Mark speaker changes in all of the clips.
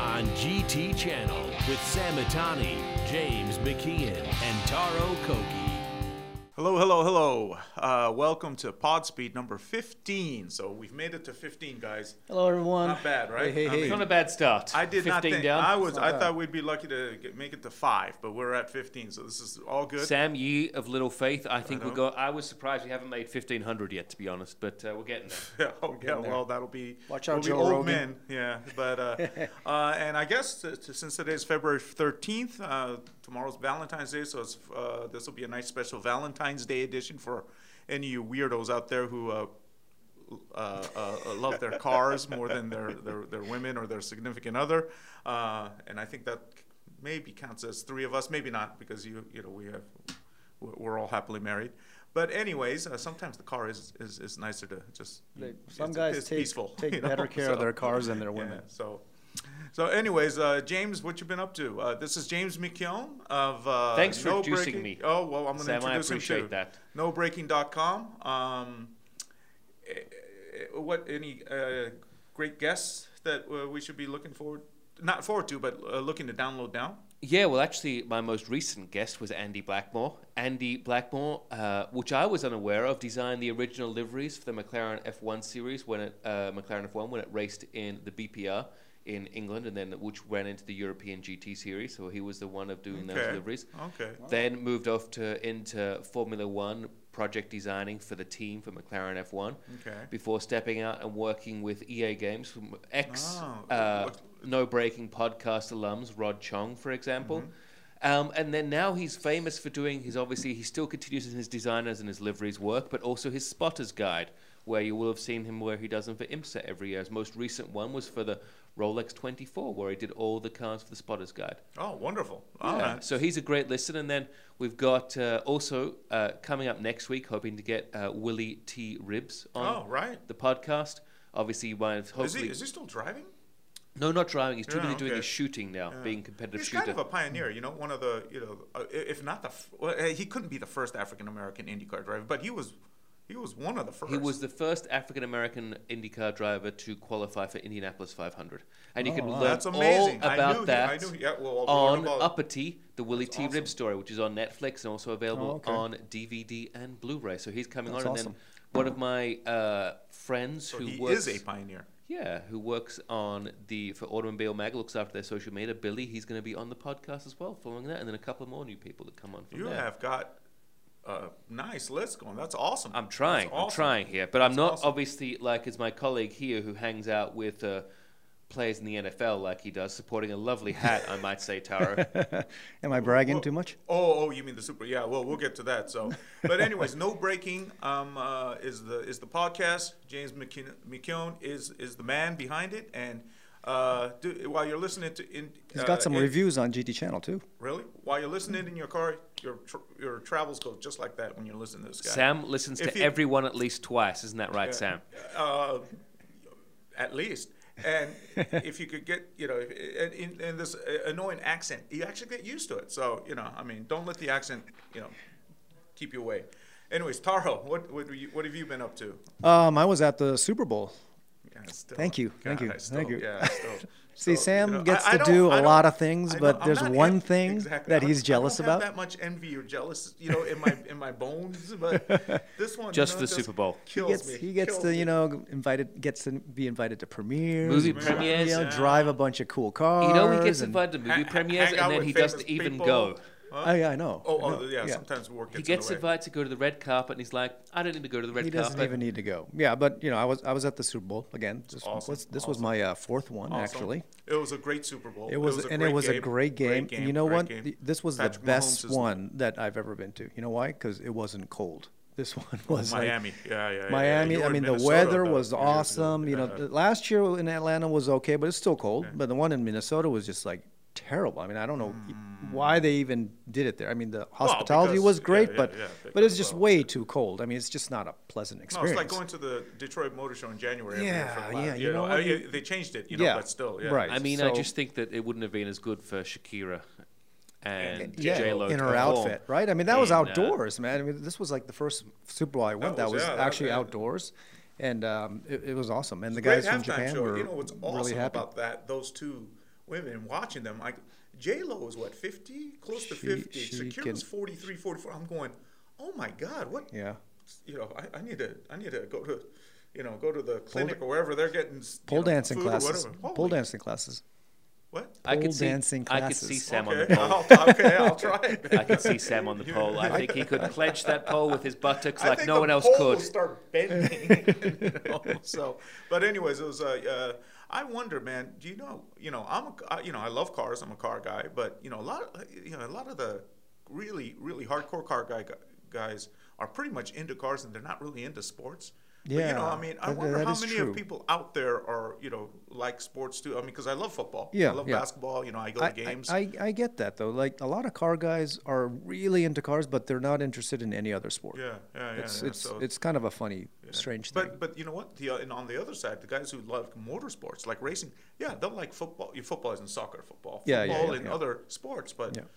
Speaker 1: on GT Channel with Samitani, James McKeon, and Taro Koki.
Speaker 2: Hello, hello, hello. Uh, welcome to Pod Speed number 15. So we've made it to 15, guys.
Speaker 3: Hello, everyone.
Speaker 2: Not bad, right?
Speaker 3: Hey, hey,
Speaker 2: I
Speaker 3: hey.
Speaker 2: mean,
Speaker 4: Not a bad start.
Speaker 2: I did
Speaker 4: 15
Speaker 2: not think
Speaker 4: down.
Speaker 2: I was. I thought we'd be lucky to get, make it to five, but we're at 15, so this is all good.
Speaker 4: Sam, ye of little faith. I think
Speaker 2: I
Speaker 4: we
Speaker 2: know.
Speaker 4: go. I was surprised we haven't made fifteen hundred yet, to be honest. But uh, we're getting there.
Speaker 2: Yeah, oh, yeah, well, that'll be
Speaker 3: Watch out,
Speaker 2: we'll be
Speaker 3: Joe
Speaker 2: old
Speaker 3: Rogan.
Speaker 2: men. Yeah, but uh, uh, and I guess t- t- since today's February 13th, uh, tomorrow's Valentine's Day, so it's, uh, this will be a nice special Valentine's Day edition for any of you weirdos out there who. Uh, uh, uh, uh, love their cars more than their, their, their women or their significant other. Uh, and I think that maybe counts as three of us, maybe not, because you you know we have we're we're all happily married. But anyways, uh, sometimes the car is, is, is nicer to just
Speaker 3: They-
Speaker 2: it's-
Speaker 3: Some
Speaker 2: it's
Speaker 3: guys
Speaker 2: it's
Speaker 3: take,
Speaker 2: peaceful,
Speaker 3: take
Speaker 2: you know,
Speaker 3: better care of
Speaker 2: so-
Speaker 3: their cars than their
Speaker 2: yeah,
Speaker 3: women.
Speaker 2: so. So, anyways, uh, James, what you been up to? Uh, this is James McKeown of uh,
Speaker 4: Thanks for
Speaker 2: no
Speaker 4: introducing
Speaker 2: Breaking-
Speaker 4: me.
Speaker 2: Oh well, I'm going to
Speaker 4: Sam, I
Speaker 2: introduce him too.
Speaker 4: appreciate that.
Speaker 2: NoBreaking.com. Um, eh, eh, what any uh, great guests that uh, we should be looking forward, not forward to, but uh, looking to download now?
Speaker 4: Yeah, well, actually, my most recent guest was Andy Blackmore. Andy Blackmore, uh, which I was unaware of, designed the original liveries for the McLaren F1 series when it uh, McLaren F1 when it raced in the BPR in England, and then which ran into the European GT series. So he was the one of doing those
Speaker 2: Okay.
Speaker 4: liveries.
Speaker 2: Okay.
Speaker 4: Then moved off to into Formula One project designing for the team for McLaren F1.
Speaker 2: Okay.
Speaker 4: Before stepping out and working with EA Games, from ex
Speaker 2: Oh,
Speaker 4: uh,
Speaker 2: what-
Speaker 4: No Breaking podcast alums, Rod Chong, for example.
Speaker 2: Mm-hmm.
Speaker 4: Um, and then now he's famous for doing his obviously he still continues in his designers and his liveries work, but also his spotters guide, where you will have seen him where he does them for IMSA every year. His most recent one was for the Rolex 24, where he did all the cars for the spotters guide.
Speaker 2: Oh, wonderful.
Speaker 4: Yeah,
Speaker 2: All right.
Speaker 4: So he's a great listen. And then we've got uh, also uh, coming up next week, hoping to get uh, Willie T. Ribs on
Speaker 2: Oh, right.
Speaker 4: the podcast. Obviously, you might have
Speaker 2: Is he,
Speaker 4: hopefully.
Speaker 2: is he still driving?
Speaker 4: no, not driving. He's too
Speaker 2: Yeah,
Speaker 4: busy doing
Speaker 2: okay.
Speaker 4: his shooting now, being competitive
Speaker 2: He's
Speaker 4: shooter.
Speaker 2: kind of a pioneer, you know, one of the, you know, uh, i- if not the, f- well, uh, he couldn't be the first African American IndyCar driver, but he was, he was one of the first.
Speaker 4: He was the first African American IndyCar driver to qualify for Indianapolis 500, and you
Speaker 3: Oh,
Speaker 4: can learn
Speaker 2: That's amazing.
Speaker 4: all
Speaker 2: I
Speaker 4: about
Speaker 2: knew he-
Speaker 4: that
Speaker 2: I knew he- yeah, well, I'll learn
Speaker 4: on
Speaker 2: about-
Speaker 4: Uppity, the Willie T.
Speaker 2: awesome.
Speaker 4: Rib story, which is on Netflix and also available
Speaker 3: Oh, okay.
Speaker 4: on DVD and Blu-ray. So he's coming
Speaker 3: That's
Speaker 4: on,
Speaker 3: awesome.
Speaker 4: and then one of my uh, friends
Speaker 2: So
Speaker 4: who
Speaker 2: he
Speaker 4: works
Speaker 2: is a pioneer.
Speaker 4: yeah, who works on the for Automobile Mag, looks after their social media. Billy, he's going to be on the podcast as well, following that, and then a couple more new people that come on from
Speaker 2: You
Speaker 4: there.
Speaker 2: have got a nice list going. That's awesome.
Speaker 4: I'm
Speaker 2: That's
Speaker 4: trying. I'm
Speaker 2: awesome.
Speaker 4: trying here, but I'm
Speaker 2: That's
Speaker 4: not
Speaker 2: awesome.
Speaker 4: obviously like as my colleague here who hangs out with uh, players in the NFL like he does, supporting a lovely hat, I might say, Taro.
Speaker 3: Am I bragging too much?
Speaker 2: Oh, oh, you mean the super? Yeah. Well, we'll get to that. So, but anyways, no breaking. Um, uh, is the is the podcast? James McKeon, McKeown is is the man behind it. And uh, do, while you're listening to, in,
Speaker 3: He's
Speaker 2: uh,
Speaker 3: got some
Speaker 2: it-
Speaker 3: reviews on GT Channel too.
Speaker 2: Really? While you're listening in your car, your tr- your travels go just like that when you're listening to this guy.
Speaker 4: Sam listens
Speaker 2: If
Speaker 4: to
Speaker 2: you-
Speaker 4: everyone at least twice, isn't that right, Sam?
Speaker 2: uh, at least. And if you could get, you know, and in, and this uh, annoying accent, you actually get used to it. So, you know, I mean, don't let the accent, you know, keep you away. Anyways, Taro, what what, were you, what have you been up to?
Speaker 3: Um, I was at the Super Bowl.
Speaker 2: Yeah, I still-
Speaker 3: Thank you, thank you,
Speaker 2: I still-
Speaker 3: thank you.
Speaker 2: yeah, I still-
Speaker 3: See,
Speaker 2: still,
Speaker 3: Sam
Speaker 2: you know,
Speaker 3: gets
Speaker 2: I- I
Speaker 3: to
Speaker 2: don't-
Speaker 3: do
Speaker 2: I
Speaker 3: a
Speaker 2: don't-
Speaker 3: lot of things,
Speaker 2: I
Speaker 3: but
Speaker 2: don't- I'm
Speaker 3: there's
Speaker 2: not
Speaker 3: one
Speaker 2: en-
Speaker 3: thing
Speaker 2: exactly.
Speaker 3: that
Speaker 2: I
Speaker 3: he's
Speaker 2: don't-
Speaker 3: jealous
Speaker 2: I don't have
Speaker 3: about.
Speaker 2: that much envy or jealous, you know, in my in my bones. But this one, you
Speaker 4: Just
Speaker 2: know,
Speaker 4: the Super Bowl.
Speaker 3: He
Speaker 2: kills
Speaker 3: gets,
Speaker 2: me,
Speaker 3: he gets
Speaker 2: kills
Speaker 3: to
Speaker 2: me.
Speaker 3: you know invited gets to be invited to premieres,
Speaker 4: Movie
Speaker 3: and,
Speaker 4: premieres,
Speaker 3: you know,
Speaker 4: yeah.
Speaker 3: drive a bunch of cool cars.
Speaker 4: You know, he gets
Speaker 3: and-
Speaker 4: invited to movie
Speaker 2: Ha-
Speaker 4: premieres
Speaker 2: hang out
Speaker 4: and then
Speaker 2: with
Speaker 4: he doesn't
Speaker 2: famous
Speaker 4: even
Speaker 2: people.
Speaker 4: go.
Speaker 3: Oh, yeah, I know.
Speaker 2: Oh,
Speaker 3: I
Speaker 2: oh
Speaker 3: know,
Speaker 2: yeah, Sometimes work gets
Speaker 4: He
Speaker 2: in
Speaker 4: gets
Speaker 2: the way.
Speaker 4: invited to go to the red carpet and he's like, I don't need to go to the red
Speaker 3: He
Speaker 4: carpet.
Speaker 3: doesn't even need to go. Yeah, but you know, I was I was at the Super Bowl again. This
Speaker 2: awesome,
Speaker 3: was this was my uh, fourth one
Speaker 2: Awesome.
Speaker 3: actually.
Speaker 2: It was a great Super Bowl.
Speaker 3: It was,
Speaker 2: a
Speaker 3: and it was a great game. And you know
Speaker 2: great
Speaker 3: what?
Speaker 2: game.
Speaker 3: Th- This was
Speaker 2: Patrick
Speaker 3: the best
Speaker 2: Mahomes is-
Speaker 3: one that I've ever been to. You know why? Because it wasn't cold. This one was like-
Speaker 2: Oh, Miami. Yeah, yeah, yeah, yeah.
Speaker 3: Miami.
Speaker 2: You were
Speaker 3: I
Speaker 2: in
Speaker 3: mean, the
Speaker 2: Minnesota
Speaker 3: weather
Speaker 2: about
Speaker 3: was
Speaker 2: a few years ago.
Speaker 3: awesome. You know,
Speaker 2: Yeah.
Speaker 3: the- last year in Atlanta was okay, but it's still cold. But the one in Minnesota was just like terrible. I mean, I don't know e- why they even did it there. I mean, the
Speaker 2: Mm.
Speaker 3: hospitality
Speaker 2: because-
Speaker 3: was
Speaker 2: yeah,
Speaker 3: great,
Speaker 2: yeah,
Speaker 3: but
Speaker 2: yeah,
Speaker 3: but it's
Speaker 2: because,
Speaker 3: just
Speaker 2: well,
Speaker 3: way too cold. I mean, it's just not a pleasant
Speaker 2: No,
Speaker 3: experience.
Speaker 2: it's like going to the Detroit Motor Show in January. every year
Speaker 3: Yeah,
Speaker 2: for the last-
Speaker 3: yeah, you know
Speaker 2: I-
Speaker 3: what?
Speaker 2: yeah, they changed it. You know,
Speaker 3: Yeah,
Speaker 2: but still, yeah.
Speaker 3: right.
Speaker 4: I mean, I
Speaker 3: So-
Speaker 4: just think that it wouldn't have been as good for Shakira and
Speaker 3: yeah,
Speaker 4: J Lo
Speaker 3: in her outfit, right? I mean, that was
Speaker 4: in, uh,
Speaker 3: outdoors, man. I mean, this was like the first Super Bowl I went. That
Speaker 2: was-
Speaker 3: was,
Speaker 2: yeah, that-
Speaker 3: actually
Speaker 2: that-
Speaker 3: outdoors, and um, it, it was awesome. And the
Speaker 2: Great
Speaker 3: guys from
Speaker 2: halftime
Speaker 3: Japan
Speaker 2: show.
Speaker 3: were
Speaker 2: you know what's awesome
Speaker 3: really happy.
Speaker 2: about that? Those two women watching them. Like J Lo is what fifty, close to
Speaker 3: She-
Speaker 2: fifty.
Speaker 3: she
Speaker 2: Shakira's
Speaker 3: can-
Speaker 2: 43, 44. I'm going, oh my god, what?
Speaker 3: Yeah.
Speaker 2: You know, I, I need to, I need to go to, you know, go to the clinic or wherever they're getting s- you
Speaker 3: Pole
Speaker 2: know,
Speaker 3: dancing
Speaker 2: food or
Speaker 3: classes.
Speaker 2: whatever.
Speaker 3: Pole
Speaker 2: Holy-
Speaker 3: dancing classes.
Speaker 2: What?
Speaker 4: I
Speaker 3: Pole
Speaker 4: could see
Speaker 3: dancing
Speaker 4: I could see
Speaker 3: classes.
Speaker 4: Sam on
Speaker 2: okay,
Speaker 4: the pole.
Speaker 2: I'll, okay, I'll try it.
Speaker 4: I could see Sam on the pole. I think he could clench that pole with his buttocks
Speaker 2: I
Speaker 4: like
Speaker 2: think
Speaker 4: no
Speaker 2: the
Speaker 4: one else
Speaker 2: pole will
Speaker 4: could.
Speaker 2: start bending. you know, so, but anyways, it was. Uh, uh, I wonder, man. Do you know? You know, I'm. A, I- you know, I love cars. I'm a car guy. But you know, a lot. Of, you know, a lot of the really, really hardcore car guy guys are pretty much into cars, and they're not really into sports. But, you know,
Speaker 3: Yeah,
Speaker 2: I mean, I
Speaker 3: that-
Speaker 2: wonder
Speaker 3: that
Speaker 2: how
Speaker 3: is
Speaker 2: many
Speaker 3: true.
Speaker 2: of people out there are, you know, like sports too. I mean, because I love football.
Speaker 3: Yeah,
Speaker 2: I love
Speaker 3: yeah.
Speaker 2: basketball. You know, I go
Speaker 3: I,
Speaker 2: to games.
Speaker 3: I, I, I get that though. Like a lot of car guys are really into cars, but they're not interested in any other sport.
Speaker 2: yeah, yeah, yeah.
Speaker 3: It's
Speaker 2: yeah.
Speaker 3: it's
Speaker 2: So-
Speaker 3: it's kind of a funny, strange thing.
Speaker 2: But but you know what? The, uh, and on the other side, the guys who love motorsports, like racing, yeah, they'll like football. Your football isn't soccer, football,
Speaker 3: Yeah, yeah,
Speaker 2: football,
Speaker 3: yeah,
Speaker 2: and
Speaker 3: yeah.
Speaker 2: other sports. But yeah,
Speaker 3: Yeah.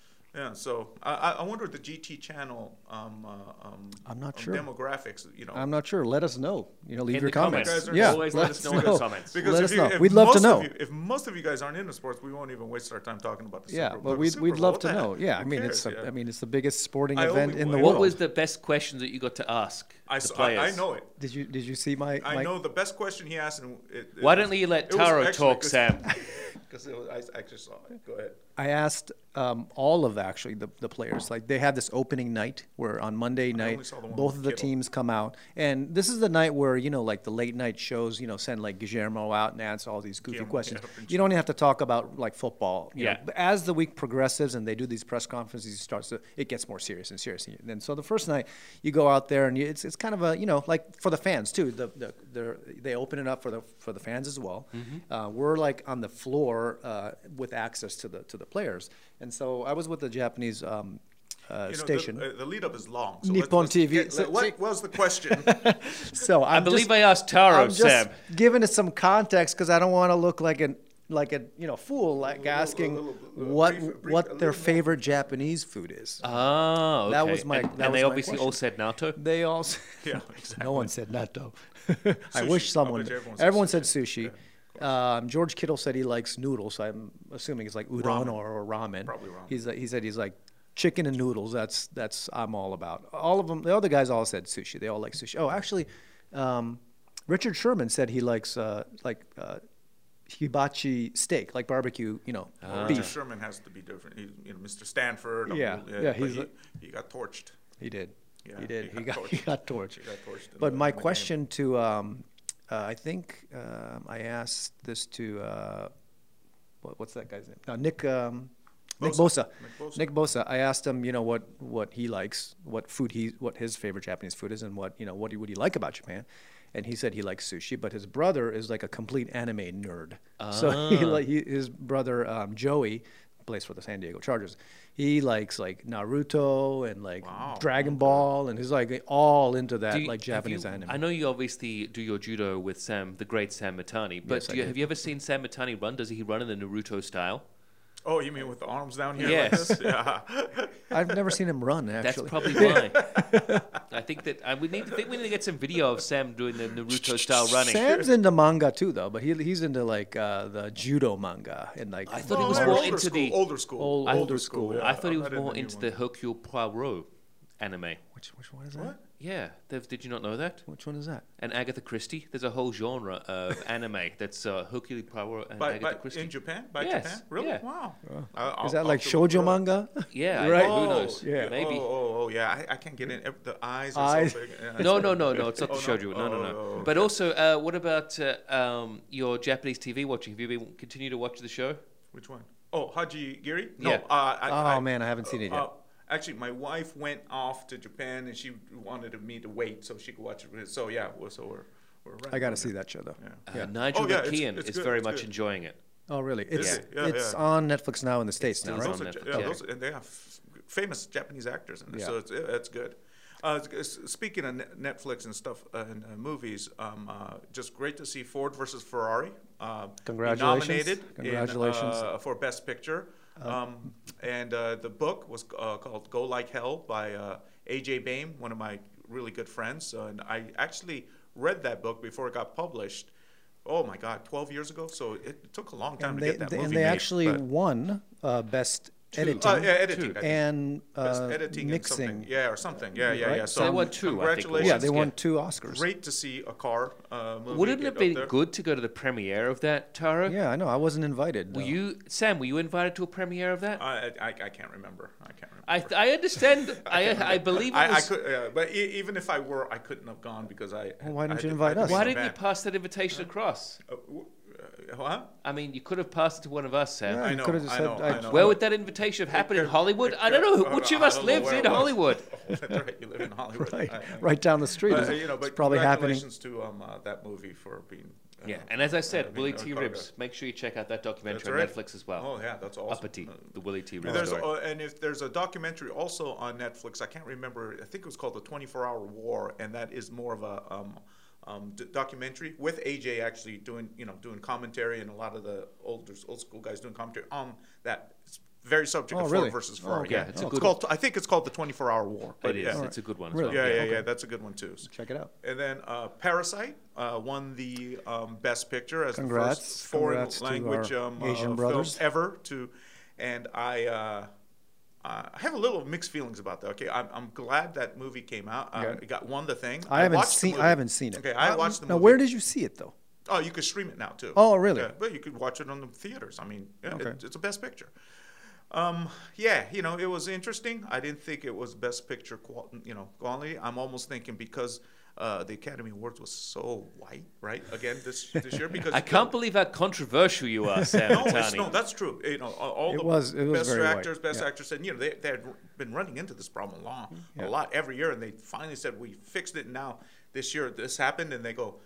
Speaker 2: so I, I- I wonder the GT channel. Um, uh, um,
Speaker 3: I'm not
Speaker 2: um,
Speaker 3: sure.
Speaker 2: Demographics, you know.
Speaker 3: I'm not sure. Let us know. You know, leave
Speaker 4: In
Speaker 3: your
Speaker 4: the comments.
Speaker 3: comments.
Speaker 2: Guys are
Speaker 3: Yeah,
Speaker 4: always let us know in the comments.
Speaker 2: because
Speaker 3: let
Speaker 2: if
Speaker 3: us
Speaker 2: you-
Speaker 3: know.
Speaker 2: if
Speaker 3: We'd love to
Speaker 2: most of
Speaker 3: know.
Speaker 2: you- if most of you guys aren't into sports, we won't even waste our time talking about the
Speaker 3: yeah,
Speaker 2: Super Bowl.
Speaker 3: but
Speaker 2: The
Speaker 3: we'd
Speaker 2: Super
Speaker 3: we'd
Speaker 2: Bowl,
Speaker 3: love
Speaker 2: what
Speaker 3: to
Speaker 2: the
Speaker 3: know.
Speaker 2: heck?
Speaker 3: Yeah, I
Speaker 2: Who
Speaker 3: mean
Speaker 2: cares?
Speaker 3: it's a,
Speaker 2: Yeah.
Speaker 3: I mean it's the biggest sporting
Speaker 2: I
Speaker 3: event
Speaker 2: only
Speaker 3: in the
Speaker 2: wait.
Speaker 3: world.
Speaker 4: What was the best question that you got to ask
Speaker 2: I,
Speaker 4: the
Speaker 2: s- I- I
Speaker 4: players?
Speaker 2: know it.
Speaker 3: Did you did you see my?
Speaker 2: I
Speaker 3: my-
Speaker 2: know the best question he asked. And it, it
Speaker 4: Why
Speaker 2: was-
Speaker 4: don't you let
Speaker 2: it was
Speaker 4: Taro
Speaker 2: actually
Speaker 4: talk,
Speaker 2: good-
Speaker 4: Sam?
Speaker 2: Because it was- I actually saw it. Go ahead.
Speaker 3: I asked um, all of actually the, the players. Like they have this opening night where on Monday night
Speaker 2: saw the one
Speaker 3: both
Speaker 2: with
Speaker 3: of the
Speaker 2: Kittle.
Speaker 3: teams come out, and this is the night where you know like the late night shows you know send like Guillermo out and answer all these goofy
Speaker 2: Guillermo,
Speaker 3: questions.
Speaker 2: yeah, and
Speaker 3: you don't even have to talk about like football. you know.
Speaker 4: Yeah.
Speaker 3: But as the week progresses and they do these press conferences, it starts to, it gets more serious and serious. And then so the first night you go out there and you, it's it's kind of a you know like for the fans too. The, the they're- they open it up for the for the fans as well. Uh, we're like on the floor uh, with access to the to the players. And so I was with the Japanese um, uh,
Speaker 2: You know,
Speaker 3: station.
Speaker 2: The, uh, the lead up is long. So
Speaker 3: Nippon
Speaker 2: let's, let's
Speaker 3: TV.
Speaker 2: Get,
Speaker 3: So-
Speaker 2: let- what
Speaker 3: so-
Speaker 2: was the question?
Speaker 3: so I'm
Speaker 4: believe
Speaker 3: just-
Speaker 4: I asked Taro,
Speaker 3: I'm just
Speaker 4: Sam.
Speaker 3: giving it some context because I don't want to look like an like a you know fool like
Speaker 2: little- a
Speaker 3: asking
Speaker 2: little- a little
Speaker 3: what
Speaker 2: brief- brief- a
Speaker 3: what their
Speaker 2: little more.
Speaker 3: favorite Japanese food is.
Speaker 4: Oh, okay.
Speaker 3: That was my-
Speaker 4: And,
Speaker 3: that
Speaker 4: and
Speaker 3: was
Speaker 4: they
Speaker 3: my
Speaker 4: obviously all said Nato.
Speaker 3: They all. s-
Speaker 2: Yeah, exactly.
Speaker 3: No one said natto. I
Speaker 2: Sushi.
Speaker 3: wish
Speaker 2: I
Speaker 3: someone.
Speaker 2: bet you everyone
Speaker 3: Everyone,
Speaker 2: said
Speaker 3: said sushi. um, George Kittle said he likes noodles. So I'm assuming it's like udon
Speaker 2: Ramen.
Speaker 3: Or, or ramen.
Speaker 2: Probably ramen.
Speaker 3: He's like, he said he's like chicken and noodles. That's that's I'm all about. All of them. The other guys all said sushi. They all like sushi. Oh, actually, um, Richard Sherman said he likes uh, like uh, hibachi steak, like barbecue. You know,
Speaker 2: Mr.
Speaker 3: beef.
Speaker 2: Sherman has to be different. He, you know, Mr. Stanford. um,
Speaker 3: Yeah, yeah,
Speaker 2: but
Speaker 3: he's
Speaker 2: he,
Speaker 3: a-
Speaker 2: he got torched.
Speaker 3: He did.
Speaker 2: Yeah,
Speaker 3: he did.
Speaker 2: he
Speaker 3: He
Speaker 2: got
Speaker 3: got,
Speaker 2: torched.
Speaker 3: he got torched.
Speaker 2: He got torched in
Speaker 3: But
Speaker 2: the-
Speaker 3: my
Speaker 2: in the game.
Speaker 3: question to, um, uh, I think um, I asked this to, uh, what, what's that guy's name? No, Nick. Um, Nick
Speaker 2: Bosa.
Speaker 3: Bosa.
Speaker 2: Nick Bosa.
Speaker 3: Nick Bosa. I asked him, you know, what, what he likes, what food he, what his favorite Japanese food is, and what you know, what he, would he like about Japan? And he said he likes sushi, but his brother is like a complete anime nerd. So
Speaker 4: Ah.
Speaker 3: he, like, he, his brother um, Joey plays for the San Diego Chargers. He likes like Naruto and like
Speaker 2: Wow.
Speaker 3: Dragon Ball, and he's like all into that
Speaker 4: Do you-
Speaker 3: like
Speaker 4: have
Speaker 3: Japanese
Speaker 4: you-
Speaker 3: anime.
Speaker 4: I know you obviously do your judo with Sam, the great Sam Matani, but
Speaker 3: Yes, I
Speaker 4: do you,
Speaker 3: do.
Speaker 4: have you ever seen Sam Matani run? Does he run in the Naruto style?
Speaker 2: Oh, you mean with the arms down here?
Speaker 4: Yes.
Speaker 2: Like this? Yeah.
Speaker 3: I've never seen him run
Speaker 4: That's
Speaker 3: actually.
Speaker 4: probably why. I think that I, we need. I think we need to get some video of Sam doing the Naruto style running.
Speaker 3: Sam's into manga too, though, but he, he's into like uh, the judo manga and like
Speaker 4: I thought he
Speaker 2: Oh,
Speaker 4: was
Speaker 2: yeah,
Speaker 4: more
Speaker 2: older
Speaker 4: into
Speaker 2: school,
Speaker 4: the-
Speaker 2: older school.
Speaker 3: Old-
Speaker 2: older
Speaker 3: older
Speaker 2: school.
Speaker 3: school.
Speaker 2: yeah.
Speaker 4: I thought he
Speaker 2: I'm
Speaker 4: was
Speaker 2: not in
Speaker 4: more
Speaker 2: new
Speaker 4: into
Speaker 2: one.
Speaker 4: the Hercule Poirot anime.
Speaker 3: Which which one is that?
Speaker 2: What?
Speaker 4: Yeah, Dev, did you not know that?
Speaker 3: Which one is that?
Speaker 4: And Agatha Christie. There's a whole genre of anime that's uh, Hercule Poirot and
Speaker 2: By,
Speaker 4: Agatha
Speaker 2: by,
Speaker 4: Christie.
Speaker 2: in Japan? By
Speaker 4: Yes,
Speaker 2: Japan? Really?
Speaker 4: yeah.
Speaker 2: Wow. Uh, I'll-
Speaker 3: Is
Speaker 2: I'll-
Speaker 3: that like
Speaker 2: I'll have to look it
Speaker 3: shoujo
Speaker 2: up.
Speaker 3: manga?
Speaker 4: yeah,
Speaker 3: Right.
Speaker 4: I, who
Speaker 2: Oh,
Speaker 4: knows?
Speaker 3: yeah.
Speaker 4: Maybe.
Speaker 2: Oh, oh, oh, yeah. I, I can't get in. Ev- The eyes are
Speaker 3: Eyes.
Speaker 2: so big. Yeah,
Speaker 4: No,
Speaker 2: it's-
Speaker 4: no, no, no. It's not
Speaker 2: Oh,
Speaker 4: the shoujo. No, no,
Speaker 2: Oh,
Speaker 4: no.
Speaker 2: oh, okay.
Speaker 4: But also, uh, what about uh, um, your Japanese TV watching? Have you been continue to watch the show?
Speaker 2: Which one? Oh, Haji Giri? No.
Speaker 4: Yeah.
Speaker 2: Uh, I,
Speaker 3: Oh,
Speaker 2: I,
Speaker 3: man, I haven't seen it yet.
Speaker 2: uh, actually, my wife went off to Japan and she wanted me to wait so she could watch it. So yeah, we're, so we're we're. Right
Speaker 3: I got to see that show though.
Speaker 2: Yeah.
Speaker 4: Uh, Nigel
Speaker 2: Oh, yeah, it's-
Speaker 4: McKeon
Speaker 2: it's
Speaker 4: is
Speaker 2: good,
Speaker 4: very
Speaker 2: it's
Speaker 4: much
Speaker 2: good.
Speaker 4: enjoying it.
Speaker 3: Oh, really? It's
Speaker 2: it? Yeah,
Speaker 3: it's
Speaker 2: yeah.
Speaker 3: on Netflix now in the states now,
Speaker 4: still
Speaker 3: right?
Speaker 2: Those
Speaker 4: on
Speaker 2: are,
Speaker 4: Netflix,
Speaker 2: yeah,
Speaker 4: yeah.
Speaker 2: Those, and they have f- famous Japanese actors in there,
Speaker 3: Yeah.
Speaker 2: so it's, it's good. Uh, it's- it's- speaking of Net- Netflix and stuff uh, and uh, movies, um, uh, just great to see Ford versus Ferrari. Uh, be
Speaker 3: Congratulations.
Speaker 2: Nominated in,
Speaker 3: Congratulations. Uh.
Speaker 2: uh, for Best Picture. Um, and uh, the book was uh, called Go Like Hell by uh, A.J. Baim, one of uh, my really good friends. and I actually read that book before it got published. oh my God, 12 years ago. So it took a long time
Speaker 3: And
Speaker 2: to
Speaker 3: they,
Speaker 2: get that
Speaker 3: they-
Speaker 2: movie
Speaker 3: and they
Speaker 2: made,
Speaker 3: actually
Speaker 2: but-
Speaker 3: won uh, best editing
Speaker 2: Uh, yeah, editing. I think.
Speaker 3: and
Speaker 2: Best
Speaker 3: uh,
Speaker 2: editing and
Speaker 3: mixing.
Speaker 2: something. Yeah, or something. Yeah, yeah,
Speaker 3: right?
Speaker 2: yeah.
Speaker 3: They
Speaker 2: So
Speaker 4: won two, I think.
Speaker 2: Congratulations.
Speaker 3: Yeah, they won
Speaker 4: Yeah.
Speaker 3: two Oscars.
Speaker 2: Great to see a car uh, movie.
Speaker 4: Wouldn't it
Speaker 2: get
Speaker 4: have
Speaker 2: up
Speaker 4: been
Speaker 2: there.
Speaker 4: good to go to the premiere of that, Taro?
Speaker 3: Yeah, I know. I wasn't invited.
Speaker 4: Were
Speaker 3: though.
Speaker 4: you, Sam? Were you invited to a premiere of that?
Speaker 2: I, I, I can't remember. I can't remember.
Speaker 4: I, I understand. I, I believe it
Speaker 2: I, I
Speaker 4: was.
Speaker 2: could, yeah, but e- even if I were, I couldn't have gone because I.
Speaker 3: Well, why
Speaker 2: I
Speaker 3: didn't you
Speaker 2: had to-
Speaker 3: invite
Speaker 2: I had
Speaker 3: us?
Speaker 2: to
Speaker 4: why
Speaker 2: be
Speaker 4: didn't you
Speaker 2: back.
Speaker 4: pass that invitation across?
Speaker 2: Uh, w- uh, huh?
Speaker 4: I mean, you could have passed it to one of us, Sam.
Speaker 3: Yeah,
Speaker 2: I
Speaker 3: you
Speaker 2: know,
Speaker 3: could've just
Speaker 2: I
Speaker 3: said,
Speaker 2: know,
Speaker 3: I-
Speaker 2: I know.
Speaker 4: Where would that invitation have happened in Hollywood? I don't know. Which of
Speaker 2: I
Speaker 4: us
Speaker 2: don't know
Speaker 4: lives
Speaker 2: where
Speaker 4: in
Speaker 2: it was.
Speaker 4: Hollywood?
Speaker 2: That's right. You live in Hollywood.
Speaker 3: right,
Speaker 2: I- I-
Speaker 3: right down the street?
Speaker 2: But,
Speaker 3: is-
Speaker 2: uh, you know,
Speaker 3: it's
Speaker 2: but
Speaker 3: probably happening.
Speaker 2: congratulations to um, uh, that movie for being. uh,
Speaker 4: Yeah, and as I said,
Speaker 2: I mean,
Speaker 4: Willie
Speaker 2: uh,
Speaker 4: T.
Speaker 2: Cargo.
Speaker 4: Ribs. Make sure you check out that documentary
Speaker 2: right.
Speaker 4: on Netflix as well.
Speaker 2: Oh yeah, that's awesome.
Speaker 4: Uppity, the Willie T.
Speaker 2: And
Speaker 4: Ribs
Speaker 2: there's
Speaker 4: story.
Speaker 2: uh, and if there's a documentary also on Netflix, I can't remember. I think it was called the 24-Hour War, and that is more of a um, um, d- documentary with AJ actually doing you know doing commentary and a lot of the older old school guys doing commentary on that s- very subject
Speaker 3: Oh,
Speaker 2: of
Speaker 3: really?
Speaker 2: Ford versus
Speaker 3: Oh,
Speaker 2: Ferrari.
Speaker 3: okay.
Speaker 4: Yeah, it's a good
Speaker 2: called. I think it's called the 24-Hour War.
Speaker 4: it
Speaker 2: but
Speaker 4: is.
Speaker 2: Yeah.
Speaker 4: It's a good one as
Speaker 3: Really?
Speaker 4: well.
Speaker 2: Yeah,
Speaker 4: yeah.
Speaker 2: yeah, yeah, that's a good one too.
Speaker 3: Check it out.
Speaker 2: And then uh, Parasite uh, won the um, Best Picture as the
Speaker 3: Congrats.
Speaker 2: first foreign
Speaker 3: Congrats to
Speaker 2: language
Speaker 3: our
Speaker 2: um,
Speaker 3: Asian
Speaker 2: uh,
Speaker 3: brothers.
Speaker 2: film ever. To, and I, uh, I have a little mixed feelings about that. Okay, I'm, I'm glad that movie came out. Uh,
Speaker 3: Okay.
Speaker 2: It got won the thing.
Speaker 3: I, haven't
Speaker 2: watched the
Speaker 3: seen.
Speaker 2: movie.
Speaker 3: I haven't seen it.
Speaker 2: Okay, I
Speaker 3: Um,
Speaker 2: watched the
Speaker 3: Now,
Speaker 2: movie.
Speaker 3: where did you see it though?
Speaker 2: Oh, you could stream it now too.
Speaker 3: Oh, really?
Speaker 2: Yeah, but you could watch it on the theaters. I mean, yeah,
Speaker 3: Okay.
Speaker 2: it, it's a best picture. Um, yeah, you know, it was interesting. I didn't think it was best picture, qual- you know, quality. I'm almost thinking because uh, the Academy Awards was so white, right? Again, this this year because
Speaker 4: I can't believe how controversial you are, Sam.
Speaker 2: No, it's,
Speaker 4: Itani.
Speaker 2: no, that's true. You know, all all
Speaker 3: It
Speaker 2: the
Speaker 3: was- it was
Speaker 2: best
Speaker 3: very white,
Speaker 2: actors, best
Speaker 3: yeah.
Speaker 2: actors, and you know they they had been running into this problem long, a lot every year, and they finally said we fixed it. And now this year this happened, and they go,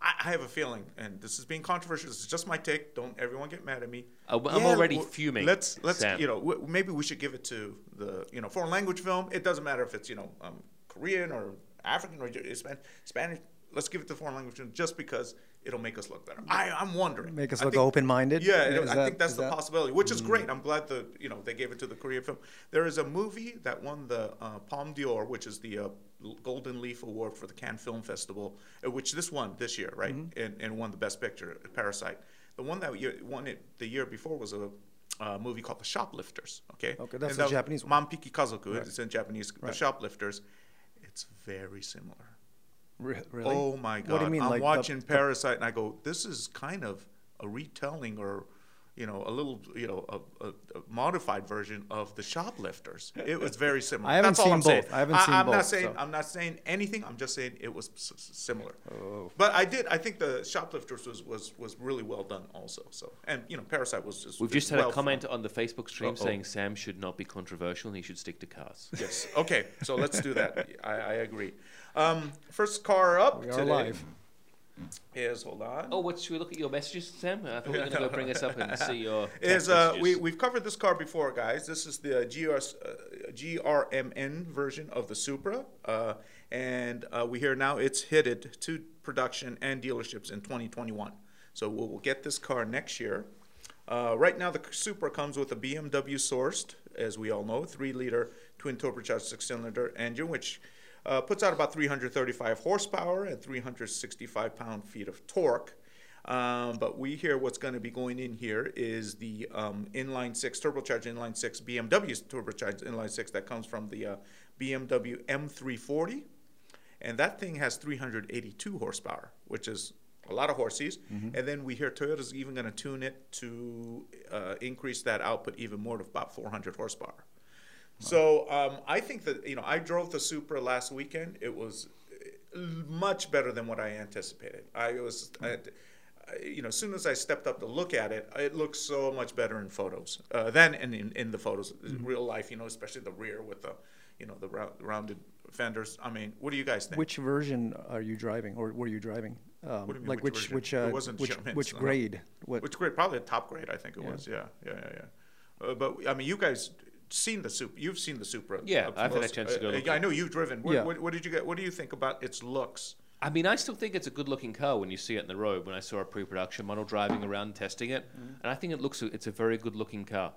Speaker 2: I, I have a feeling, and this is being controversial. This is just my take. Don't everyone get mad at me.
Speaker 4: I- Oh, I'm already fuming,
Speaker 2: Let's let's
Speaker 4: Sam.
Speaker 2: you know w- maybe we should give it to the you know foreign language film. It doesn't matter if it's you know um, Korean or African or Span- Spanish. Let's give it to foreign language film just because it'll make us look better. I, I'm wondering.
Speaker 3: Make us
Speaker 2: I
Speaker 3: look
Speaker 2: think-
Speaker 3: open-minded?
Speaker 2: Yeah,
Speaker 3: Is
Speaker 2: I
Speaker 3: that-
Speaker 2: think that's
Speaker 3: is
Speaker 2: the
Speaker 3: that- Mm-hmm.
Speaker 2: possibility, which is great. I'm glad the you know they gave it to the Korean film. There is a movie that won the uh, Palme d'Or, which is the uh, L- Golden Leaf Award for the Cannes Film Festival, uh, which this won this year, right?
Speaker 3: Mm-hmm.
Speaker 2: And, and won the Best Picture, Parasite. The one that year, won it the year before was a uh, movie called The Shoplifters. Okay,
Speaker 3: Okay, that's
Speaker 2: And
Speaker 3: the
Speaker 2: that-
Speaker 3: Japanese one.
Speaker 2: Manpiki Kazoku. It's in Japanese. The Shoplifters. It's very similar.
Speaker 3: Re- really?
Speaker 2: Oh my god!
Speaker 3: What do you mean?
Speaker 2: I'm
Speaker 3: like the-
Speaker 2: watching Parasite, and I go, "This is kind of a retelling, or you know, a little, you know, a, a, a modified version of the Shoplifters." It was very similar.
Speaker 3: I haven't
Speaker 2: That's all
Speaker 3: seen
Speaker 2: I'm saying.
Speaker 3: both. I haven't seen
Speaker 2: I'm
Speaker 3: both,
Speaker 2: Not saying,
Speaker 3: so.
Speaker 2: I'm not saying anything. I'm just saying it was s- s- similar.
Speaker 3: Oh.
Speaker 2: But I did. I think the Shoplifters was, was was really well done, also. So, and you know, Parasite was just.
Speaker 4: We've
Speaker 2: is
Speaker 4: just had
Speaker 2: well
Speaker 4: a comment on the Facebook stream
Speaker 2: Uh-oh.
Speaker 4: saying Sam should not be controversial and he should stick to cars.
Speaker 2: Yes. Okay. So let's do that. I, I agree. Um, first car up
Speaker 3: We are
Speaker 2: today
Speaker 3: live.
Speaker 2: is hold on.
Speaker 4: Oh, what should we look at your messages, Sam? I thought we were going to go bring us up and see your. text
Speaker 2: is uh, we,
Speaker 4: messages.
Speaker 2: we've covered this car before, guys. This is the GRS, uh, GRMN version of the Supra. Uh, and uh, we hear now it's headed to production and dealerships in 2021. So we'll, we'll get this car next year. Uh, right now, the Supra comes with a BMW sourced, as we all know, three liter twin turbocharged six cylinder engine, which uh, puts out about 335 horsepower and 365 pound feet of torque. Um, but we hear what's going to be going in here is the um, inline six turbocharged inline six BMW's turbocharged inline six that comes from the uh, BMW M340, and that thing has 382 horsepower, which is a lot of horses. And then we hear Toyota's even going to tune it to uh, increase that output even more to about 400 horsepower. So um, I think that you know I drove the Supra last weekend. It was uh, much better than what I anticipated. I was, I, I- you know, as soon as I stepped up to look at it, it looked so much better in photos uh, than in, in in the photos, in real life. You know, especially the rear with the, you know, the rou- rounded fenders. I mean, what do you guys think?
Speaker 3: Which version are you driving, or were you driving? Um,
Speaker 2: What do you mean,
Speaker 3: like
Speaker 2: which version?
Speaker 3: which which
Speaker 2: It
Speaker 3: uh,
Speaker 2: wasn't
Speaker 3: which,
Speaker 2: German,
Speaker 3: which
Speaker 2: so no.
Speaker 3: grade? What?
Speaker 2: Which grade? Probably a top grade, I think it was. Yeah, yeah, yeah, yeah. Uh, but I mean, you guys seen the Supra? You've seen the Supra?
Speaker 4: Yeah,
Speaker 2: up
Speaker 4: I've had a
Speaker 2: close.
Speaker 4: chance to go
Speaker 2: Uh,
Speaker 4: look
Speaker 2: I
Speaker 4: at
Speaker 2: know you've driven. What,
Speaker 3: Yeah.
Speaker 2: what, what did you get? What do you think about its looks?
Speaker 4: I mean, I still think it's a good-looking car when you see it in the road.
Speaker 2: Mm-hmm.
Speaker 4: When I saw a pre-production model driving around testing it, and I think it looks it's a very good-looking car.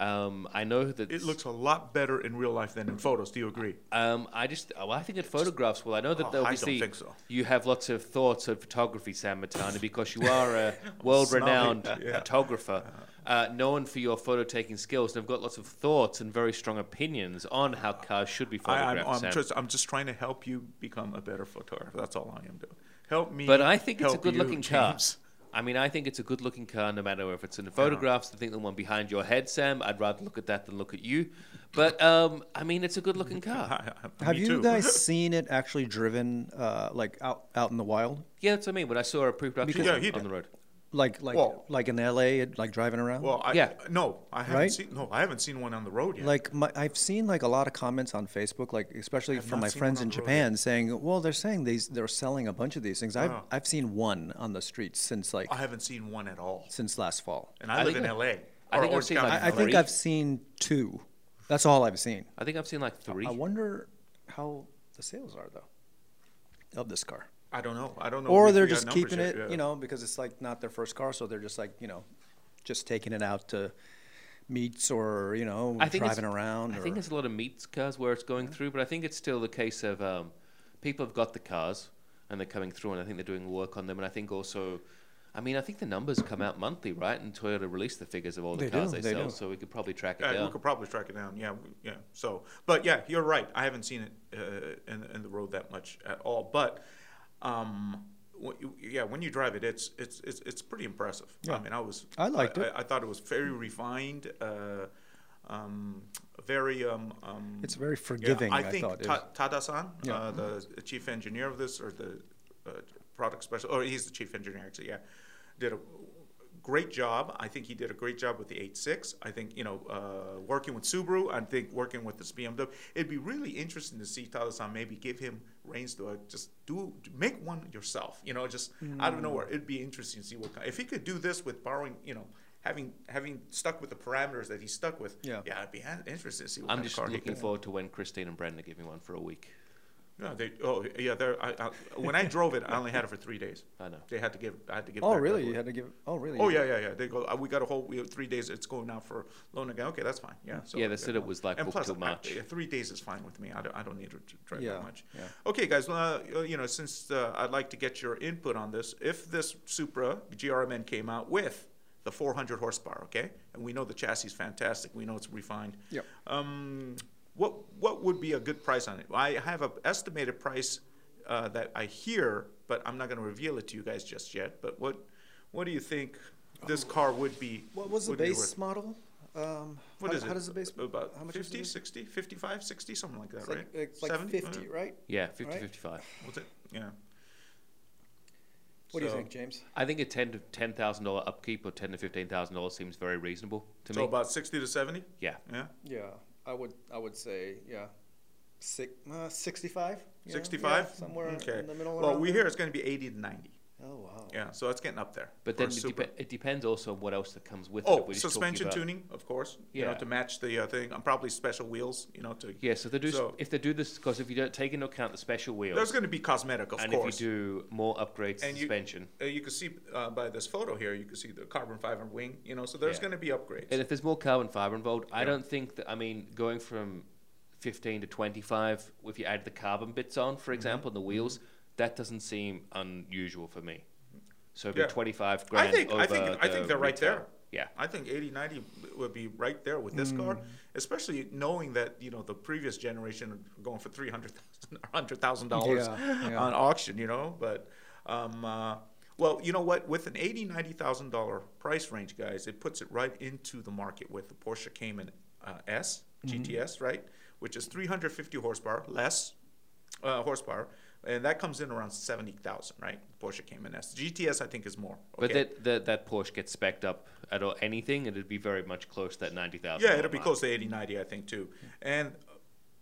Speaker 4: Um, I know that
Speaker 2: It looks a lot better in real life than in photos. Do you agree?
Speaker 4: Um, I just, well, I think it photographs well. I know that
Speaker 2: Oh, I don't
Speaker 4: obviously
Speaker 2: think so.
Speaker 4: you have lots of thoughts on photography, Sam Matani, because you are a world-renowned
Speaker 2: Snobby, yeah. Uh-huh.
Speaker 4: photographer, uh, known for your photo-taking skills, and have got lots of thoughts and very strong opinions on how cars should be
Speaker 2: Uh-huh. I,
Speaker 4: photographed.
Speaker 2: I'm, I'm,
Speaker 4: Sam.
Speaker 2: just, I'm just trying to help you become a better photographer. That's all I am doing. Help me.
Speaker 4: But I think it's a
Speaker 2: help you,
Speaker 4: good-looking car.
Speaker 2: James.
Speaker 4: I mean, I think it's a good-looking car, no matter if it's in the photographs. I think the one behind your head, Sam. I'd rather look at that than look at you. But um, I mean, it's a good-looking car.
Speaker 2: I- I-
Speaker 3: Have
Speaker 2: me
Speaker 3: you
Speaker 2: too.
Speaker 3: guys seen it actually driven, uh, like out out in the wild,
Speaker 4: Yeah, that's what I mean. When I saw a pre-production
Speaker 2: Because- Yeah,
Speaker 4: on,
Speaker 2: he
Speaker 4: on
Speaker 2: did.
Speaker 4: the road,
Speaker 3: like like
Speaker 2: Well-
Speaker 3: like in L.A., it- like driving around?
Speaker 2: Well, I,
Speaker 4: Yeah.
Speaker 2: No, I haven't
Speaker 3: Right?
Speaker 2: seen. No, I haven't seen one on the road yet.
Speaker 3: Like my, I've seen like a lot of comments on Facebook, like especially from
Speaker 2: not
Speaker 3: my
Speaker 2: seen
Speaker 3: friends
Speaker 2: one
Speaker 3: in
Speaker 2: on the road
Speaker 3: Japan, saying, "Well, they're saying these they're selling a bunch of these things." I've
Speaker 2: Oh.
Speaker 3: I've seen one on the streets since like
Speaker 2: I haven't seen one at all,
Speaker 3: since last fall.
Speaker 2: and I,
Speaker 4: I
Speaker 2: live
Speaker 4: think
Speaker 2: in
Speaker 4: I-
Speaker 2: L.A. or
Speaker 4: I think I've
Speaker 2: Orange
Speaker 4: seen,
Speaker 2: County.
Speaker 4: like,
Speaker 3: I, I think
Speaker 4: Three?
Speaker 3: I've seen two. That's all I've seen.
Speaker 4: I think I've seen like three.
Speaker 3: I wonder how the sales are though of this car.
Speaker 2: I don't know. I don't know.
Speaker 3: Or
Speaker 2: if
Speaker 3: they're
Speaker 2: Oh, we got
Speaker 3: just
Speaker 2: numbers
Speaker 3: keeping
Speaker 2: yet,
Speaker 3: it,
Speaker 2: yeah.
Speaker 3: you know, because it's like not their first car, so they're just like, you know, just taking it out to meets or you know
Speaker 4: it's-
Speaker 3: driving around.
Speaker 4: I
Speaker 3: or,
Speaker 4: think it's a lot of meets cars where it's going through, but I think it's still the case of um, people have got the cars and they're coming through, and I think they're doing work on them. And I think also, I mean, I think the numbers come out monthly, right? And Toyota release the figures of all the
Speaker 3: They
Speaker 4: cars
Speaker 3: do,
Speaker 4: they
Speaker 3: they
Speaker 4: sell,
Speaker 3: do.
Speaker 4: so we could probably track it
Speaker 2: Yeah, we
Speaker 4: down.
Speaker 2: could probably track it down. Yeah, we, yeah. So, but yeah, you're right. I haven't seen it uh, in, in the road that much at all. But, um, wh- you- yeah, when you drive it, it's it's it's, it's pretty impressive. I
Speaker 3: Yeah.
Speaker 2: mean, I was
Speaker 3: I liked it.
Speaker 2: I, I thought it was very refined. Uh, um, very um, um,
Speaker 3: It's very
Speaker 2: yeah,
Speaker 3: forgiving,
Speaker 2: I
Speaker 3: I
Speaker 2: think
Speaker 3: thought it
Speaker 2: Ta-
Speaker 3: was.
Speaker 2: Tada-san,
Speaker 3: Yeah.
Speaker 2: uh, the chief engineer of this, or the uh, product special, or he's the chief engineer actually. Yeah, did a great job. I think he did a great job with the 86. I think you know, uh, working with Subaru. I think working with this BMW. It'd be really interesting to see Tada-san maybe give him reins to uh, just do make one yourself. You know, just out
Speaker 3: Mm.
Speaker 2: of nowhere. It'd be interesting to see what kind. If he could do this with borrowing, you know. Having, having stuck with the parameters that he stuck with,
Speaker 3: Yeah.
Speaker 2: yeah, it'd be ha- interesting to see what
Speaker 4: I'm
Speaker 2: kind
Speaker 4: just
Speaker 2: of car he
Speaker 4: looking
Speaker 2: could
Speaker 4: forward to when Christine and Brendan give me one for a week.
Speaker 2: no, they. Oh, yeah. They're. I, I, when I drove it, I only had it for three days.
Speaker 4: I know.
Speaker 2: They had to give. I had to give. it
Speaker 3: oh
Speaker 2: back right
Speaker 3: really? You
Speaker 2: away.
Speaker 3: had to give? Oh really?
Speaker 2: Oh yeah, yeah, yeah. They go. uh, We got a whole. We have three days. It's going out for loan again. Okay, that's fine. Yeah. So
Speaker 4: Yeah, they said it was, like,
Speaker 2: And
Speaker 4: booked
Speaker 2: plus,
Speaker 4: till
Speaker 2: I-
Speaker 4: March.
Speaker 2: yeah, three days is fine with me. I don't. I don't need to dr- drive
Speaker 3: Yeah,
Speaker 2: that much.
Speaker 3: yeah.
Speaker 2: Okay, guys. Well, uh, you know, since uh, I'd like to get your input on this, if this Supra GRMN came out with the 400 horsepower, okay, and we know the chassis is fantastic. We know it's refined.
Speaker 3: Yep.
Speaker 2: Um, what what would be a good price on it? I have an estimated price uh, that I hear, but I'm not going to reveal it to you guys just yet. But what what do you think this car would be?
Speaker 3: Oh. What was the
Speaker 2: would be
Speaker 3: base
Speaker 2: worth?
Speaker 3: model? Um,
Speaker 2: What
Speaker 3: how,
Speaker 2: is it?
Speaker 3: How does the base
Speaker 2: About
Speaker 3: How much is
Speaker 2: 50,
Speaker 3: it?
Speaker 2: 60, 55, 60, something like that,
Speaker 3: It's
Speaker 2: right?
Speaker 3: like, it's like
Speaker 2: 70?
Speaker 3: fifty,
Speaker 2: Uh,
Speaker 3: right?
Speaker 4: Yeah, 50
Speaker 3: Right.
Speaker 4: 55.
Speaker 2: what's it? Yeah.
Speaker 3: What do you
Speaker 2: So-
Speaker 3: think, James?
Speaker 4: I think a ten to ten thousand dollar upkeep or ten to fifteen thousand dollars seems very reasonable to
Speaker 2: So
Speaker 4: me.
Speaker 2: about 60 to 70?
Speaker 4: yeah,
Speaker 2: Yeah.
Speaker 3: Yeah, I would. I would say yeah, six, uh, sixty-five. you know?
Speaker 2: 65?
Speaker 3: Yeah, somewhere
Speaker 2: okay.
Speaker 3: in the middle.
Speaker 2: Well,
Speaker 3: around
Speaker 2: we
Speaker 3: there.
Speaker 2: hear it's going to be 80 to 90.
Speaker 3: Oh wow.
Speaker 2: Yeah, so it's getting up there.
Speaker 4: but
Speaker 2: for a
Speaker 4: then it,
Speaker 2: Supra.
Speaker 4: depe- it depends also on what else that comes with it.
Speaker 2: Oh,
Speaker 4: We're just talking
Speaker 2: suspension
Speaker 4: about-
Speaker 2: tuning, of course. You
Speaker 4: Yeah.
Speaker 2: know, to match the uh, thing. I'm probably special wheels, you know, to.
Speaker 4: Yeah, so they do.
Speaker 2: So-
Speaker 4: if they do this, because if you don't take into account the special wheels,
Speaker 2: There's going to be cosmetic, of
Speaker 4: and
Speaker 2: course.
Speaker 4: if you do more upgrades to
Speaker 2: And you-
Speaker 4: suspension,
Speaker 2: Uh, you can see uh, by this photo here, you can see the carbon fiber wing, you know, so there's
Speaker 4: Yeah.
Speaker 2: going to be upgrades.
Speaker 4: and if there's more carbon fiber involved, I
Speaker 2: Yeah.
Speaker 4: don't think that. I mean, going from fifteen to twenty-five, if you add the carbon bits on,
Speaker 2: Mm-hmm.
Speaker 4: for example, and the wheels, that doesn't seem unusual for me. So it'd
Speaker 2: Yeah.
Speaker 4: be twenty-five grand.
Speaker 2: I think I think
Speaker 4: over
Speaker 2: I think
Speaker 4: the
Speaker 2: they're right
Speaker 4: retail.
Speaker 2: there.
Speaker 4: Yeah.
Speaker 2: I think 80 90 would be right there with
Speaker 3: Hmm.
Speaker 2: this car, especially knowing that, you know, the previous generation are going for 300,000 $100,000
Speaker 3: Yeah, yeah.
Speaker 2: on auction, you know, but um uh, well, you know what? With an eighty, ninety thousand dollar price range, guys, it puts it right into the market with the Porsche Cayman uh, S
Speaker 4: Mm-hmm.
Speaker 2: GTS, right? Which is three hundred fifty horsepower less uh, horsepower, and that comes in around seventy thousand, right? Porsche Cayman S GTS, I think, is more.
Speaker 4: But
Speaker 2: okay?
Speaker 4: that, that that Porsche gets specced up at all, anything, it'd be very much close to that ninety thousand.
Speaker 2: Yeah, it'll be close to 80, 90, I think, too. And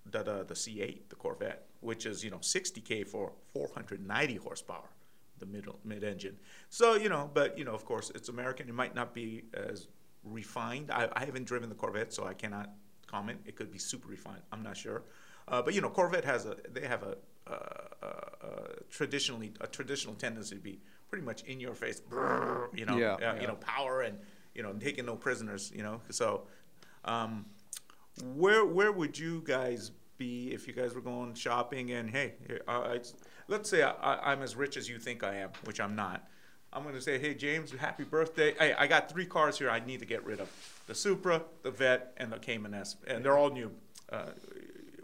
Speaker 2: the, the, the C8, the Corvette, which is, you know, 60K for 490 horsepower, the middle mid engine. So, you know, but, you know, of course, it's American. It might not be as refined. I, I haven't driven the Corvette, so I cannot comment. It could be super refined. I'm not sure. Uh, but you know, Corvette has a they have a uh, uh, uh, traditionally a traditional tendency to be pretty much in your face, brrr, you know,
Speaker 3: Yeah,
Speaker 2: uh, you
Speaker 3: yeah.
Speaker 2: know, power and you know, taking no prisoners, you know. So Um, where where would you guys be if you guys were going shopping and hey, here- uh, it's- let's say I, I, I'm as rich as you think I am, which I'm not. I'm gonna say, hey James, happy birthday. Hey, I got three cars here. I need to get rid of the Supra, the Vet, and the Cayman S, and they're all new. Uh,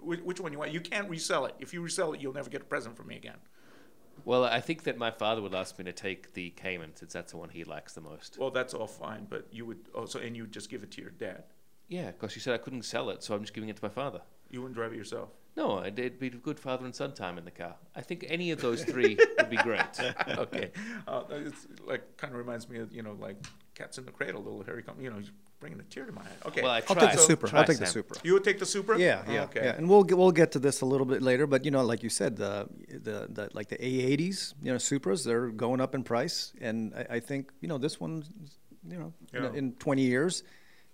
Speaker 2: which, which one you want? You can't resell it. If you resell it, you'll never get a present from me again.
Speaker 4: Well, I think that my father would ask me to take the Cayman since that's the one he likes the most.
Speaker 2: Well, that's all fine, but you would also, and you would just give it to your dad.
Speaker 4: Yeah, because you said I couldn't sell it, so I'm just giving it to my father.
Speaker 2: You wouldn't drive it yourself.
Speaker 4: No, it'd- it'd be good father and son time in the car. I think any of those three would be great.
Speaker 2: okay. Uh, it's like kind of reminds me of you know like cats in the cradle. Little Harry come. You know, you're bringing a tear to my eye. Okay.
Speaker 4: Well, I
Speaker 3: I'll
Speaker 4: tried.
Speaker 3: take the
Speaker 2: So-
Speaker 3: Supra.
Speaker 4: try,
Speaker 3: I'll take the
Speaker 4: Sam.
Speaker 3: Supra.
Speaker 2: you would take the Supra.
Speaker 3: Yeah, yeah,
Speaker 2: Oh, Okay.
Speaker 3: yeah. And we'll get, we'll get to this a little bit later, but you know, like you said, the the, the like the A80s, you know, Supras, they're going up in price, and I, I think you know this one, you know, in-
Speaker 2: Yeah.
Speaker 3: in, 20 years,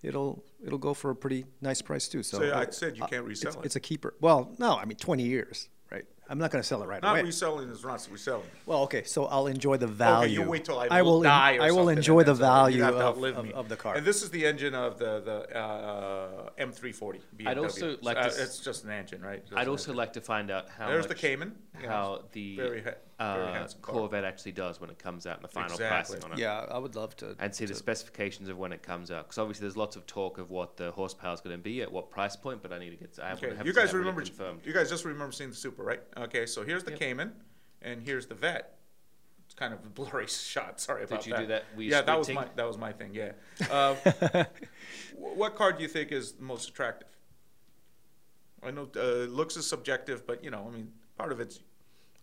Speaker 3: it'll it'll go for a pretty nice price too. So,
Speaker 2: So
Speaker 3: uh,
Speaker 2: I said you can't resell
Speaker 3: it's,
Speaker 2: it.
Speaker 3: it's a keeper. Well, no, I mean 20 years, right? I'm not going to sell it right
Speaker 2: not
Speaker 3: away.
Speaker 2: reselling is not reselling.
Speaker 3: well, okay, so I'll enjoy the value.
Speaker 2: Okay, you wait till I,
Speaker 3: I will en-
Speaker 2: die. Or
Speaker 3: I will
Speaker 2: something,
Speaker 3: enjoy
Speaker 2: and
Speaker 3: the
Speaker 2: that's all. You have
Speaker 3: value
Speaker 2: to
Speaker 3: of,
Speaker 2: outlive
Speaker 3: of,
Speaker 2: me.
Speaker 3: of the car.
Speaker 2: And this is the engine of the the uh, M340. BMW.
Speaker 4: also like
Speaker 2: uh,
Speaker 4: to s-
Speaker 2: it's just an engine, right? Just
Speaker 4: I'd
Speaker 2: an
Speaker 4: also
Speaker 2: engine.
Speaker 4: like to find out how
Speaker 2: There's the
Speaker 4: much-
Speaker 2: Cayman. you know,
Speaker 4: how the
Speaker 2: very ha- very
Speaker 4: uh,
Speaker 2: handsome car.
Speaker 4: Corvette actually does when it comes out and the final
Speaker 2: Exactly.
Speaker 4: pricing on it.
Speaker 3: yeah, I would love to.
Speaker 4: And see the specifications of when it comes out, because obviously there's lots of talk of what the horsepower is going to be at what price point. But I need to get. I
Speaker 2: Okay,
Speaker 4: haven't- haven't
Speaker 2: you
Speaker 4: seen
Speaker 2: guys
Speaker 4: that really
Speaker 2: remember?
Speaker 4: Confirmed.
Speaker 2: You guys just remember seeing the Super, right? Okay, so here's the
Speaker 4: Yep.
Speaker 2: Cayman, and here's the Vet. It's kind of a blurry shot. Sorry about that.
Speaker 4: you do that? Were you
Speaker 2: yeah, that was my
Speaker 4: squinting?
Speaker 2: that was my thing. Yeah. Uh, wh- what card do you think is the most attractive? I know uh, looks is subjective, but you know, I mean, part of it's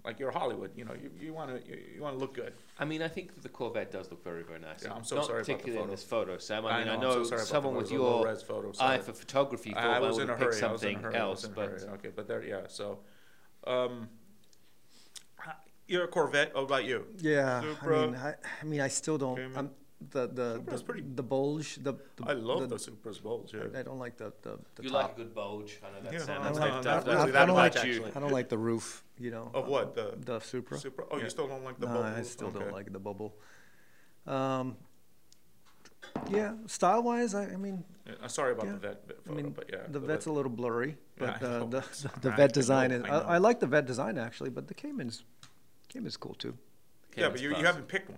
Speaker 2: like you're Hollywood. You know, you, you want to you, you want to look good.
Speaker 4: I mean, I think that the Corvette does look very, very nice.
Speaker 2: Yeah, I'm so
Speaker 4: Not
Speaker 2: sorry about the
Speaker 4: particularly
Speaker 2: photo.
Speaker 4: in this photo, Sam.
Speaker 2: I
Speaker 4: I mean,
Speaker 2: know,
Speaker 4: I
Speaker 2: I'm
Speaker 4: know,
Speaker 2: so sorry about the
Speaker 4: someone with
Speaker 2: photo, the low
Speaker 4: your
Speaker 2: res photo,
Speaker 4: eye
Speaker 2: sorry.
Speaker 4: for photography thought
Speaker 2: I
Speaker 4: well,
Speaker 2: was
Speaker 4: we'll
Speaker 2: in a
Speaker 4: pick
Speaker 2: hurry. I was in
Speaker 4: something
Speaker 2: a hurry. I
Speaker 4: else,
Speaker 2: was in a
Speaker 4: but
Speaker 2: hurry. Okay, but there, yeah. So, um, you're a Corvette. What about you?
Speaker 3: Yeah, I
Speaker 2: Supra.
Speaker 3: mean, uh, I, I mean, I still don't.
Speaker 2: Cayman.
Speaker 3: I'm, the the
Speaker 2: Supra's
Speaker 3: the,
Speaker 2: pretty-
Speaker 3: the bulge. The, the
Speaker 2: I love the, Supra's bulge. Yeah.
Speaker 3: I don't like the the, the
Speaker 4: you
Speaker 3: top.
Speaker 4: like a good bulge. I know that
Speaker 2: Yeah,
Speaker 4: sounds
Speaker 2: I
Speaker 4: that's
Speaker 2: like
Speaker 4: like
Speaker 2: that.
Speaker 4: that's-
Speaker 2: Not really
Speaker 4: that's
Speaker 2: that
Speaker 4: not
Speaker 2: much,
Speaker 4: like you.
Speaker 2: actually.
Speaker 3: I don't like the roof. You know.
Speaker 2: Of
Speaker 3: uh,
Speaker 2: what, the-
Speaker 3: the Supra.
Speaker 2: Supra. Oh,
Speaker 3: Yeah.
Speaker 2: you still don't like the
Speaker 3: no,
Speaker 2: bubble?
Speaker 3: I still don't
Speaker 2: Okay.
Speaker 3: like the bubble. Um. Yeah, style wise, I, I mean,
Speaker 2: Yeah, I'm sorry about
Speaker 3: yeah.
Speaker 2: the vet vet
Speaker 3: I
Speaker 2: photo,
Speaker 3: mean,
Speaker 2: but yeah,
Speaker 3: the vet's a little blurry,
Speaker 2: Yeah,
Speaker 3: but
Speaker 2: I
Speaker 3: uh,
Speaker 2: know.
Speaker 3: the
Speaker 2: It's
Speaker 3: the,
Speaker 2: not
Speaker 3: the
Speaker 2: right. I
Speaker 3: vet design
Speaker 2: know,
Speaker 3: is.
Speaker 2: I
Speaker 3: I, I
Speaker 2: know.
Speaker 3: like the vet design actually, but the Cayman's, Cayman's cool too.
Speaker 2: yeah, but
Speaker 4: Cayman's
Speaker 2: you, you
Speaker 4: class.
Speaker 2: haven't picked one.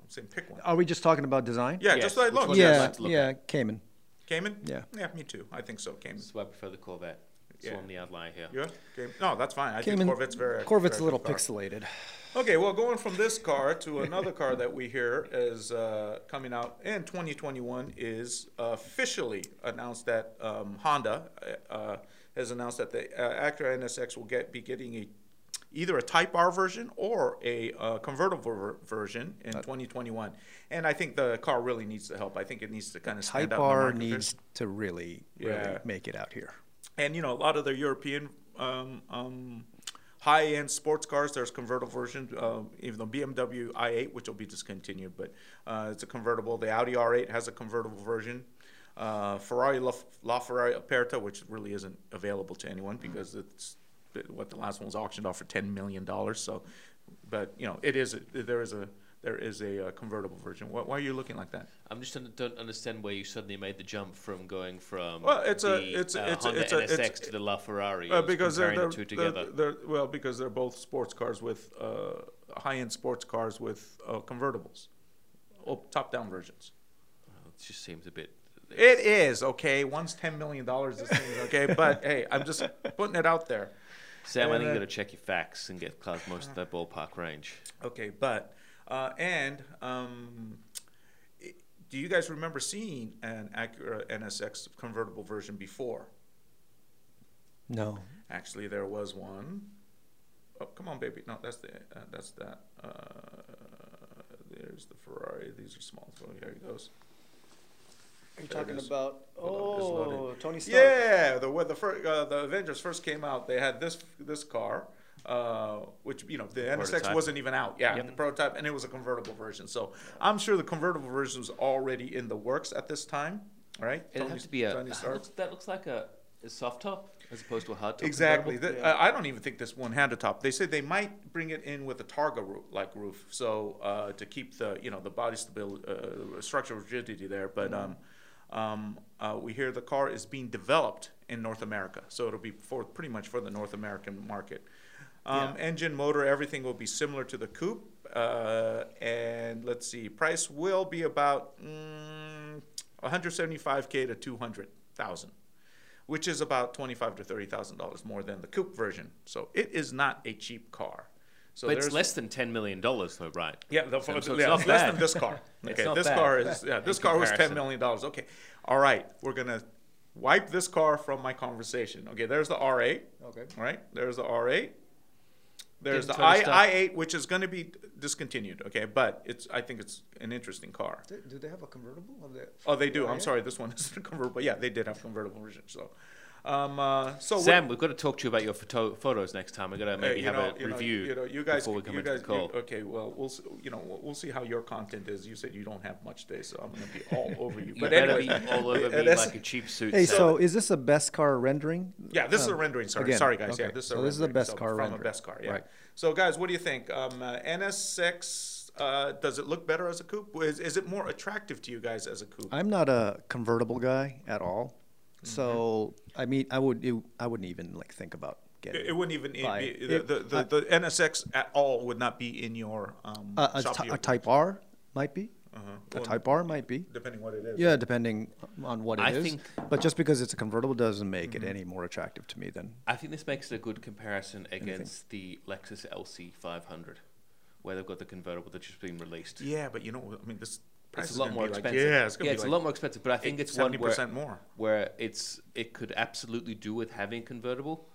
Speaker 2: I'm saying pick one.
Speaker 3: Are we just talking about design?
Speaker 2: Yeah,
Speaker 4: Yes,
Speaker 2: just like
Speaker 4: which
Speaker 2: look.
Speaker 4: one
Speaker 2: yes.
Speaker 4: I'd
Speaker 3: yeah,
Speaker 4: like to look
Speaker 3: yeah. Cayman.
Speaker 2: Cayman.
Speaker 3: Yeah.
Speaker 2: yeah, me too. I think so. Cayman.
Speaker 4: That's why I prefer the Corvette. It's
Speaker 2: Yeah.
Speaker 4: the one the outlier here.
Speaker 2: Yeah, Cayman. No, that's fine. I
Speaker 3: Cayman.
Speaker 2: think Corvette's very.
Speaker 3: Corvette's a
Speaker 2: very
Speaker 3: little
Speaker 2: good car.
Speaker 3: pixelated.
Speaker 2: Okay, well, going from this car to another car that we hear is uh, coming out in 2021 is officially announced that um, Honda uh, uh, has announced that the uh, Acura NSX will get be getting a either a Type R version or a uh, convertible ver- version in
Speaker 3: Uh.
Speaker 2: 2021. And I think the car really needs the help. I think it needs to kind of stand
Speaker 3: Type
Speaker 2: out in the
Speaker 3: R
Speaker 2: market.
Speaker 3: needs to really, really
Speaker 2: Yeah.
Speaker 3: make it out here.
Speaker 2: and you know a lot of the European um, um, high-end sports cars. There's convertible version, uh, even though BMW i8, which will be discontinued, but uh, it's a convertible. The Audi R8 has a convertible version. Uh, Ferrari La, LaFerrari Aperta, which really isn't available to anyone because it's what the last one was auctioned off for ten million dollars. So, but you know it is a, there is a there is a uh, convertible version. Why, why are you looking like that?
Speaker 4: I'm just un- don't understand where you suddenly made the jump from going from
Speaker 2: Well, it's a-
Speaker 4: the
Speaker 2: it's a-
Speaker 4: uh,
Speaker 2: it's a-
Speaker 4: Honda
Speaker 2: it's a-
Speaker 4: NSX
Speaker 2: it's-
Speaker 4: to the LaFerrari.
Speaker 2: Uh,
Speaker 4: I was
Speaker 2: because they're,
Speaker 4: comparing
Speaker 2: they're,
Speaker 4: the two
Speaker 2: they're-
Speaker 4: together.
Speaker 2: they're- well, because they're both sports cars with uh, high-end sports cars with uh, convertibles, oh, top-down versions.
Speaker 4: Oh, it just seems a bit.
Speaker 2: It is okay. One's ten million dollars. This thing is okay, but hey, I'm just putting it out there.
Speaker 4: Sam, I
Speaker 2: and,
Speaker 4: think you
Speaker 2: uh,
Speaker 4: got to check your facts and get close most of that ballpark range.
Speaker 2: Okay, but uh, and um, i- do you guys remember seeing an Acura NSX convertible version before?
Speaker 3: No.
Speaker 2: Actually, there was one. Oh, come on, baby. No, that's the uh, that's that. Uh, there's the Ferrari. These are small. So here he goes. There
Speaker 3: You're
Speaker 2: it talking is.
Speaker 3: about oh,
Speaker 2: Hold on, it's loaded.
Speaker 3: Tony
Speaker 2: Yeah, the when the fir- uh, the Avengers first came out, they had this this car, uh, which you know the NSX
Speaker 4: Prototype.
Speaker 2: wasn't even out. Yeah, the prototype, and it was a convertible version. So I'm sure the convertible version was already in the works at this time. All right,
Speaker 4: It'd
Speaker 2: Tony-
Speaker 4: have to be a.
Speaker 2: Tony
Speaker 4: That
Speaker 2: Stark.
Speaker 4: looks, that looks like a, a soft top as opposed to a hard top.
Speaker 2: Exactly.
Speaker 4: convertible.
Speaker 2: The- uh, I I don't even think this one had a top. They said they might bring it in with a Targa roof, like roof,
Speaker 4: Mm-hmm.
Speaker 2: so uh, to keep the you know the body stability, uh, structural rigidity there. But um, um, uh, we hear the car is being developed in North America. So it'll be for pretty much for the North American market. Um, Engine, motor, everything will be similar to the coupe. Uh, and let's see, price will be about mm, 175k to 200,000, which is about 25 to 30 thousand dollars more than the coupe version. So it is not a cheap car. So
Speaker 4: But it's
Speaker 2: there's-
Speaker 4: less than ten million dollars, though, right?
Speaker 2: yeah, the,
Speaker 4: So-
Speaker 2: for-
Speaker 4: so it's
Speaker 2: yeah,
Speaker 4: not
Speaker 2: less
Speaker 4: bad.
Speaker 2: than this car. Okay,
Speaker 4: not
Speaker 2: this
Speaker 4: bad.
Speaker 2: car is yeah, this
Speaker 4: In
Speaker 2: car was ten
Speaker 4: comparison.
Speaker 2: million dollars. Okay, all right, we're gonna wipe this car from my conversation. Okay, there's the R8.
Speaker 3: Okay.
Speaker 2: all right, there's the R8. There's
Speaker 4: Didn't
Speaker 2: the
Speaker 4: tell us
Speaker 2: I I8, which is going to be discontinued. Okay, but it's I think it's an interesting car.
Speaker 3: Do, do they have a convertible of the?
Speaker 2: Oh, they do. I'm
Speaker 3: yeah.
Speaker 2: sorry, this one is convertible. Yeah, they did have convertible version. So, um, uh, so what-
Speaker 4: Sam, we've got to talk to you about your photo- photos next time. We've got to
Speaker 2: Hey,
Speaker 4: maybe
Speaker 2: you
Speaker 4: have
Speaker 2: know,
Speaker 4: a
Speaker 2: you know,
Speaker 4: review
Speaker 2: you know, you guys,
Speaker 4: before we come
Speaker 2: you
Speaker 4: into
Speaker 2: guys,
Speaker 4: the
Speaker 2: you- uh,
Speaker 4: call.
Speaker 2: okay, well, we'll s- you know we'll, we'll see how your content is. You said you don't have much today, so I'm gonna be all over you.
Speaker 4: You
Speaker 2: But
Speaker 4: better
Speaker 2: anyway,
Speaker 4: be all over
Speaker 2: uh,
Speaker 4: me
Speaker 2: that's-
Speaker 4: like a cheap suit.
Speaker 3: Hey,
Speaker 4: Sam.
Speaker 3: so is this a best car rendering? Um,
Speaker 2: yeah, this is a rendering. Sorry,
Speaker 3: again,
Speaker 2: sorry guys. Yeah,
Speaker 3: okay,
Speaker 2: this is a
Speaker 3: so this is the
Speaker 2: rendering,
Speaker 3: best
Speaker 2: so
Speaker 3: car
Speaker 2: from
Speaker 3: rendering,
Speaker 2: a best car. Yeah.
Speaker 3: right.
Speaker 2: So guys, what do you think? Um, uh, NS6 uh, does it look better as a coupe? Is, is it more attractive to you guys as a coupe?
Speaker 3: I'm not a convertible guy at all,
Speaker 2: Mm-hmm.
Speaker 3: so I mean, I would, it, I wouldn't even like think about getting.
Speaker 2: it, it wouldn't even
Speaker 3: By-
Speaker 2: be, the,
Speaker 3: it-
Speaker 2: the, the, the NSX at all would not be in your um,
Speaker 3: a, a,
Speaker 2: shop
Speaker 3: ty- a
Speaker 2: vehicle,
Speaker 3: Type R might be. A
Speaker 2: Well,
Speaker 3: Type R might be.
Speaker 2: depending what it is.
Speaker 3: Yeah, depending on what
Speaker 4: I
Speaker 3: it is.
Speaker 4: think- Mm-hmm.
Speaker 3: but just because it's a convertible doesn't make it any more attractive to me than.
Speaker 4: I think this makes it a good comparison against the Lexus LC 500, where they've got the convertible that's just been released.
Speaker 2: Yeah, but you know, I mean, this price
Speaker 4: it's
Speaker 2: is
Speaker 4: a lot
Speaker 2: gonna
Speaker 4: more
Speaker 2: be like-
Speaker 4: expensive.
Speaker 2: yeah, it's gonna be
Speaker 4: it's
Speaker 2: like
Speaker 4: a lot more expensive. But I think
Speaker 2: eight-
Speaker 4: it's one where
Speaker 2: 70% more.
Speaker 4: where it's it could absolutely do with having convertible,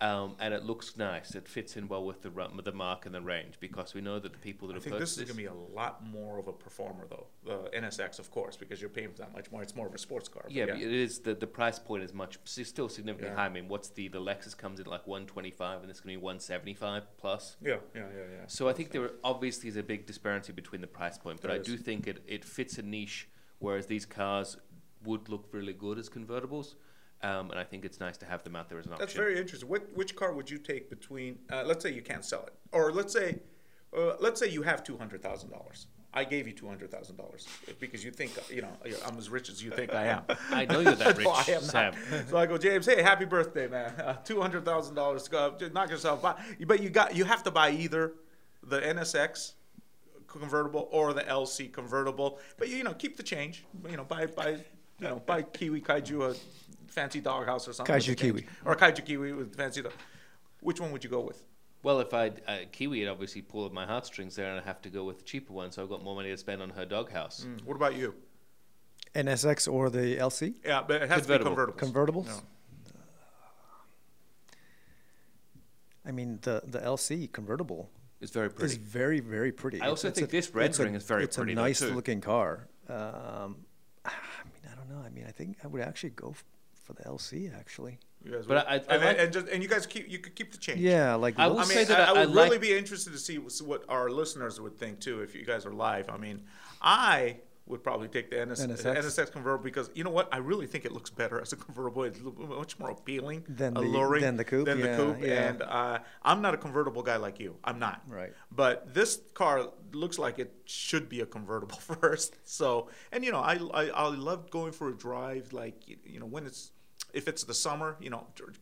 Speaker 4: um, and it looks nice. It fits in well with the ru- the mark and the range because we know that the people that
Speaker 2: I
Speaker 4: have
Speaker 2: think this
Speaker 4: purchased
Speaker 2: is going to be a lot more of a performer, though. The NSX, of course, because you're paying for that much more. It's more of a sports car. but
Speaker 4: yeah, but it is the the price point is much s- still significantly
Speaker 2: Yeah.
Speaker 4: high. I mean, what's the the Lexus comes in at like 125, and this is going to be 175 plus.
Speaker 2: yeah, yeah, yeah, yeah.
Speaker 4: So I think there are, obviously is a big disparity between the price point, but
Speaker 2: There
Speaker 4: I
Speaker 2: is.
Speaker 4: do think it, it fits a niche, whereas these cars would look really good as convertibles, um, and I think it's nice to have them out there as an option.
Speaker 2: That's very interesting. What which car would you take between? Uh, let's say you can't sell it, or let's say, uh, let's say you have two hundred thousand dollars. I gave you two hundred thousand dollars because you think you know I'm as rich as you think I am.
Speaker 4: I know you're that rich,
Speaker 2: No, I am
Speaker 4: Sam.
Speaker 2: not. So I go, James. Hey, happy birthday, man! Uh, Two hundred thousand dollars. Knock yourself out. But you got you have to buy either the NSX convertible or the LC convertible. But you know, keep the change. You know, buy buy you know buy Kiwi Kaiju a fancy doghouse or something. with
Speaker 3: Kaiju
Speaker 2: the change.
Speaker 3: Kiwi.
Speaker 2: or Kaiju Kiwi with fancy dog. Which one would you go with?
Speaker 4: Well, if I uh, Kiwi, it obviously pulled my heartstrings there, and I have to go with the cheaper one, so I've got more money to spend on her doghouse.
Speaker 2: What about you?
Speaker 3: NSX or the LC?
Speaker 2: Yeah, but it has to be
Speaker 4: Convertible.
Speaker 2: convertible.
Speaker 3: Convertibles? I mean, the, the LC convertible
Speaker 4: It's very pretty.
Speaker 3: is very, very pretty.
Speaker 4: I also think this rendering is very
Speaker 3: it's
Speaker 4: pretty,
Speaker 3: a
Speaker 4: though,
Speaker 3: nice
Speaker 4: too.
Speaker 3: looking car. Um, I mean, I don't know. I mean, I think I would actually go f- for the LC, actually.
Speaker 2: You guys
Speaker 4: But
Speaker 2: would-
Speaker 4: I- I
Speaker 2: and,
Speaker 4: like-
Speaker 2: and just and you guys keep you could keep the change.
Speaker 3: Yeah, like
Speaker 4: I
Speaker 3: look-
Speaker 4: will
Speaker 2: I mean,
Speaker 4: say that
Speaker 2: I,
Speaker 4: I-
Speaker 2: I
Speaker 4: I
Speaker 2: would
Speaker 4: like-
Speaker 2: really be interested to see what's- what our listeners would think too. If you guys are live, I mean, I would probably take the NS, NSX.
Speaker 3: NSX.
Speaker 2: convertible because you know what? I really think it looks better as a convertible. It's lo- much more appealing,
Speaker 3: Than the-
Speaker 2: alluring
Speaker 3: than the coupe,
Speaker 2: Than
Speaker 3: yeah,
Speaker 2: the coupe.
Speaker 3: yeah.
Speaker 2: And uh, I'm not a convertible guy like you. I'm not.
Speaker 3: Right.
Speaker 2: But this car looks like it should be a convertible first. So, and you know, I I, I love going for a drive. Like y- you know, when it's if it's the summer, you know, dur-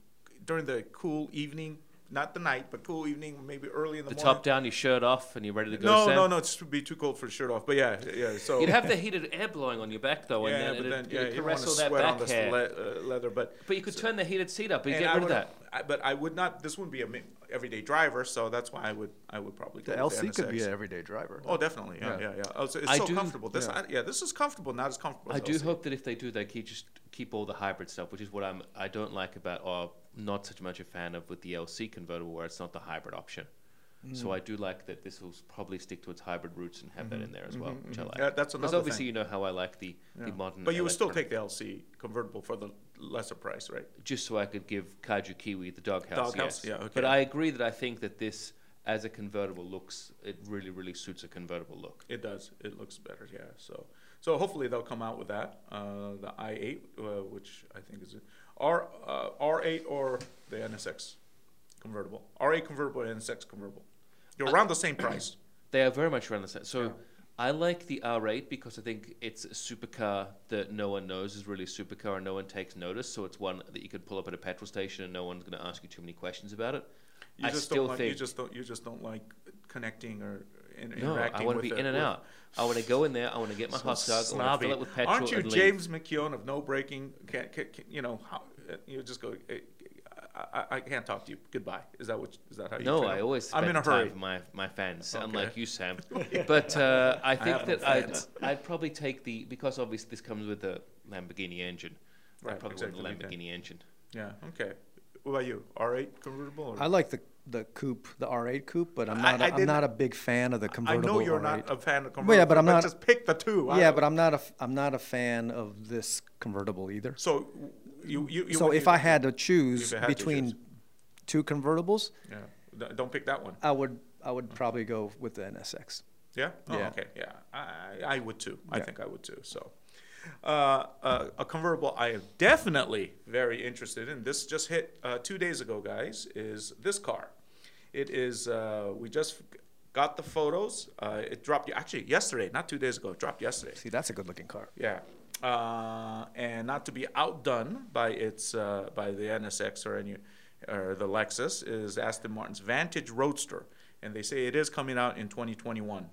Speaker 2: during the cool evening, not the night, but cool evening, maybe early in the,
Speaker 4: the
Speaker 2: morning.
Speaker 4: top down, your shirt off, and you're ready to go.
Speaker 2: no,
Speaker 4: Sam.
Speaker 2: no, no, it's too- be too cold for the shirt off. But yeah, yeah. So
Speaker 4: You'd have the heated air blowing on your back though, and
Speaker 2: yeah,
Speaker 4: then
Speaker 2: but
Speaker 4: it'd,
Speaker 2: then yeah,
Speaker 4: it'd
Speaker 2: you don't want
Speaker 4: caress
Speaker 2: to
Speaker 4: all that
Speaker 2: sweat on
Speaker 4: back
Speaker 2: this
Speaker 4: hair.
Speaker 2: le- uh, leather, but.
Speaker 4: but you could turn the heated seat up, but you
Speaker 2: and
Speaker 4: get
Speaker 2: I
Speaker 4: rid of
Speaker 2: would-
Speaker 4: that.
Speaker 2: I, but I would not. This wouldn't be a mi- everyday driver, so that's why I would. I would probably go
Speaker 3: the
Speaker 2: with
Speaker 3: LC could be
Speaker 2: NSX.
Speaker 3: an everyday driver.
Speaker 2: Oh, definitely. Yeah, yeah,
Speaker 3: Yeah.
Speaker 2: yeah. Oh, so it's
Speaker 4: I
Speaker 2: so
Speaker 4: do-
Speaker 2: comfortable. This,
Speaker 3: yeah.
Speaker 2: I, yeah, this is comfortable. Not as comfortable.
Speaker 4: I
Speaker 2: as
Speaker 4: do
Speaker 2: LC.
Speaker 4: hope that if they do, they keep just keep all the hybrid stuff, which is what I'm I don't like about or not such much a fan of with the LC convertible, where it's not the hybrid option.
Speaker 2: Mm.
Speaker 4: So I do like that this will probably stick to its hybrid roots and have
Speaker 2: Mm-hmm.
Speaker 4: that in there as well, which I like.
Speaker 2: Yeah, that's
Speaker 4: Because
Speaker 2: another
Speaker 4: obviously
Speaker 2: thing.
Speaker 4: you know how I like the, the modern.
Speaker 2: But you would still
Speaker 4: electronic-
Speaker 2: take the LC convertible for the lesser price, right?
Speaker 4: just so I could give Kaiju Kiwi the doghouse.
Speaker 2: Doghouse,
Speaker 4: yes.
Speaker 2: yeah, okay.
Speaker 4: But I agree that I think that this as a convertible looks it really really suits a convertible look.
Speaker 2: It does. It looks better. Yeah. So so hopefully they'll come out with that. Uh, the i8, uh, which I think is R uh, R8 or the NSX convertible. R8 convertible and NSX convertible. You're around the same price.
Speaker 4: They are very much around the same. So I like the R8 because I think it's a supercar that no one knows is really a supercar and no one takes notice. So it's one that you could pull up at a petrol station and no one's going to ask you too many questions about it.
Speaker 2: You
Speaker 4: I
Speaker 2: just
Speaker 4: still
Speaker 2: don't like,
Speaker 4: think
Speaker 2: you just don't you just don't like connecting or in,
Speaker 4: no,
Speaker 2: interacting
Speaker 4: I want
Speaker 2: with
Speaker 4: to be
Speaker 2: the-
Speaker 4: in and
Speaker 2: with-
Speaker 4: out. I want to go in there. I want to get my hot dog. I want to
Speaker 2: Snobby.
Speaker 4: fill it with petrol.
Speaker 2: Aren't you
Speaker 4: and leave.
Speaker 2: James McKeown of no breaking? Can't, can can- you know how uh, you just go? uh, I, I, I can't talk to you. Goodbye. Is that what? Is that how you?
Speaker 4: No,
Speaker 2: feel?
Speaker 4: I always spend
Speaker 2: I'm in a
Speaker 4: time
Speaker 2: hurry.
Speaker 4: with my, my fans,
Speaker 2: Okay.
Speaker 4: unlike you, Sam. But uh, I think
Speaker 2: have no
Speaker 4: that I'd,
Speaker 2: fans.
Speaker 4: I'd probably take the because obviously this comes with the Lamborghini engine. I
Speaker 2: Right,
Speaker 4: probably want the
Speaker 2: exactly,
Speaker 4: Lamborghini engine.
Speaker 2: Yeah. Okay. What about you? R8 convertible? Or?
Speaker 3: I like the the coupe, the R8 coupe, but I'm
Speaker 2: I-
Speaker 3: not
Speaker 2: I
Speaker 3: I, am
Speaker 2: didn't-
Speaker 3: not a big fan of the
Speaker 2: I
Speaker 3: convertible.
Speaker 2: know you're
Speaker 3: R8.
Speaker 2: not a fan of convertible.
Speaker 3: Well, yeah, but I'm not-
Speaker 2: Just pick the two. I
Speaker 3: yeah,
Speaker 2: don't-
Speaker 3: but I'm not a f- I'm not a fan of this convertible either.
Speaker 2: so you you. you
Speaker 3: so
Speaker 2: you-
Speaker 3: if I had to choose
Speaker 2: had to
Speaker 3: between
Speaker 2: choose.
Speaker 3: two convertibles,
Speaker 2: yeah, D- don't pick that one.
Speaker 3: I would I would probably go with the NSX.
Speaker 2: Yeah. Oh,
Speaker 3: Yeah.
Speaker 2: Okay. Yeah. I, I- I would too. I
Speaker 3: Yeah.
Speaker 2: think I would too. So, uh, uh, a convertible I am definitely very interested in. This just hit uh, two days ago, guys. Is this car? It is. Uh, we just got the photos. Uh, it dropped actually yesterday, not two days ago. It dropped yesterday.
Speaker 3: See, that's a good looking car.
Speaker 2: Yeah. Uh, and not to be outdone by its uh, by the NSX or any or the Lexus is Aston Martin's Vantage Roadster, and they say it is coming out in 2021.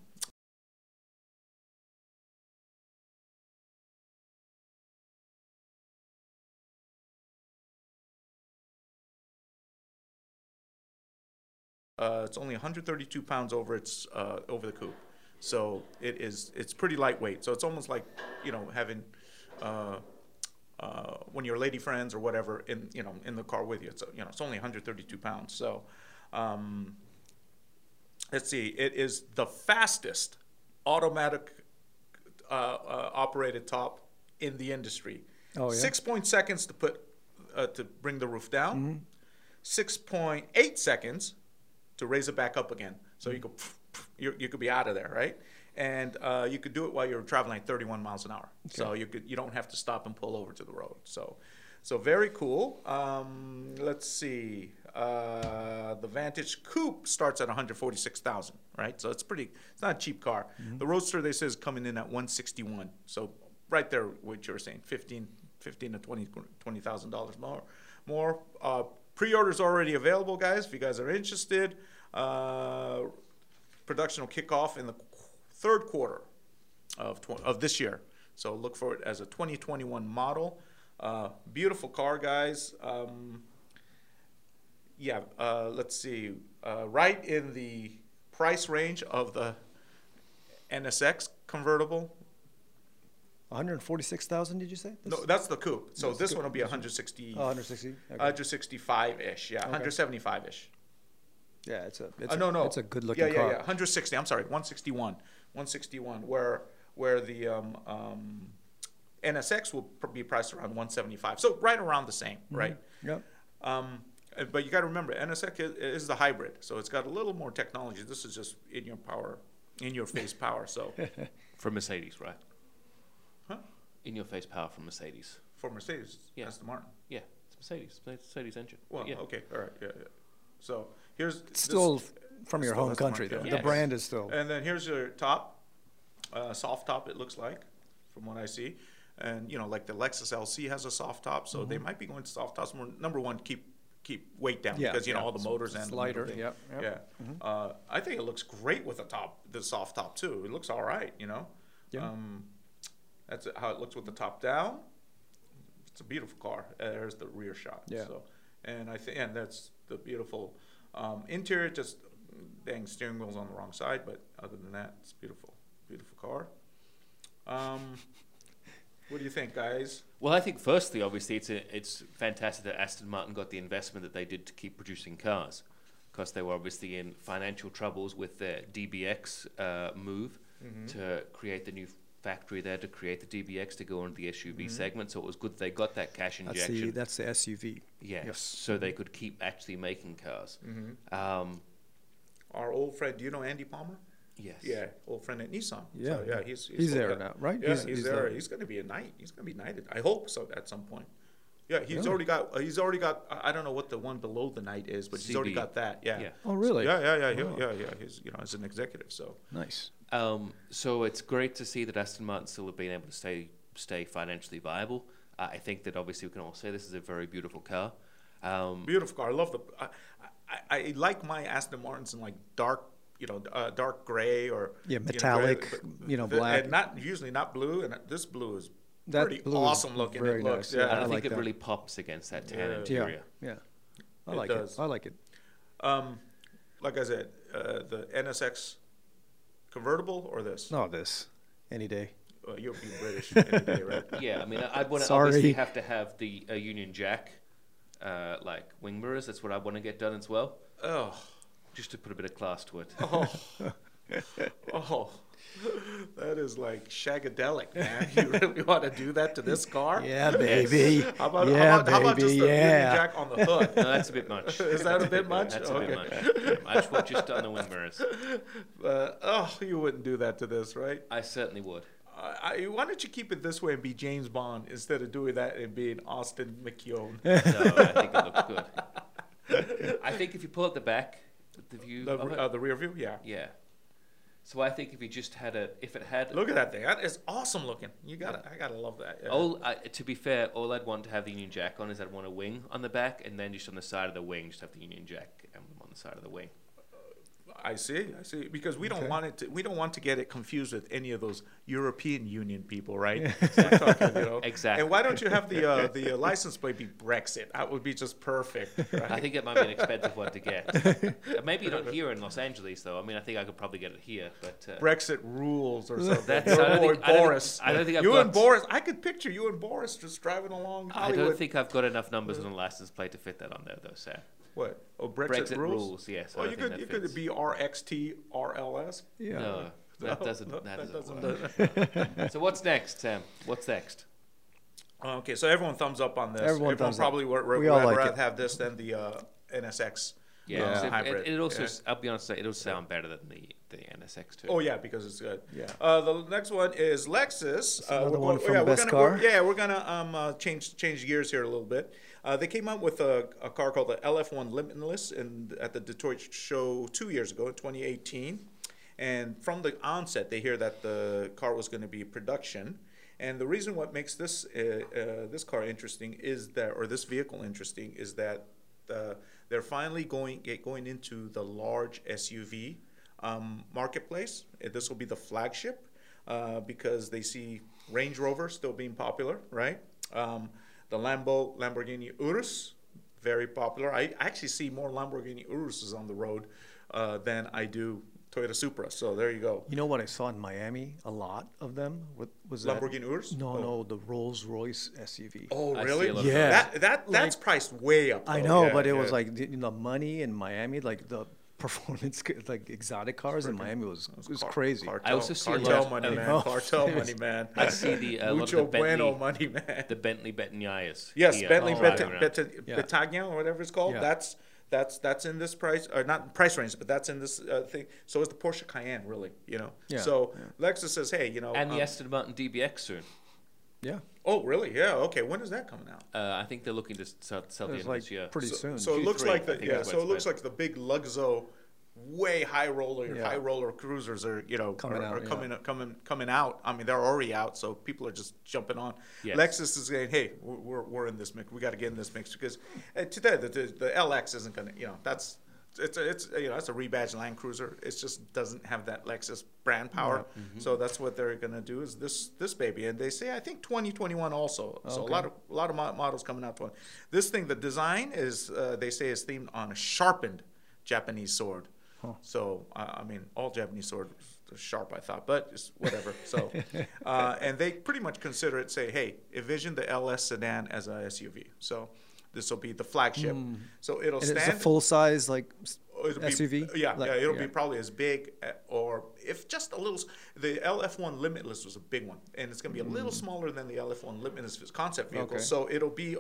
Speaker 2: Uh, it's only 132 pounds over its uh, over the coupe, so it is it's pretty lightweight. So it's almost like you know having uh, uh, when your lady friends or whatever in you know in the car with you. It's uh, you know it's only 132 pounds. So um, let's see, it is the fastest automatic uh, uh, operated top in the industry.
Speaker 3: Oh, yeah?
Speaker 2: Six point seconds to put uh, to bring the roof down.
Speaker 3: Mm-hmm.
Speaker 2: Six point eight seconds to raise it back up again. So you could you, you could be out of there, right? And uh, you could do it while you're traveling at 31 miles an hour. So you could you don't have to stop and pull over to the road. So so very cool. Um, let's see. Uh, the Vantage Coupe starts at 146,000, right? So it's pretty. It's not a cheap car. The Roadster they say is coming in at 161. So right there, what you were saying, 15, 15 to 20 twenty thousand dollars more. More uh, pre-orders already available, guys. If you guys are interested, uh, production will kick off in the qu- third quarter of tw- of this year. So look for it as a 2021 model. Uh, beautiful car, guys. Um, yeah, uh, let's see. Uh, right in the price range of the NSX convertible.
Speaker 3: 146,000 did you say?
Speaker 2: No,
Speaker 3: This-
Speaker 2: that's the coupe. So
Speaker 3: That's
Speaker 2: this
Speaker 3: the
Speaker 2: one will be
Speaker 3: coupe.
Speaker 2: 160.
Speaker 3: Oh, 160? Okay.
Speaker 2: 165 ish. Yeah, 175 ish.
Speaker 3: yeah, it's a it's
Speaker 2: Uh,
Speaker 3: a,
Speaker 2: no, no.
Speaker 3: it's a good looking
Speaker 2: yeah,
Speaker 3: car.
Speaker 2: Yeah, yeah, 160. I'm sorry, 161. 161. Where where the um, um, NSX will pr- be priced around 175. So right around the same, right?
Speaker 3: Mm-hmm. Yep.
Speaker 2: Um, uh, but you got to remember, NSX is, is the hybrid, so it's got a little more technology. This is just in your power, in your face power. So
Speaker 4: From Mercedes, right?
Speaker 2: Huh?
Speaker 4: In your face power from Mercedes.
Speaker 2: for Mercedes,
Speaker 4: Yeah.
Speaker 2: that's the Martin.
Speaker 4: Yeah, it's Mercedes. It's Mercedes engine.
Speaker 2: Well,
Speaker 4: yeah.
Speaker 2: okay, all right, yeah, yeah. So here's
Speaker 3: It's still
Speaker 2: this-
Speaker 3: from your
Speaker 2: still
Speaker 3: home
Speaker 2: has the mark,
Speaker 3: country
Speaker 2: yeah.
Speaker 3: though.
Speaker 4: Yes.
Speaker 3: The brand is still
Speaker 2: And then here's your top, uh, soft top. It looks like, from what I see, and you know, like the Lexus LC has a soft top, so
Speaker 3: Mm-hmm.
Speaker 2: they might be going to soft tops. More, number one, keep keep weight down
Speaker 3: Yeah,
Speaker 2: because you
Speaker 3: yeah.
Speaker 2: know all the motors and
Speaker 3: It's
Speaker 2: the middle
Speaker 3: lighter,
Speaker 2: thing.
Speaker 3: yep, Mm-hmm. yep.
Speaker 2: Yeah, uh, I think it looks great with the top, the soft top too. It looks all right, you know.
Speaker 3: Yeah.
Speaker 2: Um, that's how it looks with the top down. It's a beautiful car. Uh, There's the rear shot.
Speaker 3: Yeah.
Speaker 2: So, and I think, and that's the beautiful um, interior. Just dang, steering wheel's on the wrong side, but other than that, it's beautiful, beautiful car. Um, what do you think, guys?
Speaker 4: Well, I think firstly, obviously, it's a, it's fantastic that Aston Martin got the investment that they did to keep producing cars, because they were obviously in financial troubles with their DBX uh, move
Speaker 2: Mm-hmm.
Speaker 4: to create the new factory there to create the DBX to go into the SUV
Speaker 2: Mm-hmm.
Speaker 4: segment. So it was good they got that cash
Speaker 3: that's
Speaker 4: injection.
Speaker 3: the that's the SUV.
Speaker 4: yes, so they could keep actually making cars.
Speaker 2: Mm-hmm.
Speaker 4: Um,
Speaker 2: Our old friend, do you know Andy Palmer?
Speaker 4: yes.
Speaker 2: Yeah, old friend at Nissan.
Speaker 3: Yeah.
Speaker 2: so, yeah, he's
Speaker 3: He's there
Speaker 2: yeah.
Speaker 3: now, right?
Speaker 2: Yeah, he's,
Speaker 3: He's- he's
Speaker 2: there.
Speaker 3: there.
Speaker 2: He's going to be a knight. He's going to be knighted. I hope so at some point. Yeah, he's already got. uh, He's already got. I I don't know what the one below the night is, but he's already
Speaker 4: CB.
Speaker 2: got that. Yeah.
Speaker 4: Yeah.
Speaker 3: Oh, really?
Speaker 2: Yeah, yeah, yeah, yeah, yeah, yeah. He's you know, as an executive, so
Speaker 3: Nice.
Speaker 4: Um, so it's great to see that Aston Martin still have been able to stay stay financially viable. Uh, I think that obviously we can all say this is a very beautiful car. Um,
Speaker 2: beautiful car. I love the. I, I, I like my Aston Martins in like dark, you know, uh, dark gray or you
Speaker 3: Yeah,
Speaker 2: know, gray,
Speaker 3: metallic,
Speaker 2: but-
Speaker 3: you know,
Speaker 2: but-
Speaker 3: black.
Speaker 2: And not usually not blue, and this blue is
Speaker 3: That
Speaker 2: pretty
Speaker 3: blue is
Speaker 2: awesome looking.
Speaker 3: very
Speaker 2: it looks,
Speaker 3: nice, yeah.
Speaker 4: and I,
Speaker 3: I
Speaker 4: think
Speaker 3: like
Speaker 4: it
Speaker 3: that.
Speaker 4: really pops against that tan
Speaker 2: Yeah.
Speaker 3: Yeah.
Speaker 4: interior.
Speaker 3: Yeah. I
Speaker 2: It
Speaker 3: like
Speaker 2: does.
Speaker 3: it. I like it.
Speaker 2: Um, like I said, uh, the NSX convertible or this?
Speaker 3: No, this any day.
Speaker 2: Uh, you're, you're British, any day, right?
Speaker 4: Yeah, I mean, I- I'd want to
Speaker 3: Sorry.
Speaker 4: obviously have to have the uh, Union Jack, uh, like wing mirrors. That's what I want to get done as well,
Speaker 2: Oh,
Speaker 4: just to put a bit of class to it.
Speaker 2: oh, that is like shagadelic, man. You really want to do that to this car?
Speaker 3: Yeah, baby.
Speaker 2: How about,
Speaker 3: yeah,
Speaker 2: how about,
Speaker 3: baby.
Speaker 2: how about just the Union
Speaker 3: yeah.
Speaker 2: Jack on the hood?
Speaker 4: No, that's a bit much.
Speaker 2: Is that a bit much?
Speaker 4: That's a
Speaker 2: Okay.
Speaker 4: bit much. I just want just done the wing mirrors.
Speaker 2: Uh, oh, you wouldn't do that to this, right?
Speaker 4: I certainly would.
Speaker 2: I, I, why don't you keep it this way and be James Bond instead of doing that and being Austin McKeown?
Speaker 4: No, I think it looks good. I think if you pull up the back, the view.
Speaker 2: the,
Speaker 4: of it-
Speaker 2: uh, the rear view? Yeah.
Speaker 4: yeah. So I think if you just had a, if it had,
Speaker 2: Look at that thing. That is awesome looking. You gotta, I gotta love that. Yeah.
Speaker 4: all I, to be fair, all I'd want to have the Union Jack on is I'd want a wing on the back, and then just on the side of the wing, just have the Union Jack emblem on the side of the wing.
Speaker 2: I see, I see. Because we don't
Speaker 3: Okay.
Speaker 2: want it to, we don't want to get it confused with any of those European Union people, right? Exactly. Talking, you know?
Speaker 4: Exactly.
Speaker 2: And why don't you have the uh, the uh, license plate be Brexit? That would be just perfect. Right?
Speaker 4: I think it might be an expensive one to get. Maybe not here in Los Angeles, though. I mean, I think I could probably get it here, but uh,
Speaker 2: Brexit rules or something.
Speaker 4: That's-
Speaker 2: Your
Speaker 4: I don't
Speaker 2: boy
Speaker 4: think- I don't think-
Speaker 2: Boris.
Speaker 4: I don't think I've
Speaker 2: you
Speaker 4: got-
Speaker 2: and Boris. I could picture you and Boris just driving along
Speaker 4: I
Speaker 2: Hollywood. Uh.
Speaker 4: don't think I've got enough numbers on the license plate to fit that on there, though, Sam.
Speaker 2: what? Oh, Brexit,
Speaker 4: Brexit
Speaker 2: rules.
Speaker 4: rules, yes, I
Speaker 2: Oh,
Speaker 4: don't
Speaker 2: you
Speaker 4: think
Speaker 2: could
Speaker 4: that
Speaker 2: you could
Speaker 4: fits.
Speaker 2: be RXT RLS.
Speaker 3: Yeah.
Speaker 4: No, that
Speaker 2: No,
Speaker 4: doesn't.
Speaker 2: no,
Speaker 4: that
Speaker 2: that
Speaker 4: doesn't.
Speaker 2: doesn't
Speaker 4: work. so what's next, Sam? What's next?
Speaker 2: Okay, so everyone thumbs up on this.
Speaker 3: Everyone
Speaker 2: Everyone,
Speaker 3: thumbs up.
Speaker 2: probably would, would
Speaker 3: We all like
Speaker 2: rather
Speaker 3: it.
Speaker 2: have this than the uh, NSX uh,
Speaker 4: so it-
Speaker 2: hybrid.
Speaker 4: It, it also,
Speaker 2: Yeah.
Speaker 4: s- I'll be honest, it'll sound better than the the NSX two.
Speaker 2: Oh yeah, because it's good.
Speaker 3: Yeah.
Speaker 2: Uh, the next one is Lexus. Uh,
Speaker 3: another
Speaker 2: we're
Speaker 3: one
Speaker 2: going-
Speaker 3: from
Speaker 2: yeah, we're
Speaker 3: Best
Speaker 2: gonna, we're-
Speaker 3: Car.
Speaker 2: yeah, we're gonna um, uh, change change gears here a little bit. Uh, they came out with a, a car called the LF1 Limitless in, at the Detroit show two years ago, 2018. And from the onset, they hear that the car was going to be production. And the reason what makes this uh, uh, this car interesting is that, or this vehicle interesting, is that uh, they're finally going get going into the large SUV um, marketplace. Uh, This will be the flagship uh, because they see Range Rover still being popular, right? Um, the Lambo Lamborghini Urus, very popular. I actually see more Lamborghini Uruses on the road uh, than I do Toyota Supra. So there you go.
Speaker 3: You know what I saw in Miami? A lot of them. What was that?
Speaker 2: Lamborghini Urus?
Speaker 3: No,
Speaker 2: Oh.
Speaker 3: no, the Rolls Royce SUV.
Speaker 2: Oh,
Speaker 4: I see
Speaker 2: really?
Speaker 4: a lot
Speaker 3: of Yeah. those.
Speaker 2: That, that that's priced way up.
Speaker 3: I
Speaker 2: though.
Speaker 3: know,
Speaker 2: Yeah,
Speaker 3: but it was
Speaker 2: yeah.
Speaker 3: like the, the money in Miami, like the performance, ca- like exotic cars in Miami was it was
Speaker 2: Car-
Speaker 3: crazy.
Speaker 2: Cartel,
Speaker 4: I also see a lot
Speaker 2: cartel
Speaker 4: of-
Speaker 2: money,
Speaker 4: I
Speaker 2: man.
Speaker 3: know.
Speaker 2: Cartel money, man.
Speaker 4: I see the uh, lot of the
Speaker 2: mucho bueno
Speaker 4: Bentley-
Speaker 2: money, man.
Speaker 4: The uh, Bentley Betignayas.
Speaker 2: Yes,
Speaker 4: here
Speaker 2: Bentley
Speaker 4: driving
Speaker 2: Beta,
Speaker 4: around.
Speaker 2: Beta,
Speaker 3: Yeah.
Speaker 2: Betagna or whatever it's called.
Speaker 3: Yeah.
Speaker 2: That's that's that's in this price or not price range, but that's in this uh, thing. So is the Porsche Cayenne, really? You know.
Speaker 3: Yeah,
Speaker 2: So Lexus says, hey, you know.
Speaker 4: and the
Speaker 2: um,
Speaker 4: Aston Martin DBX soon.
Speaker 3: Yeah,
Speaker 2: oh, really? Yeah. Okay. When is that coming out?
Speaker 4: Uh, I think they're looking to sell, sell
Speaker 3: it
Speaker 4: the end
Speaker 3: was like
Speaker 4: of this year.
Speaker 3: pretty
Speaker 2: So,
Speaker 3: soon.
Speaker 2: so it looks
Speaker 4: Q3,
Speaker 2: like
Speaker 4: I
Speaker 2: the
Speaker 4: think
Speaker 2: yeah.
Speaker 4: is what
Speaker 2: So it
Speaker 4: it's
Speaker 2: looks
Speaker 4: been.
Speaker 2: like the big Luxo, way high roller
Speaker 3: Yeah.
Speaker 2: high roller cruisers are you know
Speaker 3: Coming
Speaker 2: are,
Speaker 3: out,
Speaker 2: are
Speaker 3: yeah.
Speaker 2: coming coming coming out. I mean they're already out, so people are just jumping on.
Speaker 4: Yes.
Speaker 2: Lexus is saying, hey, we're, we're, we're in this mix. We got to get in this mix because uh, today the, the the LX isn't gonna you know that's. It's a, it's a, you know it's a rebadged Land Cruiser. It just doesn't have that Lexus brand power. So that's what they're gonna do is this this baby. And they say I think 2021 also. So a lot of a lot of mo- models coming out. For this thing, the design is uh, they say is themed on a sharpened Japanese sword. So I I mean, all Japanese swords are sharp, I thought, but it's whatever. So, uh, and they pretty much consider it. Say, hey, envision the LS sedan as a SUV. So this will be the flagship. So it'll
Speaker 3: Hmm.
Speaker 2: stand.
Speaker 3: And
Speaker 2: Oh,
Speaker 3: it's a full size like s-
Speaker 2: it'll be-
Speaker 3: SUV.
Speaker 2: yeah,
Speaker 3: like-
Speaker 2: yeah, it'll be probably as big, uh, or if just a little. s- The LF1 Limitless was a big one, and it's going to be a little smaller than the LF1 Limitless concept vehicle.
Speaker 3: Hmm. Okay.
Speaker 2: So it'll be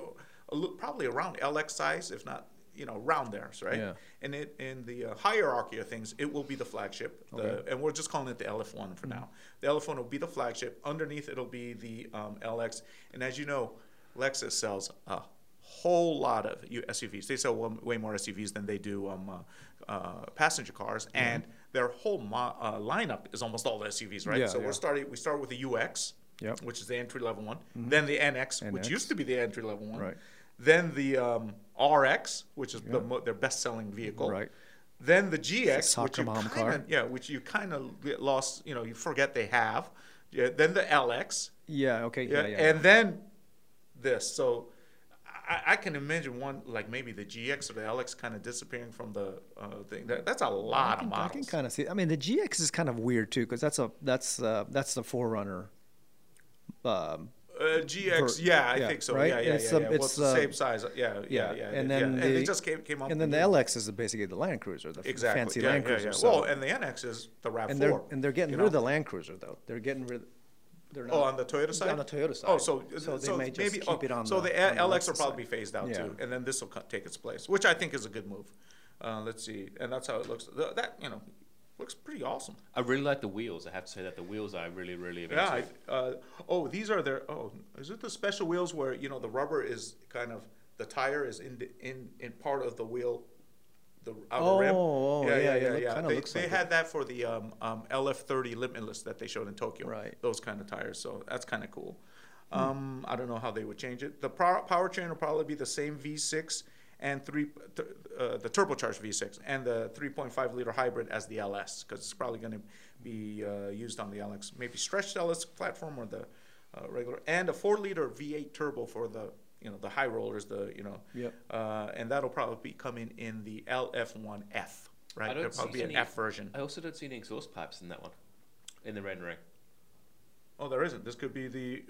Speaker 2: a li- probably around LX size, if not, you know, around there, right?
Speaker 3: Yeah.
Speaker 2: And it in the uh, hierarchy of things, it will be the flagship, the, and we're just calling it the LF1
Speaker 3: Mm-hmm.
Speaker 2: for now. The LF1 will be the flagship. Underneath, it'll be the um, LX, and as you know. Lexus sells a whole lot of U- SUVs. They sell wa- way more SUVs than they do um, uh, uh, passenger cars,
Speaker 3: Mm-hmm.
Speaker 2: and their whole mo- uh, lineup is almost all SUVs, right?
Speaker 3: Yeah,
Speaker 2: so
Speaker 3: yeah.
Speaker 2: we're starting. We start with the UX,
Speaker 3: Yep.
Speaker 2: which is the entry level one. Then the NX, which
Speaker 3: NX.
Speaker 2: used to be the entry level one.
Speaker 3: Mm-hmm. Right.
Speaker 2: Then the um, RX, which is the mo- their best selling vehicle.
Speaker 3: Right.
Speaker 2: Then the GX, which
Speaker 3: soccer
Speaker 2: you
Speaker 3: mom
Speaker 2: kind
Speaker 3: car.
Speaker 2: of yeah, which you kind of lost. You know, you forget they have. Yeah, then the LX,
Speaker 3: Yeah. Okay.
Speaker 2: yeah,
Speaker 3: Yeah. Yeah.
Speaker 2: and then this. So I, I can imagine one like maybe the GX or the LX kind of disappearing from the uh, thing. That, that's a lot
Speaker 3: I can,
Speaker 2: of models.
Speaker 3: kind of see. I mean, the GX is kind of weird too, because that's a that's uh, that's the forerunner. Um,
Speaker 2: Uh, GX,
Speaker 3: For-
Speaker 2: yeah, I
Speaker 3: yeah,
Speaker 2: think so.
Speaker 3: right?
Speaker 2: Yeah, yeah,
Speaker 3: It's,
Speaker 2: yeah.
Speaker 3: um,
Speaker 2: yeah. well,
Speaker 3: it's,
Speaker 2: it's the
Speaker 3: uh,
Speaker 2: same size. Yeah, yeah, yeah.
Speaker 3: yeah, and
Speaker 2: yeah.
Speaker 3: then
Speaker 2: and they
Speaker 3: the-
Speaker 2: just came, came up.
Speaker 3: and then the
Speaker 2: with
Speaker 3: LX is basically the Land Cruiser, the f-
Speaker 2: exactly.
Speaker 3: fancy
Speaker 2: yeah,
Speaker 3: Land
Speaker 2: yeah,
Speaker 3: Cruiser.
Speaker 2: Yeah,
Speaker 3: So,
Speaker 2: Well, and the NX is the Rav4.
Speaker 3: and they're and they're getting
Speaker 2: you
Speaker 3: rid of
Speaker 2: know?
Speaker 3: the Land Cruiser though. They're getting rid. They're not,
Speaker 2: Oh, on the Toyota side.
Speaker 3: On the Toyota side.
Speaker 2: Oh, so
Speaker 3: so they may just
Speaker 2: maybe,
Speaker 3: keep
Speaker 2: oh,
Speaker 3: it on.
Speaker 2: So
Speaker 3: the,
Speaker 2: the,
Speaker 3: on the
Speaker 2: LX will
Speaker 3: Lexus
Speaker 2: probably
Speaker 3: side.
Speaker 2: be phased out too,
Speaker 3: Yeah.
Speaker 2: and then this will co- take its place, which I think is a good move. Uh, let's see, and that's how it looks. Th- that you know, looks pretty awesome.
Speaker 4: I really like the wheels. I have to say that the wheels I really, really am
Speaker 2: Yeah.
Speaker 4: into.
Speaker 2: I, uh, oh, these are their. Oh, is it the special wheels where you know the rubber is kind of the tire is in the- in in part of the wheel. The outer rim.
Speaker 3: Oh, oh, yeah, yeah, look- kinda
Speaker 2: They,
Speaker 3: looks
Speaker 2: they
Speaker 3: like
Speaker 2: had that for the um, um, LF30 Limitless that they showed in Tokyo.
Speaker 3: Right.
Speaker 2: Those kind of tires. So that's kind of cool. Um, I don't know how they would change it. The power powertrain will probably be the same V6 and three, th- uh, the turbocharged V6 and the 3.5 liter hybrid as the LS because it's probably going to be uh, used on the LX, maybe stretched LS platform or the uh, regular, and a four liter V8 turbo for the you know the high rollers, the you know,
Speaker 3: Yep.
Speaker 2: uh, and that'll probably be coming in the LF1F, right?
Speaker 4: I don't
Speaker 2: There'll
Speaker 4: see
Speaker 2: probably be an
Speaker 4: any-
Speaker 2: F version.
Speaker 4: I also don't see any exhaust pipes in that one, in the rendering.
Speaker 2: Oh, there isn't. This could be the.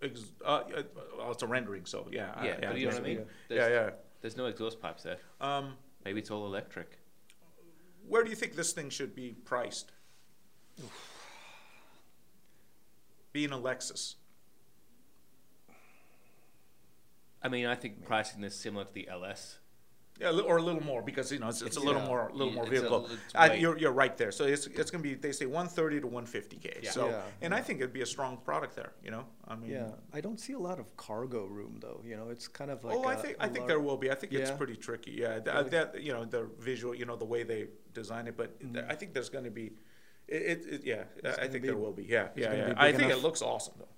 Speaker 2: Ex- uh, uh, well, it's a rendering, so Uh, yeah. I-
Speaker 4: Yeah, but you know what I mean.
Speaker 2: Yeah,
Speaker 4: There's-
Speaker 2: yeah.
Speaker 4: There's no exhaust pipes there.
Speaker 2: Um,
Speaker 4: Maybe it's all electric.
Speaker 2: where do you think this thing should be priced? Being a Lexus.
Speaker 4: I mean, I think pricing is similar to the LS.
Speaker 2: Yeah, li- or a little more because you know it's, it's a little
Speaker 4: Yeah.
Speaker 2: more, little
Speaker 4: Yeah,
Speaker 2: more
Speaker 4: it's a-
Speaker 2: vehicle.
Speaker 4: it's
Speaker 2: I,
Speaker 4: weight.
Speaker 2: you're, you're right there. So it's, it's going to be they say 130 to 150k.
Speaker 4: Yeah.
Speaker 2: So
Speaker 3: Yeah,
Speaker 2: and I think it'd be a strong product there. You know, I mean,
Speaker 3: Yeah, I don't see a lot of cargo room though. You know, it's kind of like.
Speaker 2: Oh, I
Speaker 3: a-
Speaker 2: think
Speaker 3: a
Speaker 2: I think
Speaker 3: lar-
Speaker 2: there will be. I think it's
Speaker 3: Yeah.
Speaker 2: pretty tricky. Yeah, th- uh, that you know the visual, you know the way they design it, but th- I think there's going to be, it, it, it yeah, I- I
Speaker 3: Mm-hmm. gonna
Speaker 2: think there
Speaker 3: be-
Speaker 2: will be. Yeah, yeah,
Speaker 3: gonna
Speaker 2: yeah.
Speaker 3: be
Speaker 2: I
Speaker 3: big
Speaker 2: think it
Speaker 3: enough-
Speaker 2: looks awesome though.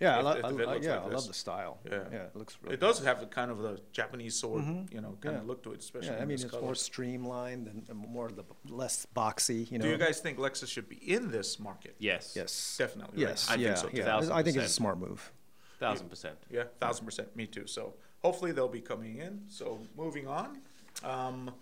Speaker 3: Yeah, I,
Speaker 2: if-
Speaker 3: lo-
Speaker 2: if
Speaker 3: I,
Speaker 2: it
Speaker 3: lo-
Speaker 2: looks
Speaker 3: yeah,
Speaker 2: like
Speaker 3: I
Speaker 2: this.
Speaker 3: love the style.
Speaker 2: Yeah.
Speaker 3: it looks really. Mm-hmm.
Speaker 2: It does have a kind of the Japanese sword, you know, kind of
Speaker 3: Yeah.
Speaker 2: look to it, especially.
Speaker 3: Yeah, I
Speaker 2: in
Speaker 3: mean,
Speaker 2: this
Speaker 3: it's
Speaker 2: color.
Speaker 3: more streamlined and and more the less boxy. You know.
Speaker 2: Do you guys think Lexus should be in this market?
Speaker 4: Yes.
Speaker 3: Yes.
Speaker 2: Definitely, right?
Speaker 3: Yes.
Speaker 2: I think
Speaker 3: yeah.
Speaker 2: so,
Speaker 3: yeah. I- I think it's
Speaker 4: 1000%.
Speaker 3: a smart move.
Speaker 4: Thousand percent.
Speaker 2: Yeah, thousand percent. Me too. So hopefully they'll be coming in. So moving on. Um,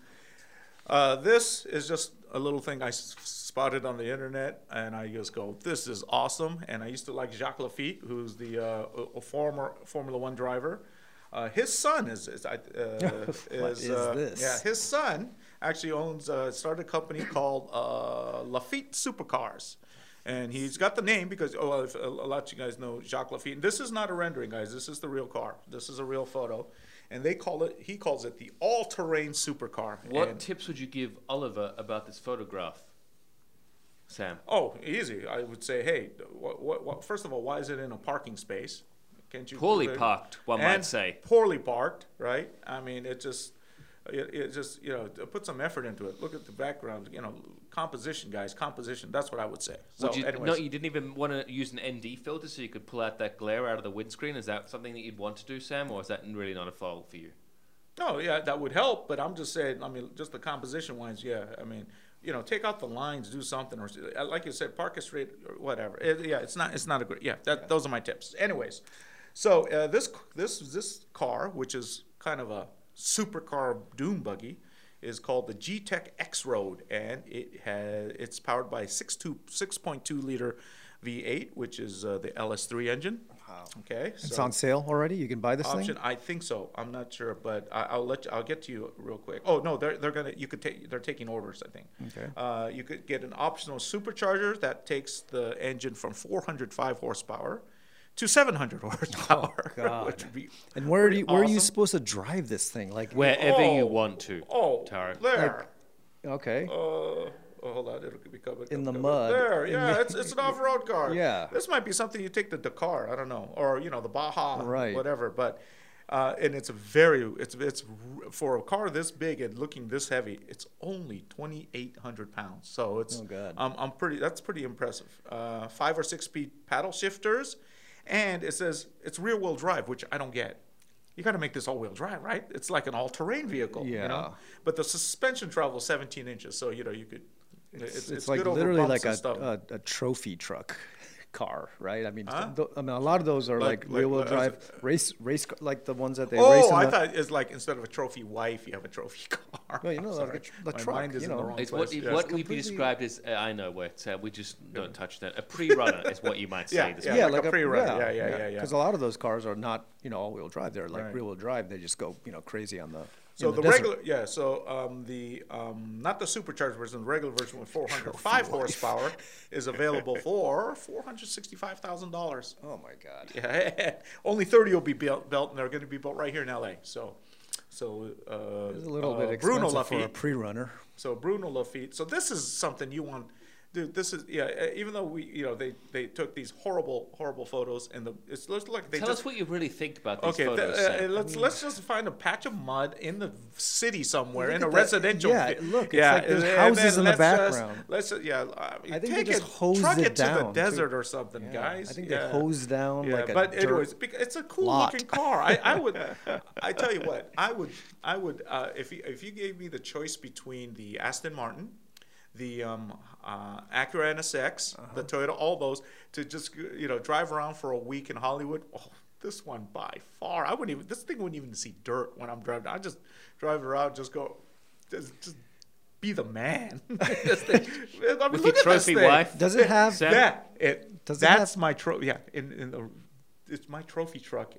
Speaker 2: uh, this is just a little thing I s- spotted on the internet, and I just go, "This is awesome!" And I used to like Jacques Lafitte, who's the uh, a- a former Formula One driver. Uh, his son is is, I- uh,
Speaker 3: What
Speaker 2: is,
Speaker 3: is
Speaker 2: uh,
Speaker 3: this?
Speaker 2: yeah. His son actually owns uh, started a company called uh, Lafitte Supercars. And he's got the name because oh, well, if, a lot of you guys know Jacques Lafitte. And this is not a rendering, guys. This is the real car. This is a real photo, and they call it. He calls it the all-terrain supercar.
Speaker 4: What
Speaker 2: And-
Speaker 4: tips would you give Oliver about this photograph, Sam?
Speaker 2: Oh, easy. I would say, hey, what, what, what, first of all, why is it in a parking space? Can't you
Speaker 4: Poorly parked, one might
Speaker 2: And
Speaker 4: say.
Speaker 2: Poorly parked, right? I mean, it just, it, it just, you know, t- put some effort into it. Look at the background, you know, composition, guys, composition. That's what I would say. So,
Speaker 4: would you,
Speaker 2: anyways,
Speaker 4: no, you didn't even want to use an ND filter so you could pull out that glare out of the windscreen. Is that something that you'd want to do, Sam, or is that really not a foul for you?
Speaker 2: no, Oh, yeah, that would help, but I'm just saying. I mean, just the composition wise, yeah. I mean, you know, take out the lines, do something, or s- uh, like you said, park it straight, or whatever. It, yeah, it's not, it's not a great. Yeah, that, those are my tips. Anyways, so uh, this this this car, which is kind of a supercar doom buggy, is called the G-Tech X-Road, and it has it's powered by 6.2 6.2 liter V8, which is uh, the LS3 engine. Wow. Okay.
Speaker 3: It's
Speaker 2: so-
Speaker 3: on sale already. You can buy this
Speaker 2: option.
Speaker 3: thing.
Speaker 2: I think so. I'm not sure, but I, I'll let you, I'll get to you real quick. Oh no, they're they're gonna you could take they're taking orders. I think.
Speaker 3: Okay.
Speaker 2: Uh, you could get an optional supercharger that takes the engine from 405 horsepower to 700 horsepower, which would be
Speaker 3: Oh, And where are
Speaker 2: pretty
Speaker 3: you? Where are you
Speaker 2: awesome.
Speaker 3: supposed to drive this thing? Like
Speaker 4: Wherever
Speaker 2: Oh,
Speaker 4: you want to,
Speaker 2: Oh,
Speaker 4: Taro.
Speaker 2: there.
Speaker 3: Okay.
Speaker 2: uh, Oh, hold on, it'll be covered.
Speaker 3: In the
Speaker 2: covered.
Speaker 3: mud.
Speaker 2: There,
Speaker 3: In
Speaker 2: yeah,
Speaker 3: the-
Speaker 2: it's, it's an off-road car.
Speaker 3: Yeah.
Speaker 2: This might be something you take to Dakar, I don't know, or, you know, the Baja,
Speaker 3: Right.
Speaker 2: whatever, but, uh, and it's a very, it's, it's, r- for a car this big and looking this heavy, it's only twenty-eight hundred pounds, so it's.
Speaker 3: Oh, God.
Speaker 2: I'm, I'm pretty, that's pretty impressive. Uh, five or six-speed paddle shifters, and it says, it's rear-wheel drive, which I don't get. You gotta make this all-wheel drive, right? It's like an all-terrain vehicle, you know?
Speaker 3: Yeah.
Speaker 2: But the suspension travels seventeen inches, so, you know, you could, it's,
Speaker 3: It's, like
Speaker 2: good over
Speaker 3: literally
Speaker 2: bumps
Speaker 3: like
Speaker 2: and
Speaker 3: a,
Speaker 2: stuff.
Speaker 3: a, a trophy truck car, right? I mean, th- I mean, a lot of those are
Speaker 2: Like-
Speaker 3: like,
Speaker 2: like-
Speaker 3: real wheel
Speaker 2: like-
Speaker 3: drive race, race ca- like the ones that they race.
Speaker 2: oh,
Speaker 3: in
Speaker 2: I
Speaker 3: the-
Speaker 2: thought it's like instead of a trophy wife, you have a trophy car.
Speaker 3: No, you know,
Speaker 2: I'm
Speaker 3: like
Speaker 2: sorry.
Speaker 3: a- the
Speaker 2: My
Speaker 3: truck,
Speaker 2: mind is
Speaker 3: you
Speaker 2: in the
Speaker 3: know.
Speaker 2: wrong
Speaker 4: It's what,
Speaker 2: place,
Speaker 4: it,
Speaker 2: yes.
Speaker 4: what would be
Speaker 3: Completely-
Speaker 4: described as, uh, I know, where it's, uh, we just don't touch that. A pre-runner is what you might say.
Speaker 2: Yeah,
Speaker 4: this
Speaker 2: yeah.
Speaker 4: way.
Speaker 2: like a pre-runner. Yeah, yeah, yeah, yeah.
Speaker 3: Because a lot of those cars are not, you know, all-wheel drive. They're like
Speaker 2: Right.
Speaker 3: rear-wheel drive. They just go, you know, crazy on the.
Speaker 2: So
Speaker 3: in
Speaker 2: the,
Speaker 3: desert.
Speaker 2: regular, yeah. So um, the um, not the supercharged version, the regular version with 405 horsepower is available for 465 thousand dollars.
Speaker 3: Oh my God.
Speaker 2: Yeah, only 30 will be built, built, and they're going to be built right here in LA. So, so uh,
Speaker 3: It's a little
Speaker 2: uh,
Speaker 3: bit
Speaker 2: Bruno
Speaker 3: expensive for a
Speaker 2: Lafitte.
Speaker 3: pre-runner.
Speaker 2: So Bruno Lafitte. So this is something you want. Dude, this is yeah. uh, Even though we, you know, they they took these horrible, horrible photos, and the it's looks like they
Speaker 4: Tell
Speaker 2: just
Speaker 4: us what you really think about these
Speaker 2: okay. th-
Speaker 4: photos.
Speaker 2: uh,
Speaker 4: Sam.
Speaker 2: uh, let's let's just find a patch of mud in the city somewhere in a
Speaker 3: at that-
Speaker 2: residential.
Speaker 3: yeah,
Speaker 2: fi-
Speaker 3: look, it's like there's
Speaker 2: and
Speaker 3: houses
Speaker 2: then
Speaker 3: in the
Speaker 2: let's just-
Speaker 3: background.
Speaker 2: let's just- yeah. I, mean,
Speaker 3: I think they
Speaker 2: take
Speaker 3: just
Speaker 2: it,
Speaker 3: hosed
Speaker 2: truck
Speaker 3: it
Speaker 2: it, to
Speaker 3: down,
Speaker 2: the
Speaker 3: too.
Speaker 2: desert or something,
Speaker 3: Yeah,
Speaker 2: guys.
Speaker 3: I think they
Speaker 2: yeah.
Speaker 3: hosed down
Speaker 2: Yeah,
Speaker 3: like a
Speaker 2: but
Speaker 3: dirt
Speaker 2: anyways, bec- it's a cool
Speaker 3: lot.
Speaker 2: looking car. I, I would, I tell you what, I would, I would, uh, if you, if you gave me the choice between the Aston Martin, the um, uh, Acura NSX,
Speaker 3: Uh-huh.
Speaker 2: the Toyota, all those, to just you know drive around for a week in Hollywood. Oh, this one by far, I wouldn't even. This thing wouldn't even see dirt when I'm driving. I just drive around, just go, just, just be the man. This thing- I mean,
Speaker 4: With your
Speaker 2: look at this
Speaker 4: trophy
Speaker 2: thing.
Speaker 4: wife.
Speaker 3: Does it have?
Speaker 4: Sam?
Speaker 2: Yeah, it.
Speaker 3: Does it
Speaker 2: that's
Speaker 3: have-
Speaker 2: my trophy. Yeah, in, in the, it's my trophy truck,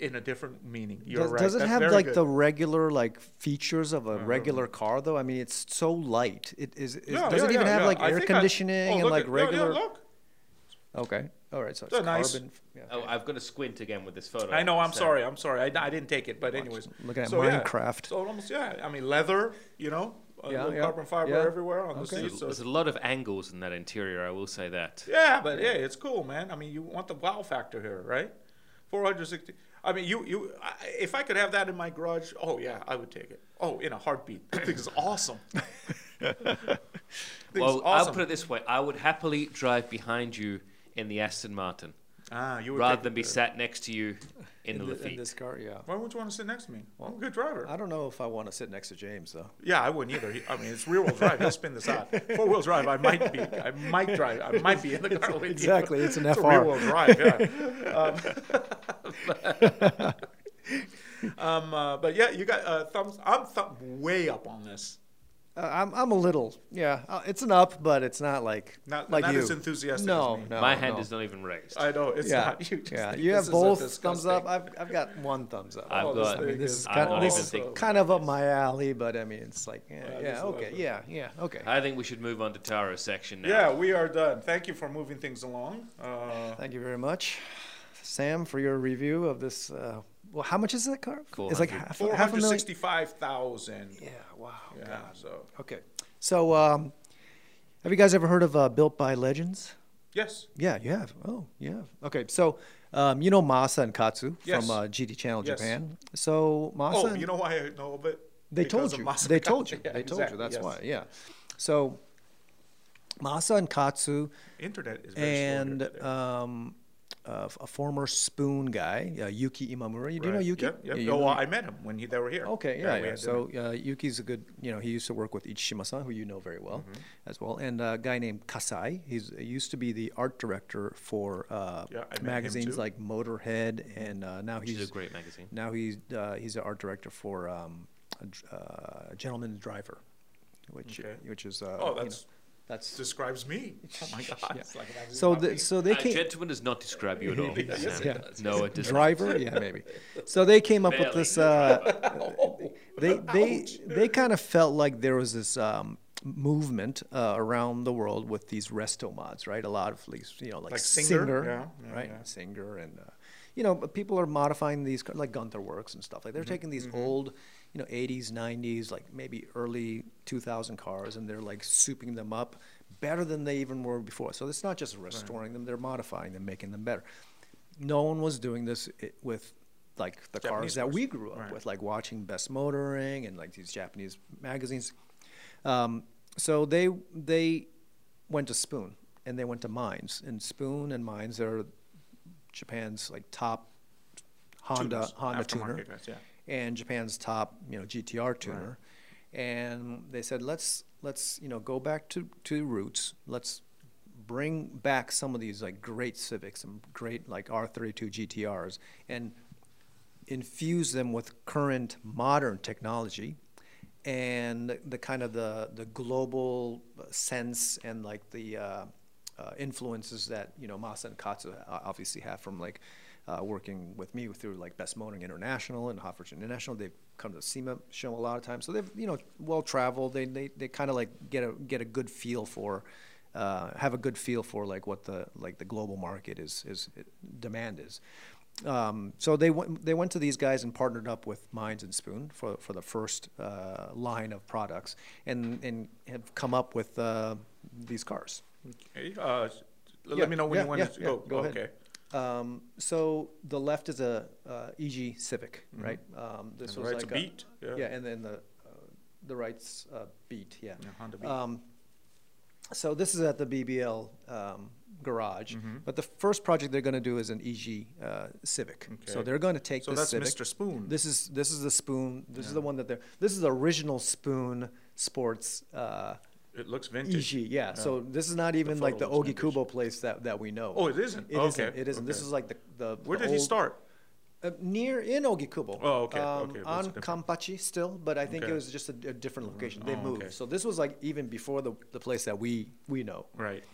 Speaker 2: in a different meaning. You're
Speaker 3: Does,
Speaker 2: right.
Speaker 3: does it
Speaker 2: That's
Speaker 3: have
Speaker 2: very
Speaker 3: like
Speaker 2: good. Uh-huh.
Speaker 3: the regular like features of a regular car though? I mean, it's so light. It is. is
Speaker 2: Yeah,
Speaker 3: does
Speaker 2: yeah,
Speaker 3: it even
Speaker 2: yeah,
Speaker 3: have
Speaker 2: yeah.
Speaker 3: like
Speaker 2: I
Speaker 3: air
Speaker 2: think I-
Speaker 3: conditioning
Speaker 2: oh,
Speaker 3: and
Speaker 2: look
Speaker 3: like
Speaker 2: at- yeah, yeah,
Speaker 3: regular?
Speaker 2: look.
Speaker 3: Okay. All right. So it's
Speaker 2: They're nice.
Speaker 3: carbon. yeah.
Speaker 4: Oh, I've got to squint again with this photo.
Speaker 2: I know. I'm
Speaker 4: Sam.
Speaker 2: sorry. I'm sorry. I, I didn't take it. But anyways,
Speaker 3: looking at
Speaker 2: so, yeah.
Speaker 3: Minecraft.
Speaker 2: So almost yeah. I mean leather. You know, a
Speaker 3: Yeah,
Speaker 2: little
Speaker 3: yeah,
Speaker 2: carbon fiber
Speaker 3: yeah.
Speaker 2: everywhere on
Speaker 3: Okay.
Speaker 2: the
Speaker 4: There's
Speaker 2: seat.
Speaker 4: a,
Speaker 2: So
Speaker 4: there's a lot of angles in that interior, I will say that.
Speaker 2: Yeah, but yeah, it's cool, man. I mean, you want the wow factor here, right? 460. I mean, you you I, if I could have that in my garage, oh yeah, I would take it. Oh, in a heartbeat. This thing is awesome. This thing is
Speaker 4: Well, I'll
Speaker 2: awesome.
Speaker 4: put it this way I would happily drive behind you in the Aston Martin
Speaker 2: ah, you would
Speaker 4: rather
Speaker 2: take
Speaker 4: than
Speaker 2: it
Speaker 4: be
Speaker 2: there.
Speaker 4: sat next to you
Speaker 3: In,
Speaker 4: in, the
Speaker 3: the, in
Speaker 4: Lafitte.
Speaker 3: this car, yeah.
Speaker 2: Why would you want to sit next to me? I'm a good driver.
Speaker 3: I don't know if I want to sit next to James though.
Speaker 2: yeah, I wouldn't either. He- I mean, it's rear wheel drive. He'll spin this out. Four wheel drive, I might be. I might drive. I might be in the car with you.
Speaker 3: exactly, it's an
Speaker 2: it's
Speaker 3: FR.
Speaker 2: rear wheel drive. Yeah. um, um, uh, but yeah, you got uh, thumbs. I'm thumb way up on this.
Speaker 3: Uh, I'm I'm a little yeah. Uh, it's an up, but it's not like
Speaker 2: Not-
Speaker 3: like
Speaker 2: not
Speaker 3: you.
Speaker 2: as enthusiastic as
Speaker 3: No,
Speaker 2: me.
Speaker 3: no.
Speaker 4: My hand
Speaker 3: Oh, no.
Speaker 4: is not even raised.
Speaker 2: I know it's
Speaker 3: Yeah,
Speaker 2: not you. Just
Speaker 3: yeah.
Speaker 2: think
Speaker 3: You
Speaker 2: this
Speaker 3: have
Speaker 2: is a
Speaker 3: both thumbs
Speaker 2: disgusting-
Speaker 3: up. I've I've got one thumbs up.
Speaker 4: I've
Speaker 2: Oh, this
Speaker 4: got.
Speaker 2: thing
Speaker 3: I mean, this is
Speaker 2: I'm
Speaker 3: kind
Speaker 4: not
Speaker 3: of, this
Speaker 4: even
Speaker 3: is
Speaker 4: thinking
Speaker 3: kind of up my alley, but I mean, it's like, yeah,
Speaker 2: Oh, this is
Speaker 3: yeah,
Speaker 2: what I
Speaker 3: okay,
Speaker 2: thought.
Speaker 3: yeah, yeah, okay.
Speaker 4: I think we should move on to Taro's section now.
Speaker 2: Yeah, we are done. Thank you for moving things along. Uh,
Speaker 3: Thank you very much, Sam, for your review of this. Uh, well, how much is that car? It's like
Speaker 4: 400.
Speaker 3: half,
Speaker 2: Four
Speaker 3: half a
Speaker 2: hundred
Speaker 3: million.
Speaker 2: sixty-five thousand.
Speaker 3: Yeah, wow.
Speaker 2: Yeah,
Speaker 3: God.
Speaker 2: so
Speaker 3: Okay. So, um, have you guys ever heard of uh, Built by Legends?
Speaker 2: yes,
Speaker 3: Yeah, you have. Oh, you have. Okay, so um, you know Masa and Katsu
Speaker 2: Yes.
Speaker 3: from uh, GD Channel
Speaker 2: Yes.
Speaker 3: Japan. So Masa.
Speaker 2: Oh,
Speaker 3: and-
Speaker 2: you know why I know of it?
Speaker 3: They
Speaker 2: Because
Speaker 3: told
Speaker 2: of
Speaker 3: you.
Speaker 2: Masakata.
Speaker 3: They told you.
Speaker 2: Yeah,
Speaker 3: they told
Speaker 2: exactly,
Speaker 3: you. That's
Speaker 2: yes.
Speaker 3: why. Yeah. So Masa and Katsu
Speaker 2: Internet is very slow
Speaker 3: and
Speaker 2: here today.
Speaker 3: um, uh, a former Spoon guy, uh, Yuki Imamura. You Do you know
Speaker 2: Right.
Speaker 3: Yuki?
Speaker 2: Yep, yep.
Speaker 3: Yeah, you
Speaker 2: oh,
Speaker 3: know
Speaker 2: well,
Speaker 3: him.
Speaker 2: I met him when he, they were here.
Speaker 3: Okay, yeah,
Speaker 2: we
Speaker 3: yeah.
Speaker 2: had dinner.
Speaker 3: So uh, Yuki's a good, you know, he used to work with Ichishima-san, who you know very well,
Speaker 2: Mm-hmm.
Speaker 3: as well, and a guy named Kasai. He's he used to be the art director for uh,
Speaker 2: Yeah, I met him
Speaker 3: magazines
Speaker 2: too.
Speaker 3: like Motorhead, and uh, now
Speaker 4: is
Speaker 3: he's
Speaker 4: a great magazine.
Speaker 3: Now he's uh, he's the art director for um, a dr- uh, Gentleman Driver, which
Speaker 2: Okay.
Speaker 3: which is uh,
Speaker 2: Oh,
Speaker 3: you know,
Speaker 2: that's
Speaker 3: that's
Speaker 2: describes me. Oh my God! It's like an
Speaker 3: so
Speaker 2: absolute
Speaker 3: the, so they
Speaker 4: Uh,
Speaker 3: came
Speaker 4: gentleman does not describe you at all.
Speaker 2: Yes,
Speaker 4: Sam.
Speaker 2: it does.
Speaker 4: No, it does. not.
Speaker 3: driver, yeah, maybe. So they came up with
Speaker 4: Barely
Speaker 3: this.
Speaker 4: a
Speaker 3: Uh,
Speaker 2: novel.
Speaker 3: they they
Speaker 2: Ouch.
Speaker 3: they kind of felt like there was this um, movement uh, around the world with these resto mods, right? A lot of these, you know, like,
Speaker 2: Like Singer,
Speaker 3: Singer,
Speaker 2: yeah, yeah,
Speaker 3: right?
Speaker 2: yeah.
Speaker 3: Singer and uh, you know, people are modifying these car- like Gunther Works and stuff. Like they're taking these old, you know, 80s, 90s, like maybe early 2000 cars, and they're like souping them up better than they even were before. So it's not just restoring them; they're modifying them, making them better. No one was doing this i- with like the
Speaker 2: Japanese
Speaker 3: cars that
Speaker 2: cars.
Speaker 3: we grew up
Speaker 2: Right.
Speaker 3: with, like watching Best Motoring and like these Japanese magazines. Um, so they they went to Spoon and they went to Mines and Spoon and Mines are Japan's like top Honda
Speaker 2: Tuners,
Speaker 3: Honda tuner
Speaker 2: aftermarket guys, yeah.
Speaker 3: and Japan's top you know GTR tuner, and they said let's let's you know go back to to roots. Let's bring back some of these like great Civics and great like R32 GTRs and infuse them with current modern technology and the, the kind of the, the global sense and like the uh, uh, influences that you know Masa and Katsu o- obviously have from like uh, working with me through like Best Motoring International and Hofferts International. They've come to the SEMA show a lot of times, so they've you know well traveled. They they, they kind of like get a get a good feel for. Uh, have a good feel for like what the like the global market is is demand is, um, so they went they went to these guys and partnered up with Mines and Spoon for for the first uh, line of products, and and have come up with uh, these cars.
Speaker 2: Okay, uh, let
Speaker 3: Yeah,
Speaker 2: me know when
Speaker 3: yeah,
Speaker 2: you want
Speaker 3: yeah,
Speaker 2: to
Speaker 3: yeah,
Speaker 2: go.
Speaker 3: go ahead.
Speaker 2: Okay.
Speaker 3: Um, so the left is a uh, EG Civic, right? Um, this
Speaker 2: Mm-hmm. And the
Speaker 3: was
Speaker 2: right's a
Speaker 3: like
Speaker 2: Beat, yeah.
Speaker 3: and then the uh, the right's uh, Beat, yeah.
Speaker 2: Yeah, Honda Beat.
Speaker 3: Um, so this is at the BBL um, garage,
Speaker 2: Mm-hmm.
Speaker 3: but the first project they're going to do is an EG uh, Civic. So
Speaker 2: Okay.
Speaker 3: they're going to take
Speaker 2: So
Speaker 3: this
Speaker 2: that's
Speaker 3: Civic.
Speaker 2: Mr. Spoon.
Speaker 3: This is this is the spoon. This is the one that they're. This is the original spoon sports. Uh,
Speaker 2: It looks vintage.
Speaker 3: EG, E yeah. So this is not even like the
Speaker 2: photo
Speaker 3: Ogi
Speaker 2: looks
Speaker 3: Kubo place that, that we know.
Speaker 2: Oh, it isn't?
Speaker 3: It
Speaker 2: Okay,
Speaker 3: not It isn't. This
Speaker 2: okay.
Speaker 3: is like the the.
Speaker 2: Where
Speaker 3: the
Speaker 2: did he
Speaker 3: old-
Speaker 2: start?
Speaker 3: Uh, near in Ogikubo.
Speaker 2: Oh, okay, okay, that's
Speaker 3: on
Speaker 2: different.
Speaker 3: Kampachi still, but I think
Speaker 2: Okay.
Speaker 3: it was just a, a different location. They
Speaker 2: Oh,
Speaker 3: moved.
Speaker 2: okay.
Speaker 3: So this was like even before the the place that we we know.
Speaker 2: Right.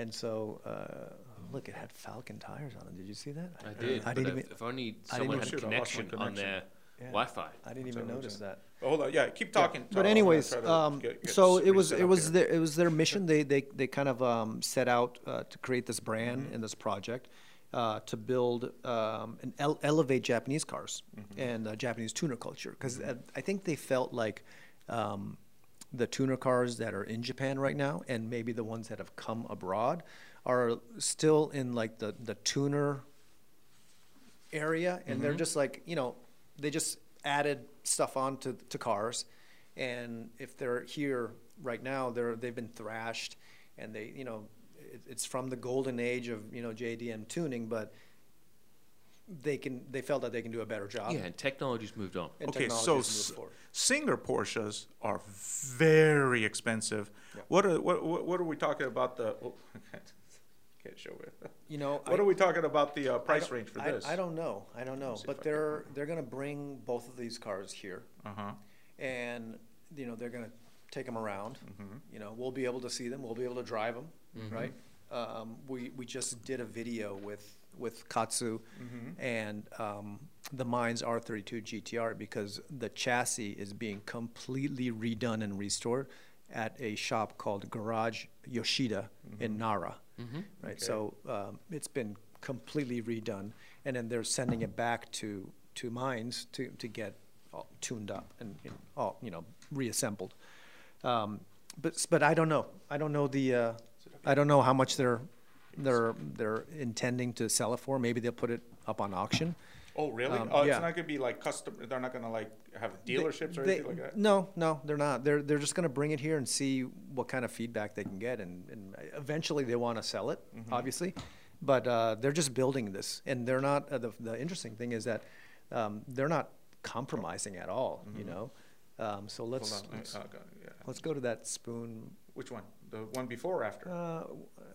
Speaker 3: And so uh, look, it had Falcon tires on it. Did you see that?
Speaker 4: I did.
Speaker 3: I
Speaker 4: but
Speaker 3: didn't
Speaker 4: if,
Speaker 3: even.
Speaker 4: if only
Speaker 3: didn't
Speaker 4: someone
Speaker 3: even-
Speaker 4: had a
Speaker 2: Shoot, I lost my
Speaker 4: connection on their
Speaker 3: Yeah.
Speaker 4: Wi-Fi.
Speaker 3: I didn't even notice that.
Speaker 2: Hold on. Yeah, keep talking. Taro,
Speaker 3: But
Speaker 2: and I'll
Speaker 3: anyways,
Speaker 2: try to
Speaker 3: um,
Speaker 2: get- get
Speaker 3: so
Speaker 2: s-
Speaker 3: it was
Speaker 2: reset
Speaker 3: it
Speaker 2: up
Speaker 3: was
Speaker 2: here.
Speaker 3: their, it was their mission. They they they kind of um, set out uh, to create this brand
Speaker 2: Mm-hmm.
Speaker 3: and this project uh, to build um, and ele- elevate Japanese cars
Speaker 2: Mm-hmm.
Speaker 3: and uh, Japanese tuner culture because I think they felt like. Um, the tuner cars that are in Japan right now, and maybe the ones that have come abroad, are still in like the the tuner area and
Speaker 2: Mm-hmm.
Speaker 3: they're just like you know they just added stuff on to, to cars and if they're here right now they're they've been thrashed and they you know it, it's from the golden age of you know jdm tuning but they can they felt that they can do a better job
Speaker 4: Yeah, and technology's moved on.
Speaker 3: and
Speaker 2: Okay,
Speaker 3: technology
Speaker 2: so
Speaker 3: has
Speaker 2: s-
Speaker 3: moved forward.
Speaker 2: Singer Porsches are very expensive. What are what, what what are we talking about the? Oh, can't show it.
Speaker 3: you know
Speaker 2: What
Speaker 3: I-
Speaker 2: are we talking about the uh,
Speaker 3: I
Speaker 2: price
Speaker 3: don't-
Speaker 2: range for
Speaker 3: I,
Speaker 2: this?
Speaker 3: I don't know. I don't know.
Speaker 2: see if I
Speaker 3: But
Speaker 2: can
Speaker 3: they're they're gonna bring both of these cars here,
Speaker 2: Uh-huh.
Speaker 3: and you know they're gonna take them around. You know we'll be able to see them. We'll be able to drive them, right? Um, we we just did a video with with Katsu and um, the Mines R32 GTR because the chassis is being completely redone and restored at a shop called Garage Yoshida in Nara, right? So um, it's been completely redone, and then they're sending it back to to mines to to get all tuned up and, and all you know reassembled. Um, but s- but I don't know. I don't know the. Uh, I don't know how much they're they're they're intending to sell it for. Maybe they'll put it up on auction.
Speaker 2: Oh really?
Speaker 3: Um,
Speaker 2: oh,
Speaker 3: yeah.
Speaker 2: it's not gonna be like custom. They're not gonna like have
Speaker 3: They-
Speaker 2: dealerships or
Speaker 3: they-
Speaker 2: anything like that.
Speaker 3: No, no, they're not. They're they're just going to bring it here and see what kind of feedback they can get, and, and eventually they want to sell it,
Speaker 2: Mm-hmm.
Speaker 3: obviously, but uh, they're just building this, and they're not. Uh, the the interesting thing is that um, they're not compromising at all, you know. Um, so let's
Speaker 2: Mm-hmm. Hold on.
Speaker 3: let's,
Speaker 2: uh, go- yeah.
Speaker 3: let's go to that spoon.
Speaker 2: Which one? The one before or after?
Speaker 3: Uh,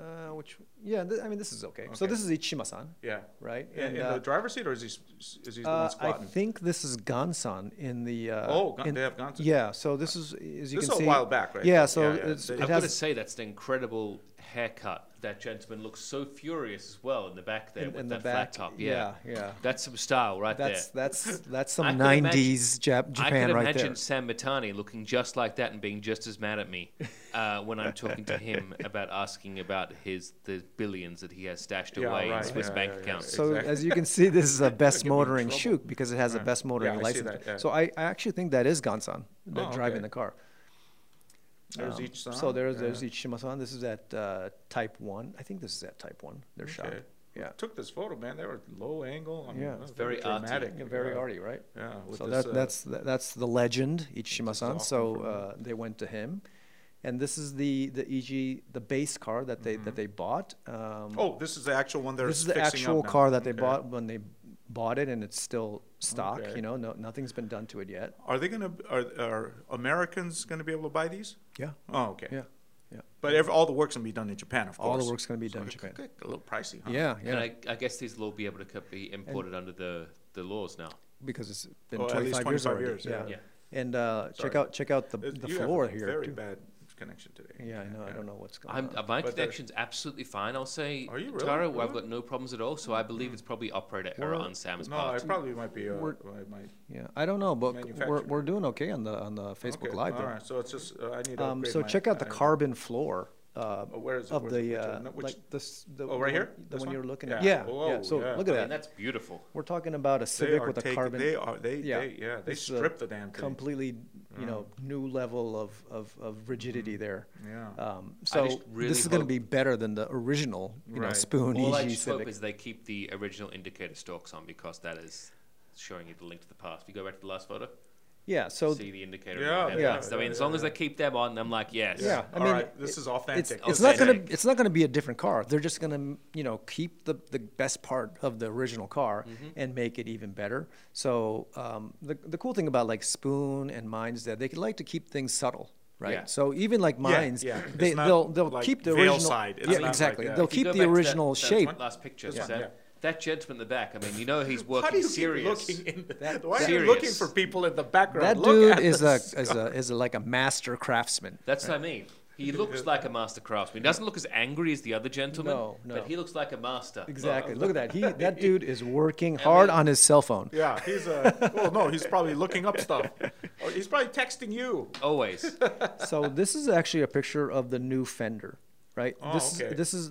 Speaker 3: uh, which yeah, th- I mean this is okay. So
Speaker 2: Okay.
Speaker 3: this is Ichima-san.
Speaker 2: yeah.
Speaker 3: right,
Speaker 2: In,
Speaker 3: and,
Speaker 2: in
Speaker 3: uh,
Speaker 2: the driver's seat, or is he s- is he the
Speaker 3: Uh,
Speaker 2: one
Speaker 3: I
Speaker 2: squatting?
Speaker 3: think this is Gansan in the. Uh,
Speaker 2: Oh, Gan-
Speaker 3: in-
Speaker 2: they have Gansan.
Speaker 3: Yeah, so this is as you
Speaker 2: This
Speaker 3: can
Speaker 2: is a
Speaker 3: see.
Speaker 2: while back, right?
Speaker 3: Yeah,
Speaker 2: Yeah,
Speaker 3: so
Speaker 2: yeah.
Speaker 3: It's,
Speaker 2: They-
Speaker 3: it
Speaker 4: I've got to
Speaker 3: has.
Speaker 4: say that's an incredible haircut. that gentleman looks so furious as well in the back there
Speaker 3: In-
Speaker 4: with
Speaker 3: in the
Speaker 4: that flat
Speaker 3: back,
Speaker 4: top. Yeah.
Speaker 3: yeah, yeah.
Speaker 4: That's some style right
Speaker 3: That's
Speaker 4: there.
Speaker 3: that's that's
Speaker 4: I
Speaker 3: some
Speaker 4: could imagine-
Speaker 3: '90s Jap-
Speaker 4: I
Speaker 3: Japan
Speaker 4: could
Speaker 3: right
Speaker 4: imagine
Speaker 3: there.
Speaker 4: Sam Matani looking just like that and being just as mad at me uh, when I'm talking to him about asking about his the billions that he has stashed
Speaker 2: Yeah,
Speaker 4: away in
Speaker 2: right,
Speaker 4: Swiss
Speaker 2: yeah,
Speaker 4: bank
Speaker 2: yeah, yeah.
Speaker 4: accounts.
Speaker 2: So
Speaker 3: So
Speaker 2: Exactly.
Speaker 3: as you can see, this is a best
Speaker 2: in
Speaker 3: motoring
Speaker 2: trouble.
Speaker 3: shoot because it has a best
Speaker 2: Yeah,
Speaker 3: motoring
Speaker 2: I see
Speaker 3: license.
Speaker 2: that, yeah.
Speaker 3: So I, I actually think that is Gansan that
Speaker 2: Oh,
Speaker 3: driving
Speaker 2: okay.
Speaker 3: the car.
Speaker 2: There's
Speaker 3: Um,
Speaker 2: each song.
Speaker 3: So there's there's
Speaker 2: Yeah.
Speaker 3: each Shimasan. This is at uh, Type One. I think this is at Type One. They're shot.
Speaker 2: Okay.
Speaker 3: Yeah.
Speaker 2: Took this photo, man. They were low angle. I mean,
Speaker 3: Yeah.
Speaker 2: it was
Speaker 3: It's
Speaker 4: very arty.
Speaker 2: dramatic.
Speaker 3: Yeah, very
Speaker 2: Yeah.
Speaker 3: arty, right?
Speaker 2: Yeah, with
Speaker 3: so
Speaker 2: this,
Speaker 3: that,
Speaker 2: uh,
Speaker 3: that's that, that's the legend Ichishima-san.
Speaker 2: awesome
Speaker 3: So
Speaker 2: for
Speaker 3: uh, they went to him, and this is the the EG the base car that they that they bought. Um,
Speaker 2: Mm-hmm. Oh, this is the actual one they're
Speaker 3: this is the
Speaker 2: fixing up
Speaker 3: actual
Speaker 2: now.
Speaker 3: car that they
Speaker 2: Okay.
Speaker 3: bought when they bought it, and it's still stock.
Speaker 2: Okay.
Speaker 3: You know, no, nothing's been done to it yet.
Speaker 2: Are they gonna? Are, are Americans gonna be able to buy these?
Speaker 3: Yeah,
Speaker 2: Oh, okay.
Speaker 3: yeah, yeah.
Speaker 2: But every, all the work's gonna be done in Japan, of course.
Speaker 3: All the work's gonna be done in
Speaker 2: it could
Speaker 3: Japan.
Speaker 2: get A little pricey, huh?
Speaker 3: Yeah,
Speaker 4: And
Speaker 3: yeah.
Speaker 4: I, I guess these will all be able to co- be imported under the, the laws now.
Speaker 3: because it's been
Speaker 2: Oh, at
Speaker 3: 25,
Speaker 2: least
Speaker 3: years
Speaker 2: 25
Speaker 3: already.
Speaker 2: years, yeah.
Speaker 3: And uh, check
Speaker 2: Sorry.
Speaker 3: out check out the
Speaker 2: Uh,
Speaker 3: the
Speaker 2: you have a
Speaker 3: floor here.
Speaker 2: Very
Speaker 3: too.
Speaker 2: bad connection today.
Speaker 3: Yeah, I know. I don't know what's going
Speaker 4: I'm,
Speaker 3: on.
Speaker 4: uh, my
Speaker 2: But there's-
Speaker 4: connection's absolutely fine. I'll say,
Speaker 2: Are you really?
Speaker 4: Tara, I've
Speaker 2: Really?
Speaker 4: got no problems at all. So I believe it's probably operator error on Sam's
Speaker 2: No, I
Speaker 4: part.
Speaker 2: probably might be. Uh,
Speaker 3: We're-
Speaker 2: I might.
Speaker 3: yeah, I don't know, but we're,
Speaker 2: Manufactured.
Speaker 3: we're doing okay on the on the Facebook
Speaker 2: Okay,
Speaker 3: Live.
Speaker 2: All
Speaker 3: there.
Speaker 2: right. So it's just uh, I need to.
Speaker 3: Um,
Speaker 2: upgrade
Speaker 3: so
Speaker 2: my-
Speaker 3: check out the
Speaker 2: I-
Speaker 3: carbon floor. Uh,
Speaker 2: Oh, where is it?
Speaker 3: of
Speaker 2: Where's it?
Speaker 3: the
Speaker 2: Which
Speaker 3: uh,
Speaker 2: one? No, which-
Speaker 3: like this the,
Speaker 2: Oh,
Speaker 3: the
Speaker 2: right
Speaker 3: one-
Speaker 2: here?
Speaker 3: the
Speaker 2: This
Speaker 3: one
Speaker 2: one?
Speaker 3: you're looking at
Speaker 2: Yeah.
Speaker 3: yeah yeah
Speaker 2: Whoa,
Speaker 3: so
Speaker 2: yeah.
Speaker 3: look at that
Speaker 4: And that's beautiful.
Speaker 3: we're talking about a
Speaker 2: They
Speaker 3: Civic
Speaker 2: are
Speaker 3: with a
Speaker 2: taking.
Speaker 3: carbon
Speaker 2: They are. They.
Speaker 3: yeah
Speaker 2: They, yeah. They
Speaker 3: this is a
Speaker 2: strip the damn thing. Mm-hmm.
Speaker 3: completely you know new level of of, of rigidity there
Speaker 2: Yeah.
Speaker 3: um, so
Speaker 4: Oh. really
Speaker 3: this is going to
Speaker 4: hope-
Speaker 3: be better than the original you know
Speaker 2: Right.
Speaker 3: spoon
Speaker 4: All I
Speaker 3: EG
Speaker 4: just hope
Speaker 3: Civic
Speaker 4: is they keep the original indicator stalks on because that is showing you the link to the past. If you go back to the last photo,
Speaker 3: yeah so
Speaker 4: see the indicator.
Speaker 2: Yeah,
Speaker 4: Yeah,
Speaker 3: yeah,
Speaker 4: I mean, as long as they keep them on, I'm like, yes.
Speaker 3: yeah I
Speaker 2: All
Speaker 3: mean
Speaker 2: right, this
Speaker 3: it-
Speaker 2: is authentic.
Speaker 3: it's, it's not going
Speaker 4: Authentic.
Speaker 3: to it's not going to be a different car they're just going to you know keep the the best part of the original car
Speaker 4: Mm-hmm.
Speaker 3: and make it even better so um, the the cool thing about like Spoon and Mines that they like to keep things subtle right
Speaker 4: Yeah.
Speaker 3: so even like Mines
Speaker 2: yeah.
Speaker 3: they
Speaker 2: It's not
Speaker 3: they'll they'll
Speaker 2: like
Speaker 3: keep the
Speaker 2: veil
Speaker 3: original
Speaker 2: side. It's
Speaker 3: yeah
Speaker 2: not like
Speaker 3: exactly
Speaker 2: that.
Speaker 3: they'll
Speaker 2: If
Speaker 4: If you
Speaker 3: keep
Speaker 4: go
Speaker 3: the
Speaker 4: back to that-
Speaker 3: original
Speaker 4: that
Speaker 3: shape
Speaker 4: last picture,
Speaker 2: This one,
Speaker 4: Sam,
Speaker 2: yeah.
Speaker 4: that gentleman in the back. I mean, you know he's
Speaker 2: Why
Speaker 4: working
Speaker 2: do you
Speaker 4: serious.
Speaker 2: keep looking in? The,
Speaker 3: That-
Speaker 2: why are you
Speaker 4: serious.
Speaker 2: looking for people in the background?
Speaker 3: that
Speaker 2: Look
Speaker 3: dude
Speaker 2: at
Speaker 3: is a,
Speaker 2: this.
Speaker 3: is a is a, like a master craftsman
Speaker 4: That's what I mean. He looks like a master craftsman. He doesn't look as angry as the other gentleman,
Speaker 3: No, no.
Speaker 4: but he looks like a master.
Speaker 3: exactly look at that he that dude is working hard
Speaker 4: mean-
Speaker 3: on his cell phone
Speaker 2: Yeah, he's a. Well, no, he's probably looking up stuff. Oh, he's probably texting you.
Speaker 4: Always.
Speaker 3: So this is actually a picture of the new fender, right?
Speaker 2: Oh,
Speaker 3: this
Speaker 2: okay.
Speaker 3: is this is